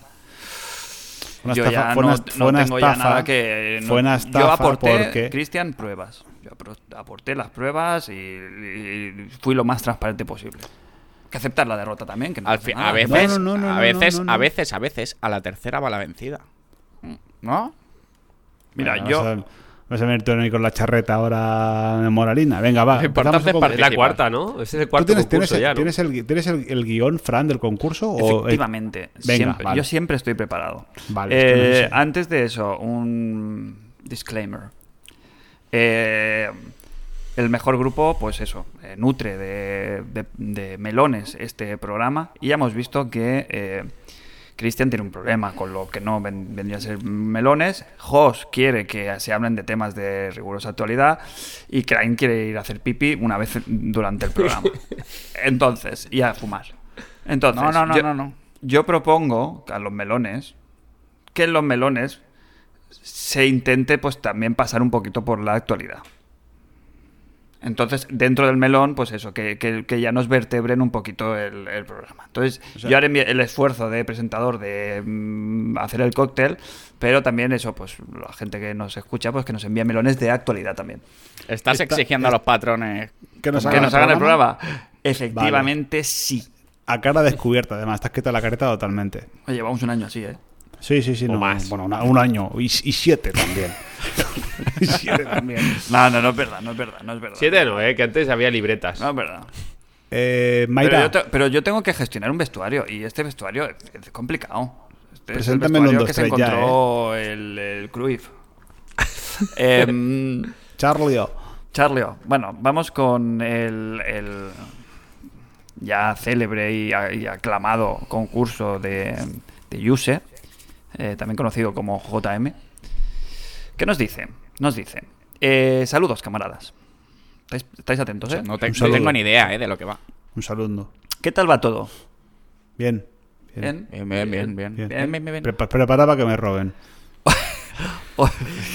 Speaker 4: Una
Speaker 1: yo
Speaker 4: estafa-
Speaker 1: ya
Speaker 4: fue
Speaker 1: no,
Speaker 4: una-
Speaker 1: no
Speaker 4: fue una
Speaker 1: tengo ya
Speaker 4: estafa-
Speaker 1: nada que... no-
Speaker 4: Fue una
Speaker 1: yo
Speaker 4: estafa
Speaker 1: aporté,
Speaker 4: porque.
Speaker 1: Cristian, pruebas. Yo apro- aporté las pruebas y, y fui lo más transparente posible. Hay Que aceptar la derrota también, que no
Speaker 2: Al
Speaker 1: pasa
Speaker 2: fin-
Speaker 1: nada.
Speaker 2: a veces,
Speaker 4: Ah, No, no, no, no,
Speaker 2: a veces,
Speaker 4: no, no, no.
Speaker 2: a veces, a veces, a la tercera va la vencida. ¿No?
Speaker 1: Mira,
Speaker 4: Venga,
Speaker 1: yo...
Speaker 4: Vas a, vas a venir tú ahí con la charreta ahora de moralina. Venga, va.
Speaker 2: Lo importante
Speaker 4: empezamos un
Speaker 2: es
Speaker 4: poco.
Speaker 2: partir.
Speaker 3: Es la
Speaker 2: Participar.
Speaker 3: cuarta, ¿no? Ese es el
Speaker 4: ¿Tú
Speaker 3: cuarto
Speaker 4: tienes, tienes
Speaker 3: concurso
Speaker 4: el-
Speaker 3: ya, ¿no?
Speaker 4: tienes el, tienes el, el guión, Fran, del concurso? o el-
Speaker 1: Efectivamente,
Speaker 4: Venga,
Speaker 1: siempre.
Speaker 4: vale.
Speaker 1: yo siempre estoy preparado.
Speaker 4: Vale,
Speaker 1: Eh,
Speaker 4: esto no sé.
Speaker 1: Antes de eso, un disclaimer. Eh, el mejor grupo, pues eso, eh, nutre de, de- de melones este programa y ya hemos visto que eh, Cristian tiene un problema con lo que no ven- vendría a ser melones, Jos quiere que se hablen de temas de rigurosa actualidad y Crane quiere ir a hacer pipi una vez durante el programa.
Speaker 2: (laughs)
Speaker 1: Entonces, y a fumar. Entonces,
Speaker 2: No, no, no,
Speaker 1: yo-
Speaker 2: no, no.
Speaker 1: yo propongo a los melones que en los melones se intente pues también pasar un poquito por la actualidad. Entonces, dentro del melón, pues eso, que, que- que ya nos vertebren un poquito el, el programa. Entonces, yo haré mi- el esfuerzo de presentador de mm, hacer el cóctel, pero también eso, pues la gente que nos escucha, pues que nos envíe melones de actualidad también.
Speaker 2: Estás
Speaker 4: Está-
Speaker 2: exigiendo a los patrones.
Speaker 4: que nos
Speaker 1: que
Speaker 4: hagan,
Speaker 1: nos hagan el programa. Efectivamente, sí.
Speaker 4: A cara descubierta, además. Te has quitado la careta totalmente.
Speaker 1: Oye, llevamos un año así,
Speaker 4: (laughs)
Speaker 1: ¿eh? (laughs)
Speaker 4: Sí, sí, sí.
Speaker 3: O
Speaker 4: no,
Speaker 3: más.
Speaker 4: Bueno, una- un año. Y, y siete también. y siete también.
Speaker 1: No, no, no es verdad, no es verdad, no es verdad.
Speaker 3: Siete no, ¿eh? Que antes había libretas.
Speaker 1: No es verdad.
Speaker 4: Eh,
Speaker 1: Pero
Speaker 4: Mayra,
Speaker 1: yo, te- pero yo tengo que gestionar un vestuario y este vestuario es, es complicado. Este es el
Speaker 4: Preséntamelo
Speaker 1: vestuario
Speaker 4: en dos,
Speaker 1: que se
Speaker 4: tres ya, ¿eh?
Speaker 1: encontró el, el Cruyff.
Speaker 3: (laughs)
Speaker 1: Em,
Speaker 4: Charlie O.
Speaker 1: Charlio, bueno, vamos con el, el ya célebre y, a- y aclamado concurso de, de Yuse, eh, también conocido como JM. ¿Qué nos dice? Nos dice, eh, saludos camaradas. ¿Estáis, estáis atentos, eh?
Speaker 2: No, te-
Speaker 4: Un
Speaker 2: no
Speaker 4: saludo.
Speaker 2: tengo ni idea eh, de lo que va.
Speaker 4: Un saludo.
Speaker 1: ¿Qué tal va todo?
Speaker 4: Bien.
Speaker 1: Bien.
Speaker 2: Bien, bien, bien, bien. Bien,
Speaker 4: Bien.
Speaker 2: bien, bien, bien.
Speaker 4: Prepa- prepara para que me roben.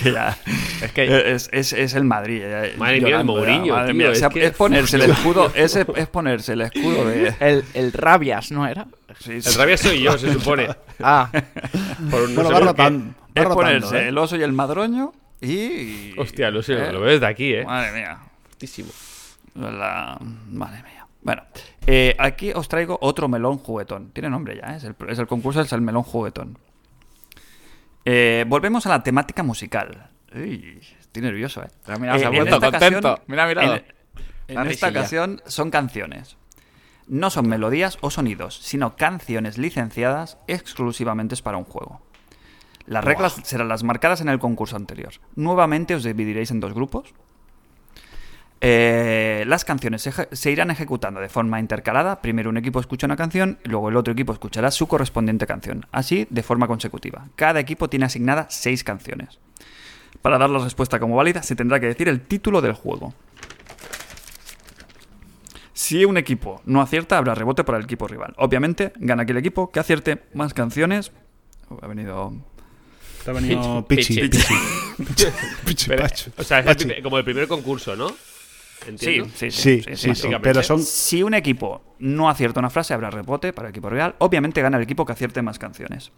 Speaker 1: Que (laughs) ya- Eh,
Speaker 2: Es que
Speaker 1: es, es- es el Madrid. ya- eh,
Speaker 3: Madre mía, el
Speaker 1: llorando ya,
Speaker 3: Mourinho,
Speaker 1: madre
Speaker 3: tío,
Speaker 1: mía, o
Speaker 3: es
Speaker 1: sea,
Speaker 3: que-
Speaker 1: es ponerse el escudo. Es, es ponerse el escudo de.
Speaker 2: (laughs) el, el rabias, ¿no (laughs) era?
Speaker 1: sí, sí.
Speaker 3: El rabia soy yo, se supone.
Speaker 2: Ah,
Speaker 3: Por un- no
Speaker 4: Bueno,
Speaker 3: sé
Speaker 4: va,
Speaker 3: por qué.
Speaker 4: rotan- va
Speaker 1: Es
Speaker 4: rotando,
Speaker 1: ponerse
Speaker 4: ¿eh?
Speaker 1: el oso y el madroño y.
Speaker 3: Hostia, lo,
Speaker 1: ¿eh?
Speaker 3: lo ves de aquí, eh.
Speaker 1: Madre mía.
Speaker 3: Altísimo.
Speaker 1: La- Madre mía. Bueno, eh, aquí os traigo otro melón juguetón. Tiene nombre ya, ¿eh? es, el, es el concurso del melón juguetón. Eh, volvemos a la temática musical. Uy, estoy nervioso, ¿eh?
Speaker 2: Ah, mira, se
Speaker 1: Eh,
Speaker 2: ha
Speaker 1: en
Speaker 2: vuelto
Speaker 1: esta
Speaker 2: contento. Mira, mira.
Speaker 1: En,
Speaker 2: La
Speaker 1: en esta
Speaker 2: risilla.
Speaker 1: ocasión son canciones. No son melodías o sonidos, sino canciones licenciadas exclusivamente para un juego. Las reglas serán las marcadas en el concurso anterior. Nuevamente os dividiréis en dos grupos. Eh, las canciones se, eje- se irán ejecutando de forma intercalada. Primero un equipo escucha una canción, luego el otro equipo escuchará su correspondiente canción. Así, de forma consecutiva. Cada equipo tiene asignadas seis canciones. Para dar la respuesta como válida, se tendrá que decir el título del juego. Si un equipo no acierta, habrá rebote para el equipo rival. Obviamente, gana aquel equipo que acierte más canciones. Uh, Ha venido.
Speaker 4: Te ha venido Pichi.
Speaker 2: Pichi.
Speaker 4: Pichi. Pichi. (laughs) Pichi,
Speaker 3: Pero,
Speaker 4: Pachi.
Speaker 3: o sea, es el
Speaker 4: Pachi.
Speaker 3: primer- como el primer concurso, ¿no? Entiendo.
Speaker 4: Sí, sí, sí.
Speaker 3: básicamente.
Speaker 4: Pero son.
Speaker 1: Si un equipo no acierta una frase, habrá rebote para el equipo rival. Obviamente gana el equipo que acierte más canciones.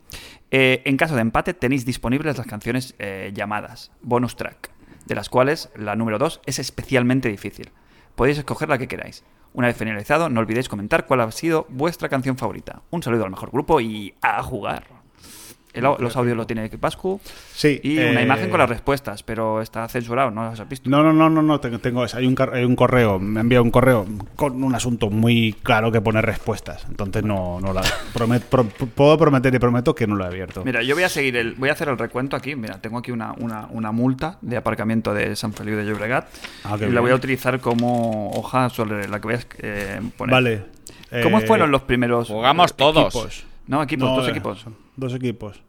Speaker 1: Eh, en caso de empate, tenéis disponibles las canciones eh, llamadas, bonus track, de las cuales la número 2 es especialmente difícil. Podéis escoger la que queráis. Una vez finalizado, no olvidéis comentar cuál ha sido vuestra canción favorita. Un saludo al mejor grupo y a jugar. El au- los audios lo tiene Pascu
Speaker 4: Sí.
Speaker 1: y una
Speaker 4: eh,
Speaker 1: imagen con las respuestas, pero está censurado, no las has visto.
Speaker 4: No, no, no, no, no. Tengo, tengo- hay, un, car- hay un correo. Me envía un correo con un asunto muy claro que pone respuestas. Entonces no, no la. promet- pro- puedo prometer y prometo que no lo he abierto.
Speaker 1: Mira, yo voy a seguir el, voy a hacer el recuento aquí. Mira, tengo aquí una, una, una multa de aparcamiento de San Feliu de Llobregat.
Speaker 4: Ah,
Speaker 1: y
Speaker 4: qué
Speaker 1: la
Speaker 4: bien.
Speaker 1: voy a utilizar como hoja sobre la que voy a eh, poner.
Speaker 4: Vale.
Speaker 1: ¿Cómo
Speaker 4: Eh,
Speaker 1: fueron los primeros?
Speaker 2: Jugamos todos.
Speaker 4: equipos?
Speaker 1: No, equipos,
Speaker 4: No,
Speaker 1: dos
Speaker 4: eh,
Speaker 1: equipos.
Speaker 4: son Dos equipos.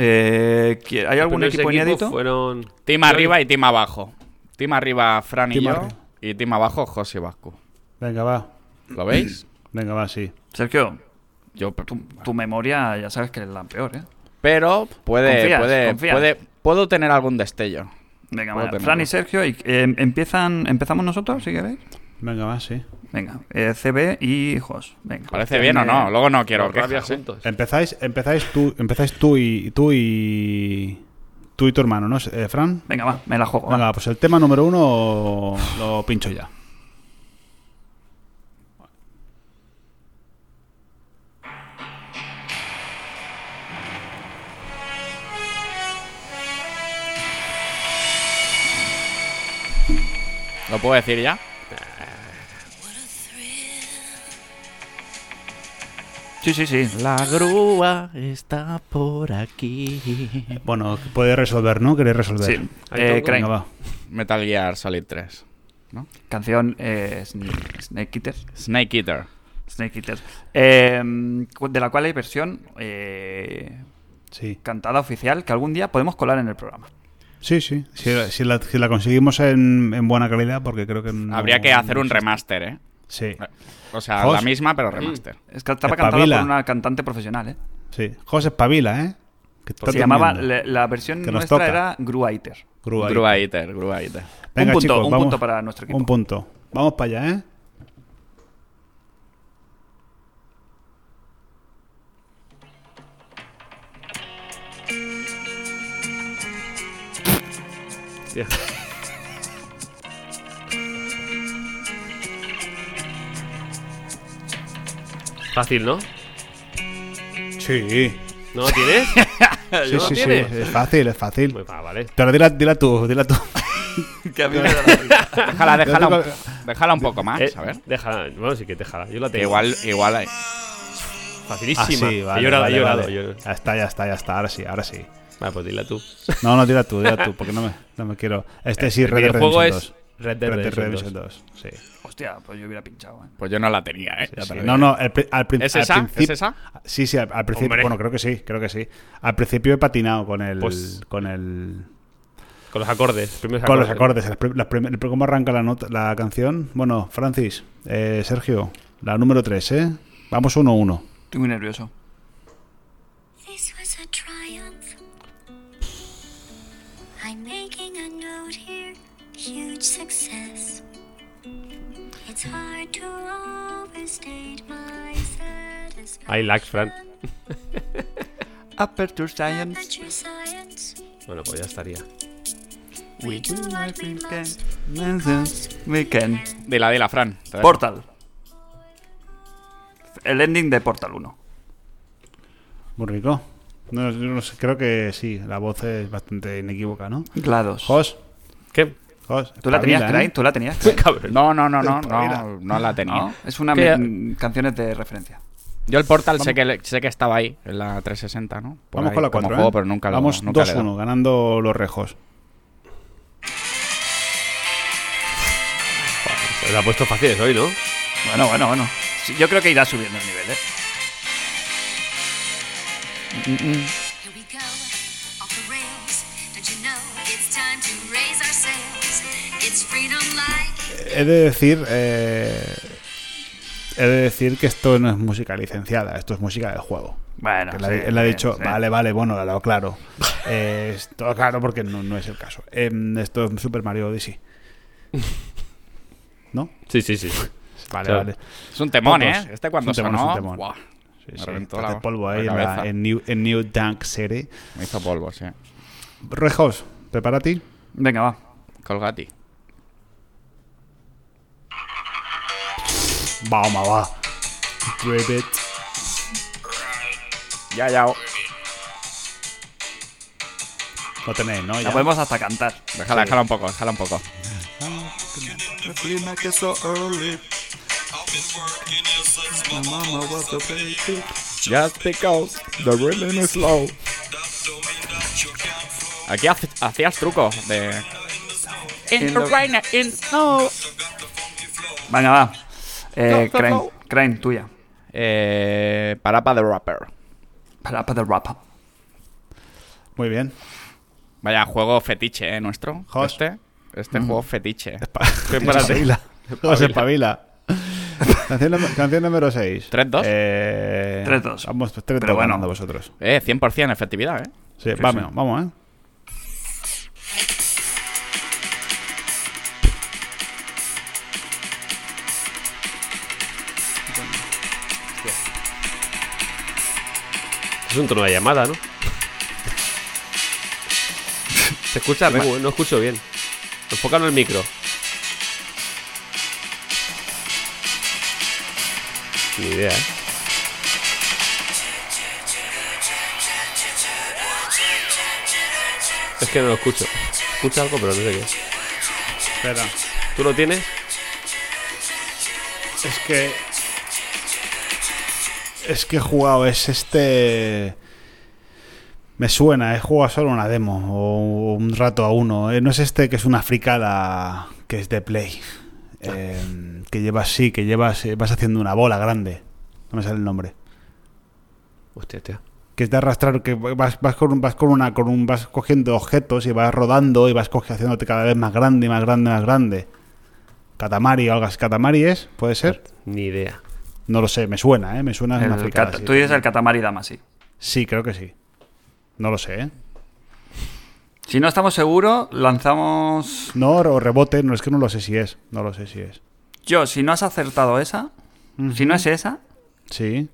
Speaker 1: Eh, ¿qui- ¿Hay algún
Speaker 3: Los primeros
Speaker 1: equipo
Speaker 3: equipos
Speaker 1: inédito?
Speaker 3: Fueron...
Speaker 2: Team arriba y team abajo. Team arriba, Fran y
Speaker 4: Team
Speaker 2: yo.
Speaker 4: arriba.
Speaker 2: Y team abajo, José Vasco.
Speaker 4: Venga, va.
Speaker 2: ¿Lo veis?
Speaker 4: Venga, va, sí.
Speaker 1: Sergio,
Speaker 2: Yo,
Speaker 1: tu, tu memoria ya sabes que es la peor, ¿eh?
Speaker 2: pero puede,
Speaker 1: Confías,
Speaker 2: puede,
Speaker 1: confías.
Speaker 2: puede, puedo tener algún destello.
Speaker 1: Venga,
Speaker 2: Puedo
Speaker 1: va,
Speaker 2: tenerlo.
Speaker 1: Fran y Sergio, y, eh, empiezan, ¿empezamos nosotros, si queréis?
Speaker 4: Venga, va, sí.
Speaker 1: Venga, eh, CB y Jos. Venga.
Speaker 2: Parece bien o no. Luego no quiero
Speaker 3: los rabia
Speaker 2: quejas, ¿eh?
Speaker 3: juntos.
Speaker 4: Empezáis, empezáis tú, empezáis tú y tú y tú y tu hermano, ¿no? Eh, Fran.
Speaker 1: Venga, va, me la juego. va.
Speaker 4: Venga, pues el tema número uno lo pincho ya.
Speaker 2: ¿Lo puedo decir ya?
Speaker 1: Sí, sí, sí.
Speaker 2: La grúa está por aquí.
Speaker 4: Bueno, puede resolver, ¿no? Queréis resolver.
Speaker 1: Sí. Eh,
Speaker 3: Ahí tengo.
Speaker 1: Crane.
Speaker 4: Venga, va.
Speaker 2: Metal Gear Solid 3.
Speaker 1: Canción eh, Sn- Snake Eater.
Speaker 2: Snake Eater.
Speaker 1: Snake Eater. Eh, cu- de la cual hay versión eh,
Speaker 4: Sí.
Speaker 1: cantada oficial que algún día podemos colar en el programa.
Speaker 4: Sí, sí. Si, la- si la, si la conseguimos en, en buena calidad, porque creo que no-
Speaker 2: Habría que hacer un
Speaker 4: no
Speaker 2: remaster, ¿eh?
Speaker 4: existe.
Speaker 2: O sea,
Speaker 4: Jos.
Speaker 2: la misma, pero remaster.
Speaker 1: Es que estaba
Speaker 4: Espabila.
Speaker 1: cantada por una cantante profesional. ¿eh?
Speaker 4: Sí, sí. José Espabila, ¿eh? Que está
Speaker 1: Pues Se llamaba,
Speaker 4: durmiendo.
Speaker 1: la, la versión
Speaker 4: Que nos
Speaker 1: nuestra
Speaker 4: toca.
Speaker 1: era Grua Eater.
Speaker 4: Grúa ahí.
Speaker 2: Grúa Eater, Grúa Eater.
Speaker 4: Venga,
Speaker 1: un punto,
Speaker 4: chicos,
Speaker 1: un
Speaker 4: vamos-
Speaker 1: punto para nuestro equipo.
Speaker 4: Un punto. Vamos para allá, ¿eh?
Speaker 3: Ya. Fácil, ¿no?
Speaker 4: Sí.
Speaker 3: ¿No lo tienes?
Speaker 4: (laughs) Sí,
Speaker 3: ¿No
Speaker 4: sí, sí.
Speaker 3: tienes?
Speaker 4: Es fácil, es fácil.
Speaker 3: Pues, ah, vale.
Speaker 4: Pero dila, dila tú, dila
Speaker 3: (laughs)
Speaker 4: tú.
Speaker 1: que a mí me
Speaker 2: (laughs)
Speaker 1: da la risa.
Speaker 2: Déjala, déjala,
Speaker 4: tengo-
Speaker 2: un, déjala un poco
Speaker 4: Ah,
Speaker 2: más,
Speaker 3: Eh,
Speaker 2: a ver.
Speaker 3: Déjala. Bueno, sí que déjala. Yo la
Speaker 2: Que
Speaker 3: tengo.
Speaker 2: Igual, igual. eh, hay-
Speaker 3: Facilísima.
Speaker 4: Ah, sí, vale,
Speaker 3: he llorado,
Speaker 4: vale,
Speaker 3: he llorado.
Speaker 4: vale.
Speaker 3: he llorado.
Speaker 4: Ya está, ya está, ya está. Ahora sí, ahora sí.
Speaker 3: Vale, pues dila tú.
Speaker 4: No, no, dila tú, dila tú, porque no me, no me quiero. Este sí,
Speaker 3: El
Speaker 4: Red Dead
Speaker 3: videojuego
Speaker 4: Redemption 2.
Speaker 3: es Red Dead Redemption
Speaker 4: 2. Sí.
Speaker 1: Hostia, pues yo hubiera pinchado. ¿eh?
Speaker 2: Pues yo no la tenía, ¿eh? Ya
Speaker 4: Sí,
Speaker 2: te lo
Speaker 4: No,
Speaker 2: digo.
Speaker 4: no, al, pri- al prin-
Speaker 2: ¿Es
Speaker 4: al
Speaker 2: esa?
Speaker 4: principio.
Speaker 2: ¿Es esa?
Speaker 4: Sí, sí, al, al principio.
Speaker 3: Hombre.
Speaker 4: Bueno, creo que sí, creo que sí. Al principio he patinado con el.
Speaker 3: Pues-
Speaker 4: con el.
Speaker 3: Con los acordes. los primeros
Speaker 4: Con los acordes. las prim- las prim- el- ¿Cómo arranca la, nota, la canción? Bueno, Francis, eh, Sergio, la número 3, ¿eh? Vamos 1-1. Uno, uno.
Speaker 1: Estoy muy nervioso.
Speaker 5: This was a triumph. I'm making a note here. Huge success. It's hard to overstate my satisfaction.
Speaker 3: I like Fran.
Speaker 1: Aperture Science.
Speaker 5: Amateur science.
Speaker 3: Bueno, pues ya estaría.
Speaker 1: We do what we can. Nonsense We can.
Speaker 2: De la de la Fran. Te dejo.
Speaker 1: Portal. El ending de Portal 1.
Speaker 4: Muy rico. No, yo no sé, creo que sí, la voz es bastante inequívoca, ¿no?
Speaker 1: GLaDOS.
Speaker 4: Jos,
Speaker 3: ¿Qué? (laughs)
Speaker 4: Jos.
Speaker 1: ¿Tú la tenías,
Speaker 4: espabila,
Speaker 1: Craig?
Speaker 4: ¿eh?
Speaker 1: ¿Tú la tenías? Craig?
Speaker 3: Cabrón.
Speaker 2: No, no, no, no,
Speaker 4: Espabila.
Speaker 2: no, no la tenía.
Speaker 1: No, es una
Speaker 3: ¿Qué?
Speaker 1: mm, canciones de referencia.
Speaker 2: Yo el Portal sé que, le- sé que estaba ahí, en la 360, ¿no? Por
Speaker 4: Vamos
Speaker 2: ahí
Speaker 4: con la
Speaker 2: como
Speaker 4: 4.
Speaker 2: juego, pero nunca lo
Speaker 4: Vamos
Speaker 2: nunca le he
Speaker 4: 2-1, ganando los rejos.
Speaker 3: Se lo ha puesto fáciles hoy, ¿no?
Speaker 1: Bueno, bueno, bueno. Sí, Yo creo que irá subiendo el nivel, ¿eh?
Speaker 5: Here we go, off the rails. Don't you know it's time to raise our sails? It's freedom like
Speaker 4: He de decir. eh, he de decir que esto no es música licenciada, esto es música del juego.
Speaker 2: Ah,
Speaker 1: Bueno.
Speaker 4: Que la-
Speaker 1: sí,
Speaker 4: él ha
Speaker 1: sí,
Speaker 4: dicho,
Speaker 1: sí.
Speaker 4: vale, vale, bueno, lo aclaro. (laughs) Eh, es todo claro porque no, no es el caso. Em, esto es Super Mario Odyssey. ¿No?
Speaker 3: Sí, sí, sí.
Speaker 4: Vale,
Speaker 3: Claro.
Speaker 4: vale.
Speaker 2: dado. Es un temón,
Speaker 4: Pocos.
Speaker 2: ¿eh? Este cuando
Speaker 4: Un temón,
Speaker 2: sonó,
Speaker 4: es un temón.
Speaker 2: ¡buah!
Speaker 4: Sí,
Speaker 2: Me
Speaker 4: sí,
Speaker 2: reventó
Speaker 4: hace
Speaker 2: la-
Speaker 4: polvo ahí
Speaker 2: la
Speaker 4: en, la-
Speaker 2: cabeza.
Speaker 4: en New, en New Dunk City.
Speaker 2: me hizo polvo, sí.
Speaker 4: Rejos, prepárate.
Speaker 1: Venga, va.
Speaker 2: Colgati.
Speaker 4: Vamos, va. Grab it.
Speaker 2: Ya, ya.
Speaker 4: Lo tenéis, ¿no?
Speaker 1: La
Speaker 4: Ya.
Speaker 1: podemos hasta cantar.
Speaker 2: Déjala, déjala un poco, déjala un poco. Just because the rhythm is slow. Aquí hace- hacías trucos de. In the rain, in snow.
Speaker 1: Venga, va. Eh,
Speaker 2: No, no,
Speaker 1: Crane,
Speaker 2: no.
Speaker 1: Crane, tuya.
Speaker 2: Eh, Parapa the Rapper.
Speaker 1: Para, para el rap.
Speaker 4: Muy bien.
Speaker 2: Vaya juego fetiche, ¿eh? Nuestro.
Speaker 4: Jos.
Speaker 2: Este. Este juego fetiche. (laughs)
Speaker 4: Prepárate. Espabila. José, espabila. Canción, número- canción número 6.
Speaker 2: 3-2.
Speaker 4: Eh,
Speaker 1: 3-2.
Speaker 4: Vamos, pues 3-2
Speaker 1: Pero bueno.
Speaker 4: ganando vosotros.
Speaker 2: Eh, 100% efectividad, ¿eh?
Speaker 4: Sí, vamos,
Speaker 1: sí.
Speaker 4: vamos, ¿eh?
Speaker 3: Es un tono de llamada, ¿no? Se escucha, no, no escucho bien. Enfócalo el micro. Ni idea, ¿eh? Es que no lo escucho. Escucha algo, pero no sé qué. es.
Speaker 4: Espera.
Speaker 3: ¿Tú lo tienes?
Speaker 4: Es que. Es que he jugado, es este. Me suena, he jugado solo una demo o un rato a uno. Eh, No es este que es una fricada que es de play. Eh, que llevas, sí, que llevas, eh, vas haciendo una bola grande. No me sale el nombre.
Speaker 3: Hostia, tío.
Speaker 4: Que es de arrastrar, que vas, vas con, un- vas con una, con un, vas cogiendo objetos y vas rodando y vas cogiendo, haciéndote cada vez más grande, más grande, más grande. Catamari o algo así. Catamari es, puede ser.
Speaker 3: Ni idea.
Speaker 4: No lo sé, me suena, ¿eh? Me suena
Speaker 1: El
Speaker 4: una fricada.
Speaker 1: cata-
Speaker 4: sí.
Speaker 1: Tú dices el Katamari Dama, sí.
Speaker 4: Sí, creo que sí. No lo sé, ¿eh?
Speaker 1: Si no estamos seguros, lanzamos.
Speaker 4: No, o rebote, no es que no lo sé si es. No lo sé si es.
Speaker 1: Yo, si no has acertado esa, si no es esa,
Speaker 4: Sí.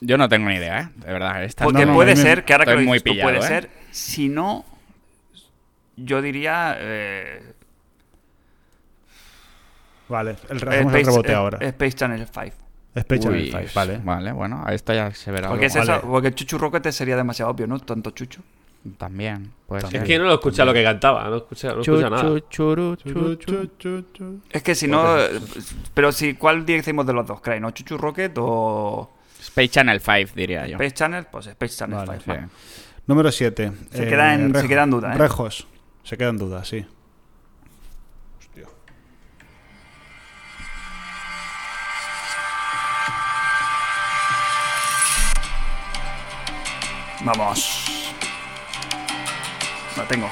Speaker 2: Yo no tengo ni idea, ¿eh? De verdad, esta
Speaker 1: porque
Speaker 4: no, no,
Speaker 1: puede
Speaker 4: no,
Speaker 1: ser que ahora que lo
Speaker 2: estoy muy
Speaker 1: dices tú,
Speaker 2: pillado,
Speaker 1: puede
Speaker 2: ¿eh?
Speaker 1: ser. Si no, yo diría. Eh,
Speaker 4: Vale, el, hacemos el
Speaker 1: Space-
Speaker 4: rebote
Speaker 1: eh,
Speaker 4: ahora.
Speaker 1: Space Channel 5.
Speaker 4: Space Channel
Speaker 2: Uy,
Speaker 4: 5, vale.
Speaker 2: Vale, bueno, a esta ya se verá.
Speaker 1: Porque, es
Speaker 2: algo.
Speaker 1: eso,
Speaker 4: vale.
Speaker 1: porque Chuchu Rocket sería demasiado obvio, ¿no? Tanto Chuchu.
Speaker 2: También, pues.
Speaker 3: Es que no lo escucha lo que cantaba. No escucha, no escucha nada.
Speaker 1: Es que si no. eh, Pero si, ¿cuál decimos de los dos, Crane? ¿O Chuchu Rocket o
Speaker 2: Space Channel 5, diría yo.
Speaker 1: Space Channel? Pues Space Channel
Speaker 4: Vale,
Speaker 1: 5.
Speaker 2: Sí.
Speaker 4: Número 7.
Speaker 1: Se queda en- se queda en duda, ¿eh?
Speaker 4: Rejos. Se queda en duda, sí.
Speaker 1: Vamos. La tengo.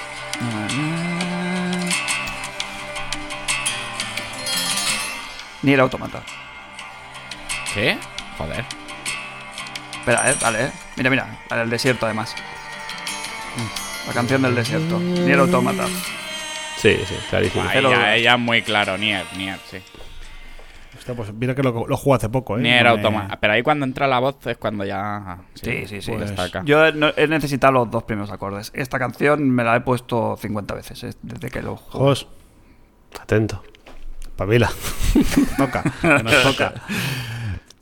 Speaker 1: Ni el automata.
Speaker 2: ¿Sí? Joder.
Speaker 1: Espera, eh, vale, eh. Mira, mira, la del desierto además. La canción del desierto. Nier Automata.
Speaker 3: Sí, sí, clarísimo.
Speaker 2: Ahí
Speaker 1: Pero-
Speaker 2: ya, ahí ya es muy claro, Nier, Nier, sí.
Speaker 4: Hostia, pues mira que lo, lo jugué hace poco, ¿eh?
Speaker 2: Nier
Speaker 4: No me-
Speaker 2: Automata. Pero ahí cuando entra la voz es cuando ya. ah,
Speaker 1: Sí, sí, sí.
Speaker 4: pues-
Speaker 2: destaca.
Speaker 1: Yo he, no- he necesitado los dos primeros acordes. Esta canción me la he puesto 50 veces eh, desde que lo jugué.
Speaker 4: Jos,
Speaker 3: Atento.
Speaker 4: pavila. toca, que nos toca.
Speaker 1: (laughs)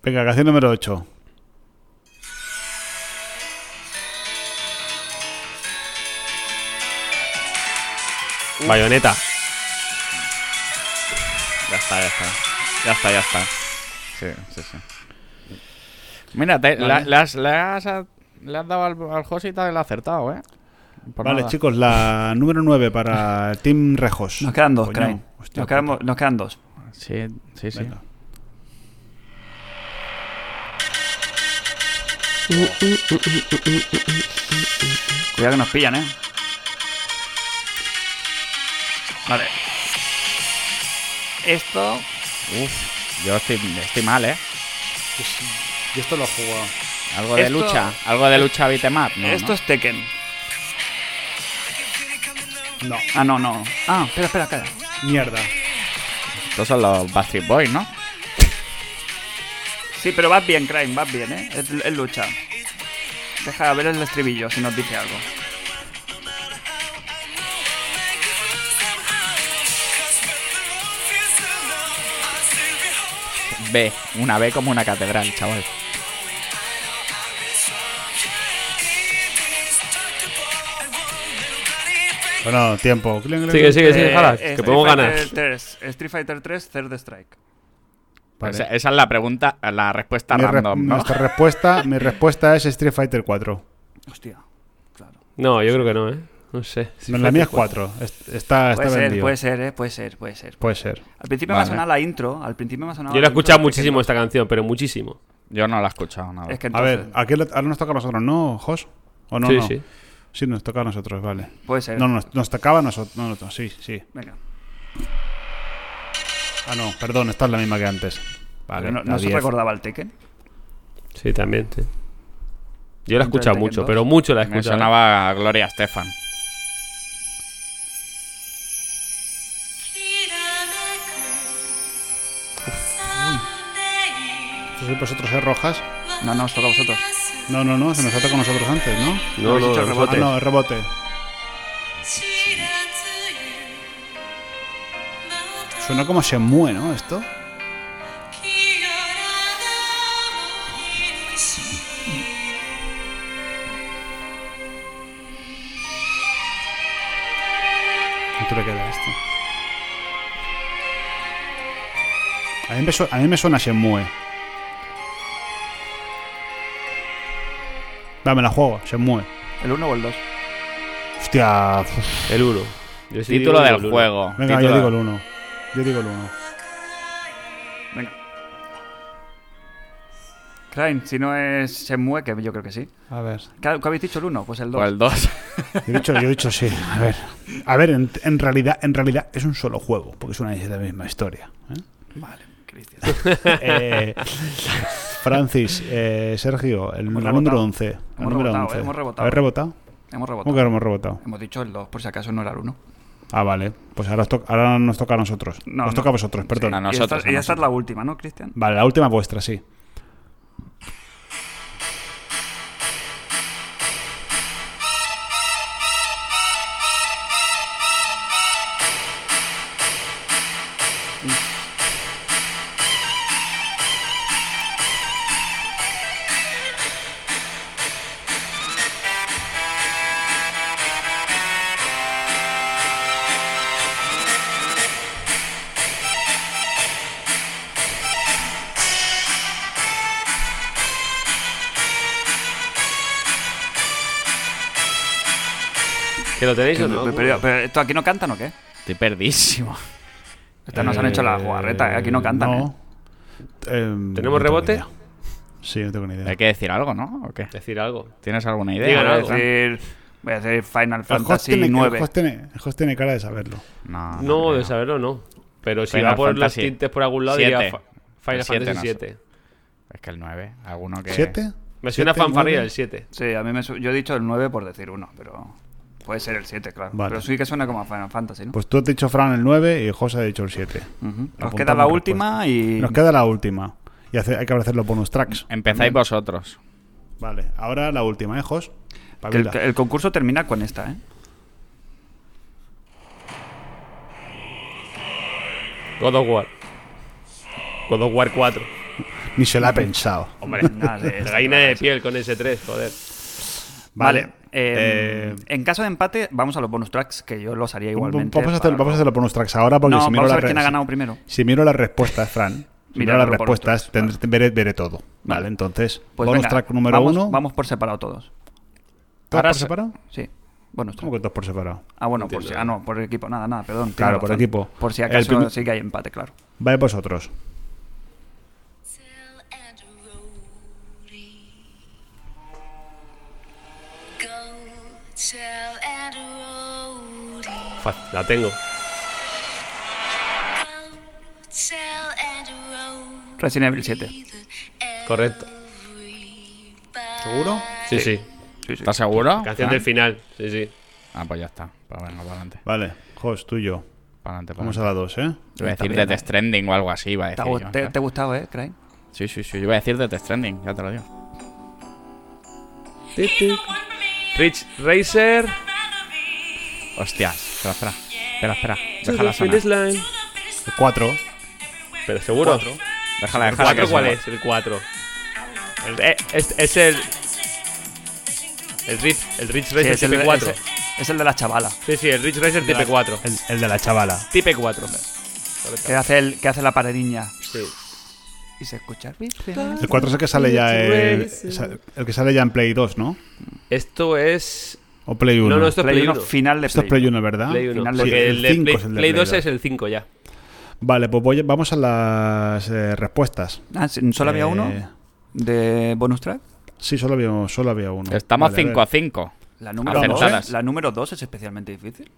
Speaker 4: Venga, canción número 8.
Speaker 3: Bayoneta.
Speaker 2: Ya está, ya está. Ya está, ya está. Sí, sí, sí. Mira, te- la- le, has, le has a- le has dado al, al José y te has acertado, ¿eh? Por
Speaker 4: vale,
Speaker 2: nada.
Speaker 4: chicos, la número 9 para Team Rejos.
Speaker 1: Nos quedan dos,
Speaker 4: Coño,
Speaker 1: Crane.
Speaker 4: hostia,
Speaker 1: Nos, quedamos- nos quedan dos.
Speaker 2: Sí, sí, sí.
Speaker 4: Venga.
Speaker 1: Cuidado que nos pillan, ¿eh? Vale. Esto...
Speaker 2: Uf, yo estoy, estoy mal, ¿eh?
Speaker 4: Yo esto lo juego.
Speaker 2: Algo de
Speaker 1: Esto-
Speaker 2: lucha, algo de lucha bitmap, ¿no?
Speaker 1: esto
Speaker 2: ¿no?
Speaker 1: es Tekken.
Speaker 4: No,
Speaker 1: Ah, no, no. Ah, espera, espera, espera.
Speaker 4: mierda.
Speaker 2: Estos son los Backstreet Boys, ¿no?
Speaker 1: Sí, pero vas bien, Crime, vas bien, ¿eh? Es, es lucha. Deja ver el estribillo si nos dice algo.
Speaker 2: B, una B como una catedral, chaval.
Speaker 4: Bueno, tiempo. Cling, cling,
Speaker 3: Sigue,
Speaker 4: cling.
Speaker 3: sigue, sigue,
Speaker 1: Eh,
Speaker 3: jala,
Speaker 1: Street
Speaker 3: que podemos
Speaker 1: Fighter
Speaker 3: ganar.
Speaker 1: 3, Street Fighter 3, Third Strike.
Speaker 4: Vale.
Speaker 2: Esa, esa es la pregunta, la respuesta
Speaker 4: Mi re-
Speaker 2: random, ¿no?
Speaker 4: Nuestra respuesta, mi respuesta es Street Fighter 4.
Speaker 1: (laughs) Hostia, claro.
Speaker 3: No, yo creo que no, ¿eh? No sé.
Speaker 4: No, la mía es 4. Est- Está, está
Speaker 1: Puede ser,
Speaker 4: vendido.
Speaker 1: puede ser, ¿eh? Puede ser, puede ser.
Speaker 4: Puede ser.
Speaker 1: Al principio me
Speaker 2: Vale.
Speaker 1: ha sonado la intro. Al principio me ha sonado
Speaker 3: Yo
Speaker 1: la
Speaker 3: la he escuchado
Speaker 1: intro,
Speaker 3: muchísimo esta canción, pero muchísimo.
Speaker 2: Yo no la he escuchado, nada.
Speaker 1: Es que
Speaker 4: A
Speaker 1: entonces,
Speaker 4: ver, aquí lo- ahora nos toca a nosotros, ¿no, Jos? ¿O no?
Speaker 3: sí,
Speaker 4: no?
Speaker 3: sí.
Speaker 4: Sí, nos toca a nosotros, vale.
Speaker 1: puede ser.
Speaker 4: No, nos, nos tocaba a nosotros. No, no, sí, sí.
Speaker 1: Venga.
Speaker 4: Ah, no, perdón, esta es la misma que antes. Vale,
Speaker 1: no
Speaker 4: la
Speaker 1: no se
Speaker 4: 10.
Speaker 1: recordaba el Tekken.
Speaker 3: Sí, también, sí. Yo la he escuchado
Speaker 1: Tekken
Speaker 3: mucho,
Speaker 1: 2.
Speaker 3: pero mucho la he
Speaker 2: Me
Speaker 3: escuchado.
Speaker 4: eh.
Speaker 2: sonaba a Gloria Estefan.
Speaker 4: ¿Estos sois vosotros, eh, rojas?
Speaker 1: No, no, os toca a vosotros.
Speaker 4: No, no, no, se nos ataca a nosotros antes, ¿no?
Speaker 3: No,
Speaker 1: Habéis
Speaker 3: no,
Speaker 1: hecho el
Speaker 3: no,
Speaker 4: Ah,
Speaker 1: rebote.
Speaker 4: no, rebote. Suena como Shenmue, ¿no? Esto. ¿Cuánto le queda a esto? A mí me, su- a mí me suena Shenmue. Dame la juego, Shenmue.
Speaker 1: ¿El 1 o el 2?
Speaker 4: Hostia. uf.
Speaker 3: El 1. Yo sí
Speaker 2: Título
Speaker 3: digo el
Speaker 2: del
Speaker 3: uno.
Speaker 2: juego.
Speaker 4: Venga,
Speaker 2: título-
Speaker 4: yo digo el 1. Yo digo el 1.
Speaker 1: Venga. Crane, si no es Shenmue, que yo creo que sí.
Speaker 4: A ver.
Speaker 1: ¿Qué, qué habéis dicho el 1? Pues el 2.
Speaker 2: O el 2.
Speaker 4: Yo he dicho, yo he dicho sí. A ver. A ver, en, en realidad, en realidad es un solo juego, porque es una de la misma historia.
Speaker 1: (laughs)
Speaker 4: ¿eh?
Speaker 1: Vale,
Speaker 3: (laughs)
Speaker 1: Cristian.
Speaker 4: Eh, Francis, eh, Sergio, el
Speaker 1: Hemos
Speaker 4: número
Speaker 1: rebotado.
Speaker 4: 11. el
Speaker 1: Hemos
Speaker 4: número
Speaker 1: rebotado,
Speaker 4: 11.
Speaker 1: eh, hemos rebotado.
Speaker 4: ¿Habéis rebotado?
Speaker 1: Hemos rebotado.
Speaker 4: ¿Cómo que hemos rebotado?
Speaker 1: Hemos dicho el 2, por si acaso no era el 1.
Speaker 4: Ah, vale. Pues ahora, os to- ahora nos toca a nosotros.
Speaker 1: No,
Speaker 4: nos
Speaker 1: no.
Speaker 4: toca a vosotros, perdón.
Speaker 2: Sí. A nosotros,
Speaker 1: Y esta, y
Speaker 2: a
Speaker 1: esta es la última, ¿no, Cristian?
Speaker 4: Vale, la última vuestra, sí.
Speaker 3: ¿Que lo tenéis
Speaker 1: Que
Speaker 3: o
Speaker 1: me-
Speaker 3: no?
Speaker 1: me he perdido. ¿Pero esto aquí no cantan o qué?
Speaker 2: (laughs) Estoy
Speaker 4: (laughs)
Speaker 2: perdísimo.
Speaker 1: Estas nos han hecho la jugarreta, ¿eh? aquí no cantan. ¿eh?
Speaker 4: No. Eh,
Speaker 3: ¿Tenemos
Speaker 4: no tengo
Speaker 3: rebote?
Speaker 4: ni idea. Sí, no tengo ni idea.
Speaker 2: Hay que decir algo, ¿no? ¿O qué?
Speaker 3: Decir algo.
Speaker 2: ¿Tienes alguna idea?
Speaker 3: Digan
Speaker 1: Voy a
Speaker 3: algo.
Speaker 1: decir, voy a decir Final
Speaker 4: El host,
Speaker 1: Fantasy
Speaker 4: tiene, el
Speaker 1: 9.
Speaker 4: host tiene- el host tiene cara de saberlo.
Speaker 2: Ah, No,
Speaker 3: No, de
Speaker 2: creo.
Speaker 3: saberlo no. Pero si
Speaker 2: Final
Speaker 3: va por los
Speaker 2: Fantasy.
Speaker 3: tintes por algún lado, diría
Speaker 2: Siete.
Speaker 3: Fa- Final
Speaker 2: Siete,
Speaker 3: Fantasy
Speaker 2: no sé.
Speaker 3: 7.
Speaker 2: Es que el 9, alguno que.
Speaker 4: ¿Siete?
Speaker 3: Me suena
Speaker 4: ¿Siete,
Speaker 3: fanfarría
Speaker 4: nueve?
Speaker 3: el 7.
Speaker 1: Sí, a mí me su- yo he dicho el 9 por decir uno, pero puede ser el 7, claro.
Speaker 4: Vale.
Speaker 1: Pero sí que suena como a Final Fantasy, ¿no?
Speaker 4: Pues tú has dicho Fran el 9 y José ha dicho el 7.
Speaker 1: Ujú. Nos
Speaker 4: apuntamos
Speaker 1: queda la
Speaker 4: respuesta.
Speaker 1: última y...
Speaker 4: Nos queda la última. Y hace- hay que hacer los bonus tracks.
Speaker 2: Empezáis vosotros.
Speaker 4: Vale, ahora la última, ¿eh, Jos?
Speaker 1: que el,
Speaker 4: Pabila.
Speaker 1: que el concurso termina con esta, ¿eh?
Speaker 3: God of War. God of War 4.
Speaker 4: Ni se la ha pensado.
Speaker 1: Hombre, nada de esto.
Speaker 3: Gallina de piel con ese 3, joder.
Speaker 1: Vale.
Speaker 4: Vale.
Speaker 1: eh,
Speaker 4: Eh,
Speaker 1: en caso de empate, vamos a los bonus tracks, que yo los haría igualmente.
Speaker 4: Vamos a, hacer,
Speaker 1: para-
Speaker 4: vamos a hacer los bonus tracks ahora porque
Speaker 1: No,
Speaker 4: si miro
Speaker 1: vamos a
Speaker 4: la
Speaker 1: ver
Speaker 4: re-
Speaker 1: quién ha
Speaker 4: si-
Speaker 1: ganado primero.
Speaker 4: Si miro las
Speaker 1: (laughs)
Speaker 4: respuestas, Fran, si
Speaker 1: Mira
Speaker 4: miro las
Speaker 1: los bonus
Speaker 4: respuestas,
Speaker 1: tracks,
Speaker 4: tendré- veré, veré todo. Vale,
Speaker 1: Vale.
Speaker 4: entonces,
Speaker 1: Pues
Speaker 4: bonus
Speaker 1: venga,
Speaker 4: track número
Speaker 1: vamos,
Speaker 4: uno.
Speaker 1: Vamos por separado todos.
Speaker 4: ¿Todos
Speaker 3: Ahora
Speaker 4: por
Speaker 3: se-
Speaker 4: separado?
Speaker 1: Sí. Bonus
Speaker 4: ¿Cómo
Speaker 1: track.
Speaker 4: que todos por separado?
Speaker 1: Ah, bueno, por si,
Speaker 3: Entiendo.
Speaker 1: ah, no, por equipo, nada, nada, perdón. tienes
Speaker 4: Claro, por
Speaker 1: razón.
Speaker 4: equipo.
Speaker 1: Por si
Speaker 4: El
Speaker 1: acaso
Speaker 4: primer-
Speaker 1: sí que hay empate, claro.
Speaker 4: Vais vosotros.
Speaker 5: Till and rolling. Go, tell and rolling.
Speaker 3: Fa- La tengo.
Speaker 5: Go, tell and rolling.
Speaker 1: Resident Evil 7.
Speaker 3: Correcto.
Speaker 5: ¿Seguro?
Speaker 3: Sí, sí.
Speaker 1: Sí, sí.
Speaker 2: ¿Estás seguro?
Speaker 3: Canción
Speaker 2: Fran?
Speaker 3: del final. Sí, sí.
Speaker 2: Ah, pues ya está. Pues venga, para adelante.
Speaker 4: Vale, Jos, tú y yo.
Speaker 2: Para adelante,
Speaker 4: Vamos a la dos, ¿eh?
Speaker 2: Iba a
Speaker 1: Está
Speaker 2: decir
Speaker 1: bien,
Speaker 2: Death Stranding o algo así, iba a
Speaker 1: ¿Te,
Speaker 2: decir.
Speaker 1: ha
Speaker 2: yo.
Speaker 1: gu- te- te ha gustado, eh, Craig?
Speaker 2: Sí, sí, sí. Yo iba a decir Death Stranding, ya te lo digo.
Speaker 3: Rich Racer.
Speaker 2: Hostias, espera, espera. Espera, espera. Déjala sonar.
Speaker 3: Finish Line.
Speaker 4: El Cuatro.
Speaker 3: Pero seguro.
Speaker 2: Déjala,
Speaker 3: ¿El
Speaker 2: déjala.
Speaker 3: 4
Speaker 2: que
Speaker 3: cuál
Speaker 2: suene.
Speaker 3: es? El 4. es, es el. El Rich, el Rich Racer
Speaker 1: es, el,
Speaker 3: Type
Speaker 1: de-
Speaker 3: 4.
Speaker 1: es el- es el de la chavala.
Speaker 3: Sí, sí, el Rich Racer Type 4.
Speaker 4: El, el de la chavala.
Speaker 3: Type 4.
Speaker 1: Que hace, el, que hace la parediña.
Speaker 3: Sí.
Speaker 1: Y se escucha.
Speaker 4: El 4 es el que sale ya el, el que sale ya en Play 2, ¿no?
Speaker 3: Esto es.
Speaker 4: O Play 1.
Speaker 3: No, no, esto es
Speaker 1: Play
Speaker 3: Play
Speaker 1: uno,
Speaker 3: 1.
Speaker 1: final de
Speaker 4: Esto es
Speaker 1: Play
Speaker 4: Play
Speaker 1: uno.
Speaker 4: 1, ¿verdad?
Speaker 3: Play uno,
Speaker 1: Final de-
Speaker 3: Porque
Speaker 4: el
Speaker 3: el, de
Speaker 4: Ah, cinco
Speaker 3: Play,
Speaker 4: es el de
Speaker 3: Play
Speaker 4: Play
Speaker 3: 2 es
Speaker 4: dos.
Speaker 3: el 5 ya.
Speaker 4: Vale, pues voy- vamos a las eh, respuestas.
Speaker 1: Ah, sí, ¿Solo había
Speaker 4: Eh,
Speaker 1: uno de bonus track?
Speaker 4: Sí, solo había, solo había uno.
Speaker 2: Estamos
Speaker 4: Vale, a ver.
Speaker 2: 5 a 5.
Speaker 1: La número,
Speaker 2: Acertadas.
Speaker 1: dos, ¿eh? la número dos es especialmente difícil.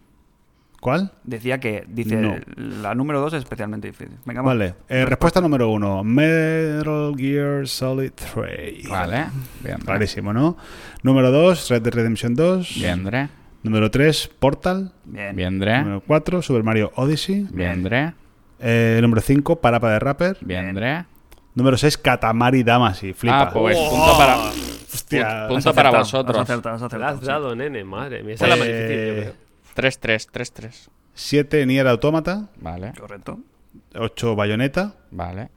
Speaker 4: ¿Cuál?
Speaker 1: Decía que, dice,
Speaker 4: No.
Speaker 1: la número dos es especialmente difícil. Venga, vamos.
Speaker 4: Vale, eh, respuesta número uno: Metal Gear Solid 3.
Speaker 2: Vale. Bien, André.
Speaker 4: Clarísimo, ¿no? Número 2, Red Dead Redemption 2.
Speaker 2: Bien, ¿Eh? André.
Speaker 4: Número 3, Portal.
Speaker 1: Bien.
Speaker 2: Bien, André.
Speaker 4: Número 4, Super Mario Odyssey.
Speaker 2: Bien, André.
Speaker 4: Eh, número 5, Parapa de Rapper.
Speaker 2: Bien, André.
Speaker 4: Número 6, Katamari Damacy. Flipa.
Speaker 2: Ah, pues punto para,
Speaker 4: Hostia.
Speaker 2: punto
Speaker 1: Has
Speaker 2: para
Speaker 1: acertado,
Speaker 2: vosotros.
Speaker 1: has acertado, has
Speaker 3: La
Speaker 1: acertado,
Speaker 3: has
Speaker 1: sí.
Speaker 3: dado, nene, madre mía. Esa es la más difícil, yo creo.
Speaker 2: 3-3, 3-3.
Speaker 4: 7, Nier Automata.
Speaker 2: Vale,
Speaker 1: Correcto.
Speaker 4: 8, Bayonetta.
Speaker 2: vale.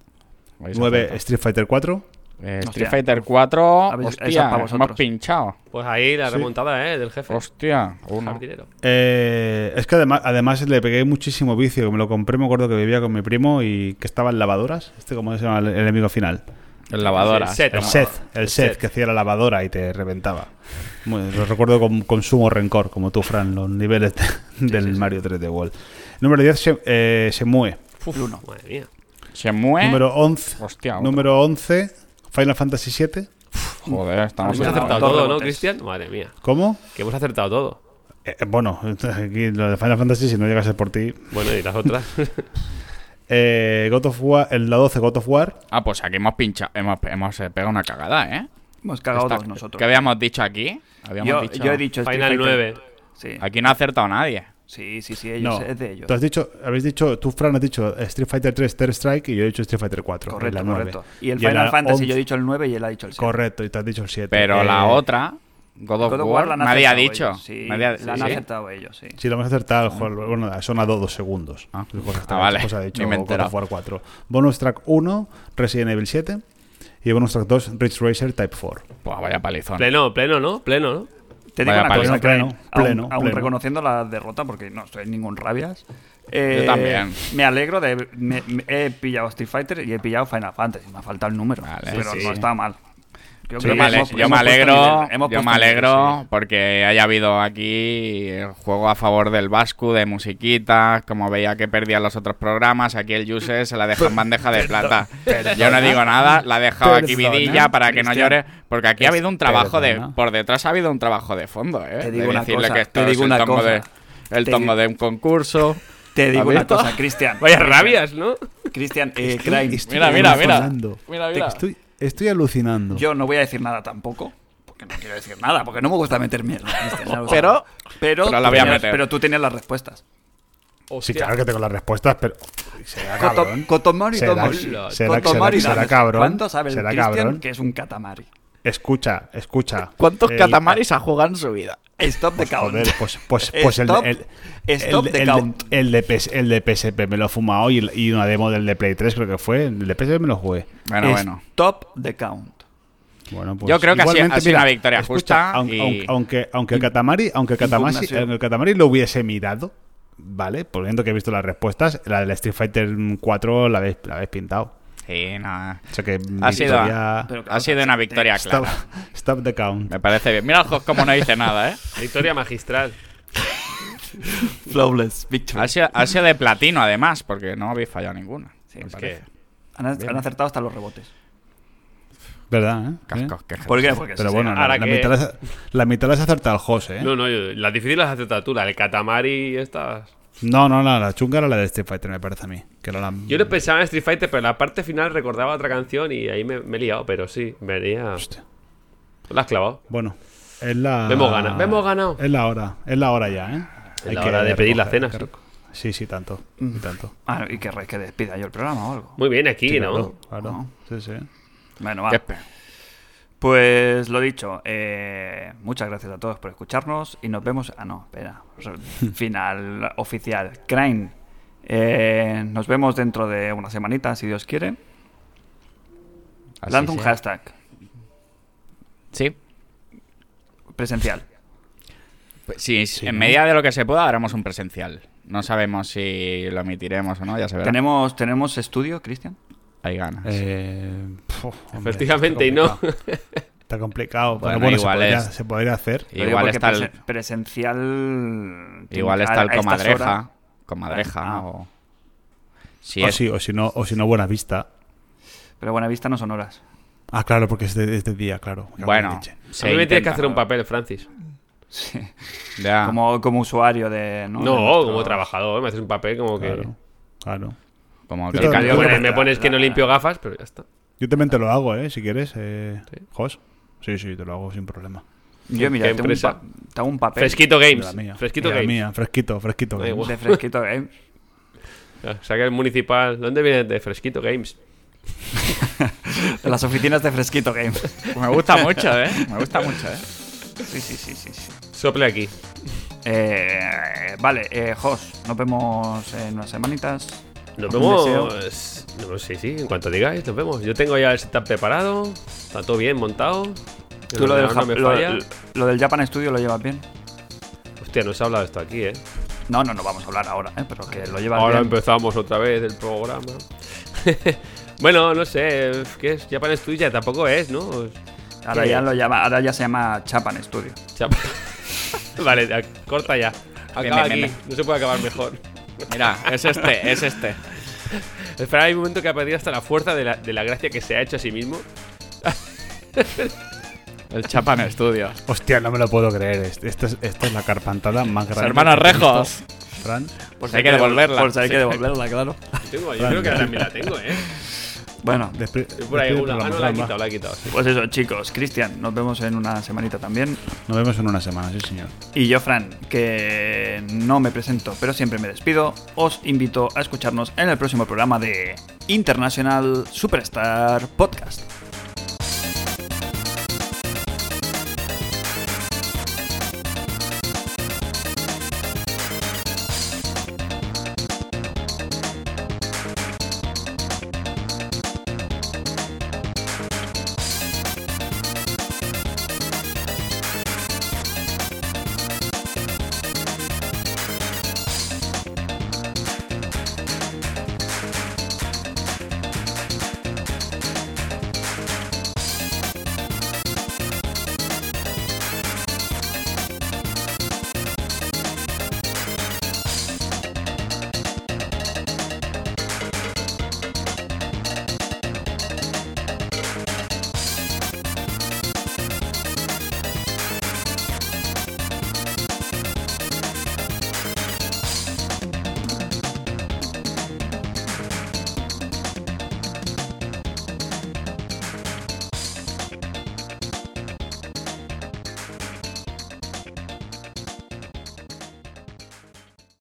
Speaker 2: Habéis
Speaker 4: 9,
Speaker 2: acertado.
Speaker 4: Street Fighter 4.
Speaker 2: Eh, Street
Speaker 1: Hostia.
Speaker 2: Fighter 4.
Speaker 1: Habéis- esa es
Speaker 2: Hostia,
Speaker 1: para
Speaker 2: hemos
Speaker 1: vosotros.
Speaker 2: pinchado.
Speaker 3: Pues ahí la remontada, ¿eh? Del jefe.
Speaker 2: Hostia,
Speaker 3: Dejar
Speaker 2: uno.
Speaker 3: dinero.
Speaker 4: Eh, es que además, además le pegué muchísimo vicio. Que me lo compré, me acuerdo que vivía con mi primo y que estaba en lavadoras. Este, ¿cómo se llama? El enemigo final.
Speaker 2: El lavadora.
Speaker 3: Sí, set.
Speaker 4: El
Speaker 3: Toma.
Speaker 4: Seth, el Seth
Speaker 3: Seth.
Speaker 4: que hacía la lavadora y te reventaba. Muy- lo recuerdo con, con sumo rencor, como tú, Fran, los niveles de- del Mario 3D World. Número 10, se, eh, Shenmue.
Speaker 1: El uno.
Speaker 3: Madre mía.
Speaker 2: Se mueve.
Speaker 4: Número 11,
Speaker 2: Hostia, otro.
Speaker 4: número 11, Final Fantasy VII.
Speaker 2: Joder, estamos
Speaker 3: Hemos
Speaker 1: Habéis
Speaker 2: acertados.
Speaker 1: dos
Speaker 3: acertado todo, ¿no,
Speaker 1: rebotes.
Speaker 3: Cristian? Madre mía.
Speaker 4: ¿Cómo?
Speaker 3: Que hemos acertado todo.
Speaker 4: Eh, eh, bueno, (laughs) aquí lo de Final Fantasy, si no llegase por ti.
Speaker 3: Bueno, y las otras.
Speaker 4: Eh, God of War, el la 12, God of War.
Speaker 2: Ah, pues aquí hemos pinchado. Hemos, hemos eh, pegado una cagada, ¿eh?
Speaker 1: Hemos cagado
Speaker 2: Esta-
Speaker 1: dos nosotros.
Speaker 2: ¿Qué habíamos dicho aquí? Habíamos
Speaker 1: yo,
Speaker 2: dicho,
Speaker 1: yo he dicho Street
Speaker 3: Final
Speaker 1: Fighter.
Speaker 3: 9.
Speaker 1: Sí.
Speaker 2: Aquí no ha acertado nadie.
Speaker 1: sí, sí, sí, ellos,
Speaker 4: no,
Speaker 1: es de ellos.
Speaker 4: Tú has dicho, habéis dicho, tú, Fran, has dicho Street Fighter 3, Third Strike y yo he dicho Street Fighter 4. en la
Speaker 1: correcto,
Speaker 4: nueve.
Speaker 1: correcto. Y el
Speaker 4: en
Speaker 1: Final
Speaker 4: la
Speaker 1: Fantasy
Speaker 4: 11
Speaker 1: yo he dicho el 9 y él ha dicho el 7.
Speaker 4: Correcto, y te has dicho el 7.
Speaker 2: Pero
Speaker 4: Eh,
Speaker 2: la otra, God of,
Speaker 1: God of
Speaker 2: War,
Speaker 1: la han
Speaker 2: nadie ha
Speaker 1: acertado
Speaker 2: dicho.
Speaker 1: ellos, Sí,
Speaker 2: Nadie ha-
Speaker 1: la han
Speaker 2: sí, sí.
Speaker 1: acertado ellos, sí.
Speaker 4: Si lo hemos acertado, Juan, bueno, ha sonado dos segundos.
Speaker 2: Ah.
Speaker 4: El juego está-
Speaker 2: Ah, vale.
Speaker 4: el juego se ha dicho
Speaker 2: Ni me he
Speaker 4: God of
Speaker 2: enterado.
Speaker 4: War 4. Bonus track 1, Resident Evil 7. Y bonus track 2, Rich Racer Type 4.
Speaker 2: Pues vaya
Speaker 4: Ah.
Speaker 2: palizón.
Speaker 3: Pleno, pleno, ¿no? Pleno, ¿no?
Speaker 1: Te digo
Speaker 2: Vaya
Speaker 1: una
Speaker 2: palo.
Speaker 1: cosa,
Speaker 4: Pleno,
Speaker 1: Craig,
Speaker 4: pleno,
Speaker 1: aún,
Speaker 4: pleno,
Speaker 1: aún
Speaker 4: pleno.
Speaker 1: reconociendo la derrota, porque no soy ningún rabias. eh,
Speaker 2: Yo también.
Speaker 1: Me alegro de. me- me- he pillado Street Fighter y he pillado Final Fantasy. Me ha faltado el número.
Speaker 2: Vale.
Speaker 1: pero
Speaker 2: Sí,
Speaker 1: no
Speaker 2: sí.
Speaker 1: está mal. Yo,
Speaker 2: Yo
Speaker 1: creo
Speaker 2: me,
Speaker 1: que
Speaker 2: ale-
Speaker 1: hemos-
Speaker 2: yo me
Speaker 1: hemos puesto
Speaker 2: alegro,
Speaker 1: nivel, hemos
Speaker 2: yo me
Speaker 1: puesto nivel,
Speaker 2: alegro
Speaker 1: sí.
Speaker 2: porque haya habido aquí el juego a favor del Vasco, de musiquitas, como veía que perdían los otros programas, aquí el Yuse se la
Speaker 1: (laughs)
Speaker 2: deja en bandeja de plata. Yo no digo nada, la ha dejado aquí
Speaker 4: Perdona,
Speaker 2: vidilla para que no
Speaker 4: Cristian.
Speaker 2: llore, porque aquí ha habido un trabajo de...
Speaker 4: Perdona.
Speaker 2: Por detrás ha habido un trabajo de fondo, ¿eh?
Speaker 1: Te digo
Speaker 2: de
Speaker 1: una
Speaker 2: decirle
Speaker 1: cosa,
Speaker 2: que esto
Speaker 1: te digo
Speaker 2: es el
Speaker 1: una
Speaker 2: tongo,
Speaker 1: cosa.
Speaker 2: de, el
Speaker 1: Te
Speaker 2: tongo
Speaker 1: di-
Speaker 2: de un concurso.
Speaker 1: Te digo una
Speaker 2: ¿Habéis- (laughs)
Speaker 1: cosa, Cristian.
Speaker 3: Vaya rabias, ¿no?
Speaker 1: Cristian, eh, Craig,
Speaker 4: Estoy
Speaker 2: Mira, mira, mira.
Speaker 4: hablando.
Speaker 2: Mira,
Speaker 4: Te-
Speaker 2: mira.
Speaker 4: Estoy Estoy alucinando.
Speaker 1: Yo no voy a decir nada tampoco. Porque no quiero decir nada, porque no me gusta meter mierda. Cristian, ¿sabes?
Speaker 2: Pero-
Speaker 1: pero,
Speaker 2: pero
Speaker 1: tú
Speaker 2: la voy a
Speaker 1: tenías-
Speaker 2: meter.
Speaker 1: pero tú tenías las respuestas.
Speaker 4: Sí,
Speaker 3: Hostia.
Speaker 4: claro que tengo las respuestas, pero. Será cabrón.
Speaker 1: Coto- Cotomari
Speaker 4: Será-
Speaker 1: Domus.
Speaker 4: será-
Speaker 1: Cotomari
Speaker 4: será- será
Speaker 1: Domus.
Speaker 4: cabrón.
Speaker 1: ¿Cuánto sabe el
Speaker 4: Será
Speaker 1: Cristian
Speaker 4: cabrón.
Speaker 1: que es un catamari?
Speaker 4: Escucha, escucha.
Speaker 2: ¿Cuántos
Speaker 4: El-
Speaker 2: catamaris ha jugado en su vida?
Speaker 1: Stop the count.
Speaker 4: Joder,
Speaker 1: (laughs)
Speaker 4: pues, pues, pues el,
Speaker 1: Stop-
Speaker 4: el,
Speaker 1: stop
Speaker 4: el-
Speaker 1: the
Speaker 4: el-
Speaker 1: count.
Speaker 4: el de PS el de PSP me lo he fumado y, el- y una demo del de Play 3 creo que fue. El de PSP me lo jugué.
Speaker 2: Bueno, bueno.
Speaker 1: Stop the count.
Speaker 4: Bueno, pues,
Speaker 2: Yo creo que ha sido-
Speaker 4: igualmente,
Speaker 2: ha sido una victoria justa
Speaker 4: aun-
Speaker 2: y-
Speaker 4: aunque, aunque, aunque el Katamari, aunque el Katamari,
Speaker 1: Impugnación.
Speaker 4: aunque el Katamari lo hubiese mirado, ¿vale? Poniendo que he visto las respuestas, la del Street Fighter 4 la habéis, la habéis pintado.
Speaker 2: Sí, nada.
Speaker 4: O sea que
Speaker 2: Ha sido-
Speaker 4: victoria-
Speaker 1: pero
Speaker 2: Ha sido una victoria
Speaker 4: stop,
Speaker 2: clara.
Speaker 4: stop the count.
Speaker 2: Me parece bien. Mira el Jos como no dice nada, ¿eh?
Speaker 3: Victoria magistral.
Speaker 1: Flawless victory.
Speaker 2: Ha sido, ha sido de platino, además, porque no habéis fallado ninguna.
Speaker 1: Sí,
Speaker 2: me
Speaker 4: Eh.
Speaker 1: es
Speaker 2: parece.
Speaker 1: Han, han acertado hasta los rebotes.
Speaker 4: ¿Verdad? eh?
Speaker 2: Cascos, qué
Speaker 1: ¿Por qué?
Speaker 2: gente.
Speaker 1: Porque
Speaker 4: Pero
Speaker 1: sí,
Speaker 4: bueno,
Speaker 1: sí.
Speaker 4: la,
Speaker 3: ahora
Speaker 4: la
Speaker 3: que-
Speaker 4: mitad las, la mitad las acerta el José, ¿eh?
Speaker 3: No, no, yo- las difíciles las aceptas tú, la del Katamari y estas.
Speaker 4: No, no, no, la chunga era la de Street Fighter, me parece a mí. Que era la...
Speaker 3: Yo no pensaba en Street Fighter, pero la parte final recordaba otra canción y ahí me, me he liado, pero sí, venía.
Speaker 4: Hostia.
Speaker 3: La has clavado.
Speaker 4: Bueno, es la.
Speaker 3: Vemos gana- vemos ganado.
Speaker 4: Es la hora, es la hora ya, ¿eh?
Speaker 3: Es la hora de pedir la cena,
Speaker 4: recoger, hay que
Speaker 3: sí.
Speaker 4: reco- Sí, sí, tanto.
Speaker 3: Mm.
Speaker 4: y tanto.
Speaker 1: Ah, y que, re- que despida yo el programa o algo.
Speaker 3: Muy bien, aquí,
Speaker 4: Sí,
Speaker 3: ¿no?
Speaker 4: claro, claro. Sí, sí.
Speaker 1: Bueno, va.
Speaker 2: Qué pe-
Speaker 1: Pues lo dicho, eh, muchas gracias a todos por escucharnos y nos vemos. Ah, no,
Speaker 2: (laughs)
Speaker 1: espera. re- Final oficial. Crane. eh, nos vemos dentro de una semanita, si Dios quiere.
Speaker 2: Así
Speaker 1: Lanza un
Speaker 2: sea.
Speaker 1: hashtag
Speaker 2: Sí.
Speaker 1: presencial.
Speaker 2: Pues Sí, en medida de lo que se pueda, haremos un presencial. No sabemos si lo emitiremos o no, ya se verá.
Speaker 1: ¿Tenemos, ¿Tenemos estudio, Cristian?
Speaker 2: Hay ganas.
Speaker 4: Eh, puf, hombre,
Speaker 3: Efectivamente, y
Speaker 4: está
Speaker 3: no.
Speaker 4: complicado. Está complicado.
Speaker 2: Bueno,
Speaker 4: Bueno, bueno,
Speaker 2: igual
Speaker 4: se, podría,
Speaker 2: es-
Speaker 4: se podría hacer.
Speaker 1: Lo digo
Speaker 2: igual
Speaker 1: porque
Speaker 2: está el,
Speaker 1: presen- presencial.
Speaker 2: igual
Speaker 1: a-
Speaker 2: está el
Speaker 1: a estas horas-
Speaker 2: comadreja. Comadreja.
Speaker 1: Ah.
Speaker 2: o... Si
Speaker 4: O
Speaker 2: es-
Speaker 4: sí, o si no, o si no, buena vista.
Speaker 1: Pero buena vista no son horas. (laughs)
Speaker 4: Ah, claro, porque es de, es de día, claro. Me cago en la
Speaker 2: Bueno,
Speaker 4: leche.
Speaker 2: se
Speaker 3: A mí me tienes que
Speaker 2: intenta.
Speaker 3: hacer un papel, Francis.
Speaker 1: Sí.
Speaker 2: Ya.
Speaker 1: Como, como usuario de. No,
Speaker 3: No,
Speaker 1: de nuestro-
Speaker 3: como trabajador, me haces un papel como que.
Speaker 4: Claro, claro.
Speaker 2: Como
Speaker 4: Yo
Speaker 2: que el
Speaker 3: Me
Speaker 4: también.
Speaker 2: cambio-
Speaker 4: Yo
Speaker 3: pones,
Speaker 4: creo que-
Speaker 3: me pones que no limpio gafas, pero ya está.
Speaker 4: Yo también te lo hago, ¿eh? Si quieres, eh, Jos. Sí, sí, te lo hago sin problema.
Speaker 1: Yo, mira,
Speaker 3: ¿Qué
Speaker 1: tengo un,
Speaker 3: empresa?
Speaker 1: pa- tengo un papel
Speaker 3: Fresquito
Speaker 4: De la mía.
Speaker 3: Games. Fresquito
Speaker 4: De la
Speaker 3: Games.
Speaker 4: mía, fresquito, fresquito.
Speaker 3: Da igual.
Speaker 1: de Fresquito eh. Games.
Speaker 3: Ah, O sea, que el municipal. ¿Dónde viene de Fresquito Games?
Speaker 1: De las oficinas de Fresquito Games.
Speaker 2: (laughs) Me gusta mucho, ¿eh? Me gusta mucho, ¿eh?
Speaker 1: Sí, sí, sí, sí. sí.
Speaker 3: Sople aquí.
Speaker 1: Eh, vale, eh, Jos, nos vemos en unas semanitas.
Speaker 3: Nos
Speaker 1: Un
Speaker 3: vemos.
Speaker 1: deseo.
Speaker 3: No, sí, sí, en cuanto digáis, nos vemos. Yo tengo ya el setup preparado. Está todo bien montado. El
Speaker 1: Tú lo del,
Speaker 3: ordenador
Speaker 1: Jap-
Speaker 3: no me
Speaker 1: lo-
Speaker 3: falla.
Speaker 1: lo del Japan Studio lo llevas bien.
Speaker 3: Hostia, no se ha hablado de esto aquí, eh.
Speaker 1: No, no, no vamos a hablar ahora, ¿eh? pero que lo llevas
Speaker 3: Ahora
Speaker 1: bien.
Speaker 3: empezamos otra vez el programa. (laughs) bueno, no sé, ¿qué es? Japan Studio ya tampoco es, ¿no?
Speaker 1: Ahora ya, lo llama, ahora ya se llama Japan Studio.
Speaker 3: Chapa- (laughs) vale, ya, corta ya. Acaba
Speaker 2: bien, bien,
Speaker 3: aquí, no se puede acabar mejor.
Speaker 2: Mira, es este, es este.
Speaker 3: Espera, hay un momento que ha perdido hasta la fuerza de la, de la gracia que se ha hecho a sí mismo.
Speaker 2: El Chapan Studio.
Speaker 4: Hostia, no me lo puedo creer. Este- Esta es, esta es la carpantada más grande.
Speaker 2: Hermanos
Speaker 4: que he visto,
Speaker 2: Rejos.
Speaker 4: Fran.
Speaker 1: Por
Speaker 2: si hay que devolverla.
Speaker 1: Por si hay que devolverla, claro.
Speaker 3: Yo tengo- yo creo que también la tengo, ¿eh?
Speaker 1: Bueno,
Speaker 4: despre-
Speaker 3: Yo por ahí
Speaker 4: despide el
Speaker 3: una. Ah, no, la
Speaker 4: programa,
Speaker 3: he
Speaker 4: Fran, va.
Speaker 3: quitado, la he quitado. sí.
Speaker 1: pues eso, chicos. Cristian, nos vemos en una semanita también.
Speaker 4: Nos vemos en una semana, sí, señor.
Speaker 1: Y yo, Fran, que no me presento, pero siempre me despido, os invito a escucharnos en el próximo programa de International Superstar Podcast.